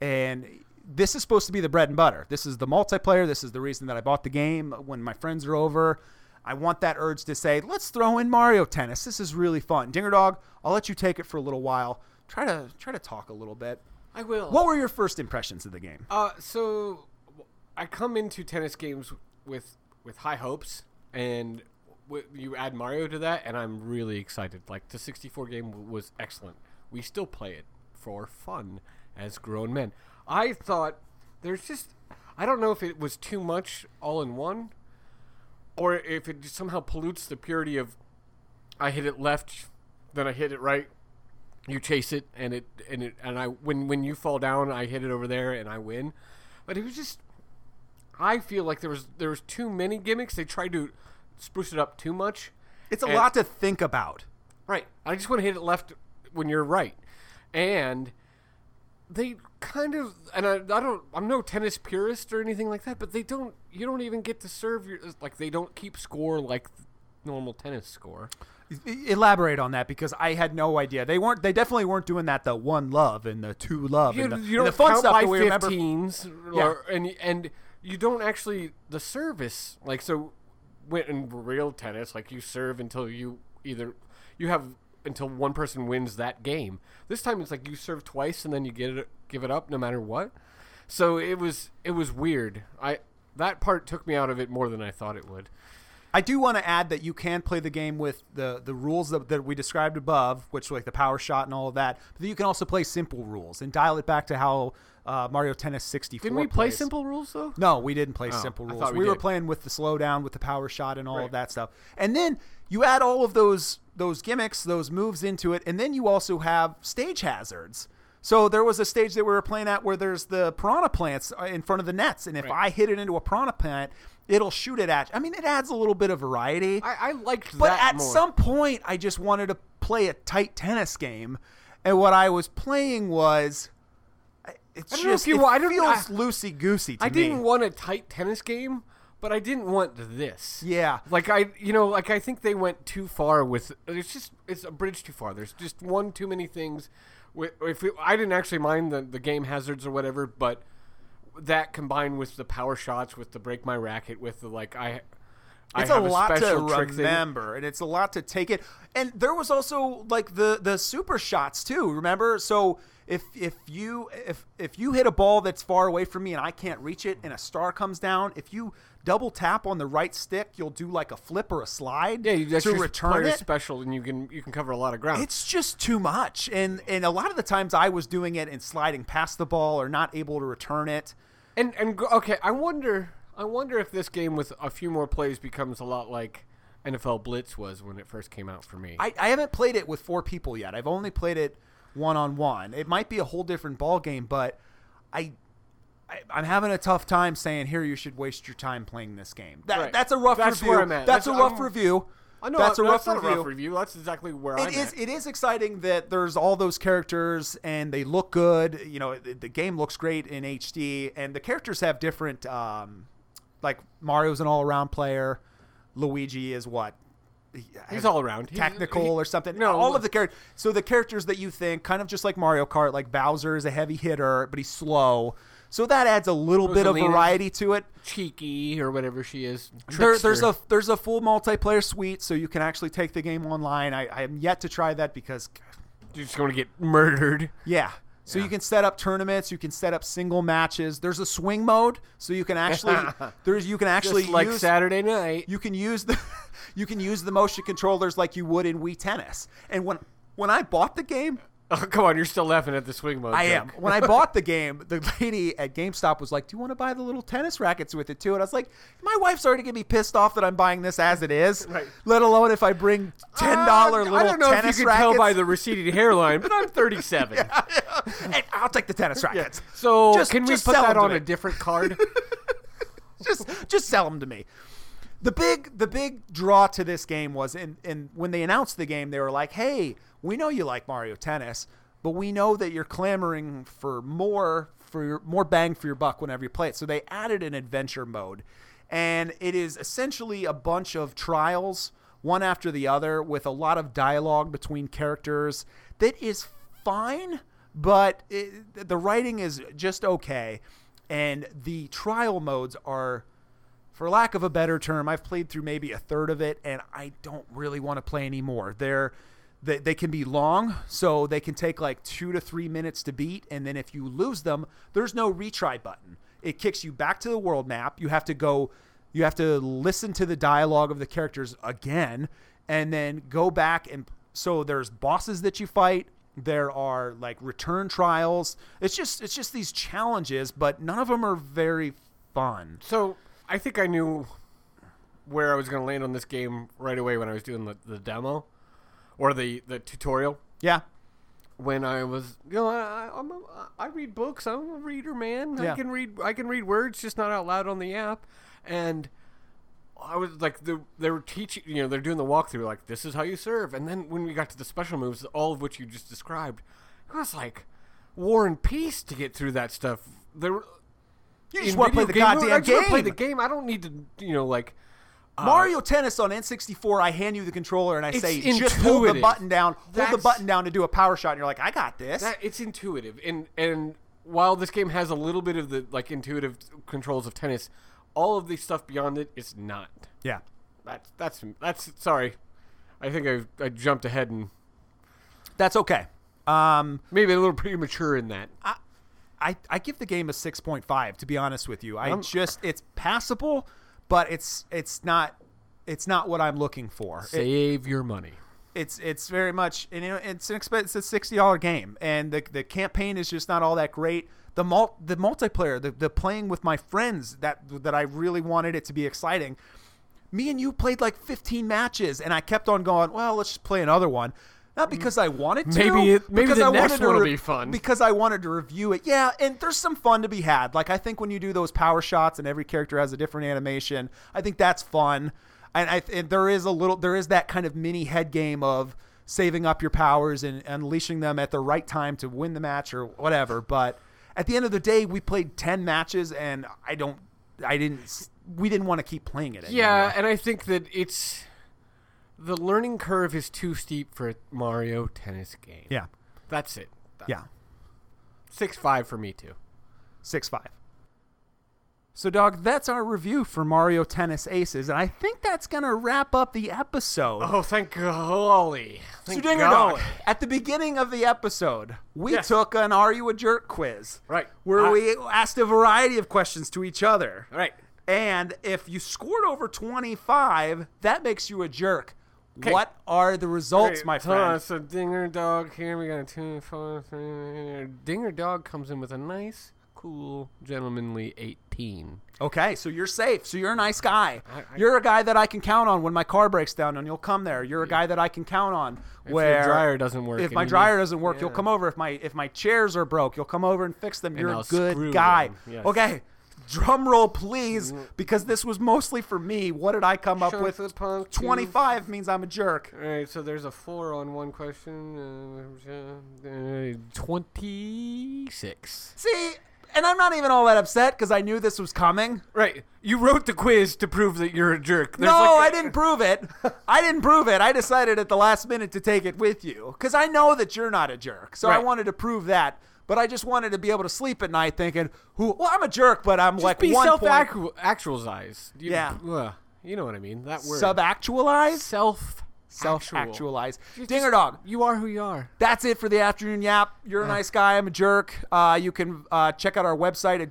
Speaker 2: and this is supposed to be the bread and butter this is the multiplayer this is the reason that i bought the game when my friends are over I want that urge to say, let's throw in Mario Tennis. This is really fun. Dinger Dog, I'll let you take it for a little while. Try to try to talk a little bit.
Speaker 3: I will.
Speaker 2: What were your first impressions of the game?
Speaker 3: Uh, so I come into tennis games with with high hopes, and w- you add Mario to that, and I'm really excited. Like the 64 game w- was excellent. We still play it for fun as grown men. I thought there's just I don't know if it was too much all in one, or if it just somehow pollutes the purity of I hit it left, then I hit it right, you chase it and it and it and I when when you fall down I hit it over there and I win. But it was just I feel like there was there was too many gimmicks. They tried to spruce it up too much.
Speaker 2: It's a
Speaker 3: and-
Speaker 2: lot to think about.
Speaker 3: Right. I just want to hit it left when you're right. And they kind of and I, I don't I'm no tennis purist or anything like that, but they don't you don't even get to serve your like they don't keep score like normal tennis score.
Speaker 2: Elaborate on that because I had no idea. They weren't. They definitely weren't doing that. The one love and the two love
Speaker 3: you,
Speaker 2: and the,
Speaker 3: you
Speaker 2: and
Speaker 3: don't
Speaker 2: the fun
Speaker 3: count
Speaker 2: stuff
Speaker 3: by
Speaker 2: that we remember.
Speaker 3: 15s or, and and you don't actually the service like so when in real tennis like you serve until you either you have until one person wins that game this time it's like you serve twice and then you get it give it up no matter what so it was it was weird i that part took me out of it more than i thought it would
Speaker 2: I do want to add that you can play the game with the the rules that, that we described above, which like the power shot and all of that. But you can also play simple rules and dial it back to how uh, Mario Tennis 64.
Speaker 3: didn't we play
Speaker 2: plays.
Speaker 3: simple rules though
Speaker 2: No, we didn't play simple
Speaker 3: Oh, I thought
Speaker 2: rules.
Speaker 3: we
Speaker 2: We, were
Speaker 3: did.
Speaker 2: playing with the slowdown, with the power shot, and all of
Speaker 3: Right.
Speaker 2: that stuff. And then you add all of those those gimmicks, those moves into it, and then you also have stage hazards. So there was a stage that we were playing at where there's the piranha plants uh, in front of the nets, and if
Speaker 3: Right.
Speaker 2: I hit it into a piranha plant, it'll shoot it at. you. I mean, it adds a little bit of variety.
Speaker 3: i, I liked
Speaker 2: But
Speaker 3: that
Speaker 2: at
Speaker 3: more.
Speaker 2: some point, I just wanted to play a tight tennis game, and what I was playing was. It's
Speaker 3: I don't know
Speaker 2: just,
Speaker 3: if you
Speaker 2: it
Speaker 3: wa- I don't-
Speaker 2: feels
Speaker 3: I-
Speaker 2: loosey goosey to
Speaker 3: I
Speaker 2: me.
Speaker 3: didn't want a tight tennis game, but I didn't want this.
Speaker 2: Yeah.
Speaker 3: Like I, you know, like I think they went too far with. It's just it's a bridge too far. There's just one too many things. Wi- If it, I didn't actually mind the the game hazards or whatever, but that combined with the power shots, with the break my racket, with the like I. I
Speaker 2: it's a
Speaker 3: have
Speaker 2: lot to
Speaker 3: special trick thing.
Speaker 2: remember and it's a lot to take it and there was also like the the super shots too remember so if if you if if you hit a ball that's far away from me and i can't reach it and a star comes down if you double tap on the right stick you'll do like a flip or a slide
Speaker 3: Yeah, you that's
Speaker 2: to
Speaker 3: just
Speaker 2: return
Speaker 3: player
Speaker 2: it
Speaker 3: special, and you can you can cover a lot of ground.
Speaker 2: it's just too much and and a lot of the times i was doing it and sliding past the ball or not able to return it
Speaker 3: And and gr- okay, I wonder I wonder if this game with a few more plays becomes a lot like NFL Blitz was when it first came out for me.
Speaker 2: I, I haven't played it with four people yet. I've only played it one on one. It might be a whole different ball game, but I, I I'm having a tough time saying here you should waste your time playing this game. That,
Speaker 3: Right.
Speaker 2: That's a rough
Speaker 3: That's
Speaker 2: review.
Speaker 3: where I'm at.
Speaker 2: That's, a
Speaker 3: That's-
Speaker 2: rough
Speaker 3: I'm-
Speaker 2: review.
Speaker 3: I know
Speaker 2: that's a
Speaker 3: no,
Speaker 2: rough
Speaker 3: it's not
Speaker 2: review.
Speaker 3: a rough review. That's exactly where I'm
Speaker 2: It is.
Speaker 3: at.
Speaker 2: It is exciting that there's all those characters and they look good. You know, the, the game looks great in HD, and the characters have different. Um, like Mario's an all-around player. Luigi is what. He
Speaker 3: He's
Speaker 2: has
Speaker 3: all around. He's-
Speaker 2: technical
Speaker 3: he-
Speaker 2: or something.
Speaker 3: no,
Speaker 2: all of
Speaker 3: look-
Speaker 2: the characters. So the characters that you think, kind of just like Mario Kart, like Bowser is a heavy hitter, but he's slow. So that adds a little bit of
Speaker 3: Rosalina's-
Speaker 2: variety to it.
Speaker 3: Cheeky or whatever she is.
Speaker 2: There, there's
Speaker 3: Trickster.
Speaker 2: a there's a full multiplayer suite, so you can actually take the game online. I, I am yet to try that because
Speaker 3: You're just going to get murdered.
Speaker 2: Yeah. So you can set up tournaments, you can set up single matches. There's a swing mode, so you can actually there's you can actually
Speaker 3: Just like
Speaker 2: use
Speaker 3: Saturday night.
Speaker 2: you can use the you can use the motion controllers like you would in Wii Tennis. And when when I bought the game,
Speaker 3: Oh, come on, you're still laughing at the swing mode.
Speaker 2: I am.
Speaker 3: joke.
Speaker 2: When I bought the game, the lady at GameStop was like, "Do you want to buy the little tennis rackets with it too?" And I was like, "My wife's already gonna be pissed off that I'm buying this as it is.
Speaker 3: Right.
Speaker 2: Let alone if I bring ten dollar
Speaker 3: Uh,
Speaker 2: little
Speaker 3: I don't know if you
Speaker 2: tennis
Speaker 3: can
Speaker 2: rackets.
Speaker 3: tell by the receding hairline, but I'm 37.
Speaker 2: and I'll take the tennis rackets.
Speaker 3: So
Speaker 2: Just-
Speaker 3: can we
Speaker 2: just
Speaker 3: put
Speaker 2: sell
Speaker 3: that
Speaker 2: them to
Speaker 3: on a
Speaker 2: me.
Speaker 3: different card?
Speaker 2: just just sell them to me. The big the big draw to this game was and and when they announced the game they were like, "Hey, we know you like Mario Tennis, but we know that you're clamoring for more for your, more bang for your buck whenever you play it." So they added an adventure mode. And it is essentially a bunch of trials one after the other with a lot of dialogue between characters that is fine, but it, the writing is just okay and the trial modes are for lack of a better term, I've played through maybe a third of it, and I don't really want to play anymore. They're they, they can be long, so they can take like two to three minutes to beat, and then if you lose them, there's no retry button. It kicks you back to the world map. You have to go, you have to listen to the dialogue of the characters again, and then go back and so there's bosses that you fight. There are like return trials. It's just it's just these challenges, but none of them are very fun.
Speaker 3: So I think I knew where I was going to land on this game right away when I was doing the, the demo or the, the tutorial.
Speaker 2: Yeah,
Speaker 3: When I was, you know, I, I'm a, I read books. I'm a reader, man.
Speaker 2: Yeah.
Speaker 3: I can read. I can read words, just not out loud on the app. And I was like, they, they were teaching. You know, they're doing the walkthrough. Like, this is how you serve. And then when we got to the special moves, all of which you just described, it was like war and peace to get through that stuff. There, were-
Speaker 2: You just
Speaker 3: in
Speaker 2: want to play the
Speaker 3: video game mode,
Speaker 2: goddamn
Speaker 3: I just
Speaker 2: game.
Speaker 3: wanna play the game. I don't need to, you know, like uh,
Speaker 2: Mario Tennis on N64. I hand you the controller and I
Speaker 3: It's
Speaker 2: say, just hold the
Speaker 3: intuitive.
Speaker 2: button down. hold
Speaker 3: That's-
Speaker 2: the button down to do a power shot, and you're like, I got this.
Speaker 3: That, it's intuitive, and and while this game has a little bit of the like intuitive controls of tennis, all of the stuff beyond it is not.
Speaker 2: yeah.
Speaker 3: That's that's that's sorry. I think I I jumped ahead and
Speaker 2: That's okay. Um,
Speaker 3: maybe a little premature in that.
Speaker 2: I, I give the game a 6.5 to be honest with you. I just it's passable, but it's it's not it's not what I'm looking for. It-
Speaker 3: Save your money.
Speaker 2: it's it's very much and you know it's an expense it's a sixty dollar game and the the campaign is just not all that great. The mul- the multiplayer, the, the playing with my friends that that I really wanted it to be exciting. Me and you played like fifteen matches and I kept on going, Well, let's just play another one. Not because I wanted to
Speaker 3: Mm. Maybe it- maybe
Speaker 2: because
Speaker 3: the
Speaker 2: I wanted
Speaker 3: next
Speaker 2: to
Speaker 3: one'll
Speaker 2: re-
Speaker 3: be fun.
Speaker 2: Because I wanted to review it. Yeah, and there's some fun to be had. Like I think when you do those power shots and every character has a different animation, I think that's fun. And I and there is a little there is that kind of mini head game of saving up your powers and unleashing them at the right time to win the match or whatever. But at the end of the day, we played ten matches, and I don't, I didn't, s- we didn't want to keep playing it. Anymore.
Speaker 3: Yeah, and I think that it's the learning curve is too steep for a Mario tennis game.
Speaker 2: yeah,
Speaker 3: That's it.
Speaker 2: yeah.
Speaker 3: Six five for me too.
Speaker 2: six five. So, dog, that's our review for Mario Tennis Aces, and I think that's gonna wrap up the episode.
Speaker 3: Oh, thank golly!
Speaker 2: so,
Speaker 3: Thank
Speaker 2: ding dong, at the beginning of the episode, we
Speaker 3: Yes.
Speaker 2: took an "Are you a jerk?" quiz,
Speaker 3: Right.
Speaker 2: Where
Speaker 3: Ah.
Speaker 2: we asked a variety of questions to each other,
Speaker 3: All right.
Speaker 2: And if you scored over twenty five, that makes you a jerk.
Speaker 3: 'Kay.
Speaker 2: What are the results,
Speaker 3: Wait,
Speaker 2: my
Speaker 3: hold on,
Speaker 2: friend?
Speaker 3: So Dinger Dog here. We got a two, four, three. Dinger Dog comes in with a nice, cool, gentlemanly 18.
Speaker 2: Okay, so you're safe. So you're a nice guy.
Speaker 3: I- I-
Speaker 2: you're a guy that I can count on when my car breaks down, and you'll come there. You're a guy that I can count on. where
Speaker 3: if your dryer doesn't work,
Speaker 2: if
Speaker 3: and
Speaker 2: my
Speaker 3: you need-
Speaker 2: dryer doesn't work, you'll
Speaker 3: Yeah.
Speaker 2: come over. If my if my chairs are broke, you'll come over and fix them. You're a
Speaker 3: I'll
Speaker 2: good
Speaker 3: screw
Speaker 2: guy.
Speaker 3: them, yes. Mm.
Speaker 2: Okay, drum roll, please, because this was mostly for me. What did I come up
Speaker 3: Shove
Speaker 2: with?
Speaker 3: the punk to-
Speaker 2: Twenty five means I'm a jerk.
Speaker 3: All right, so there's a four on one question. Uh, uh, 26.
Speaker 2: See, and I'm not even all that upset because I knew this was coming.
Speaker 3: Right. You wrote the quiz to prove that you're a jerk. There's
Speaker 2: no,
Speaker 3: like
Speaker 2: I didn't prove it. I didn't prove it. I decided at the last minute to take it with you because I know that you're not a jerk. So I
Speaker 3: Right.
Speaker 2: wanted to prove that, but I just wanted to be able to sleep at night thinking, "Who? Well, I'm a jerk, but I'm like
Speaker 3: Just be
Speaker 2: one
Speaker 3: self
Speaker 2: point
Speaker 3: actualize. You,
Speaker 2: Yeah.
Speaker 3: Ugh, you know what I mean. That word.
Speaker 2: sub-actualized,
Speaker 3: self
Speaker 2: self-actualized. Dinger dog.
Speaker 3: You are who you are.
Speaker 2: That's it for the afternoon yap. You're a nice guy. I'm a jerk. Uh, you can uh, check out our website at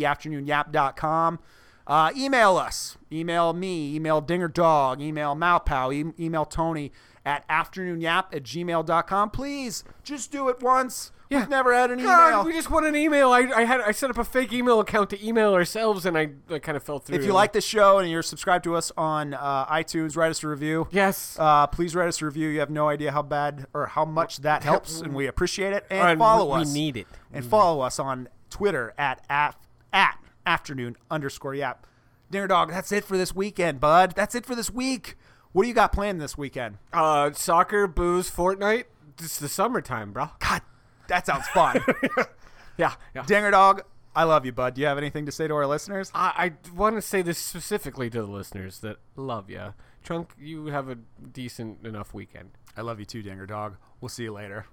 Speaker 2: www.theafternoonyap.com. Uh, email us. Email me. Email Dinger Dog. Email Malpow. E- email Tony at afternoonyap at gmail.com. Please just do it once.
Speaker 3: Yeah.
Speaker 2: We've never had an
Speaker 3: God,
Speaker 2: email.
Speaker 3: we just want an email. I, I had I set up a fake email account to email ourselves, and I, I kind of fell through.
Speaker 2: if you like this show and you're subscribed to us on uh, iTunes, write us a review.
Speaker 3: yes,
Speaker 2: Uh, please write us a review. You have no idea how bad or how much that helps, and we appreciate it. And,
Speaker 3: And
Speaker 2: follow
Speaker 3: we-
Speaker 2: us.
Speaker 3: We need it.
Speaker 2: and follow us on Twitter at af- at afternoon underscore yap. Dinner dog, that's it for this weekend, bud. That's it for this week. What do you got planned this weekend?
Speaker 3: Uh, soccer, booze, Fortnite. It's the summertime, bro.
Speaker 2: God, that sounds fun.
Speaker 3: Yeah, yeah.
Speaker 2: Dinger dog, I love you, bud. Do you have anything to say to our listeners?
Speaker 3: I, I want to say this specifically to the listeners that love ya. Trunk, you have a decent enough weekend.
Speaker 2: I love you too, Dinger dog. We'll see you later.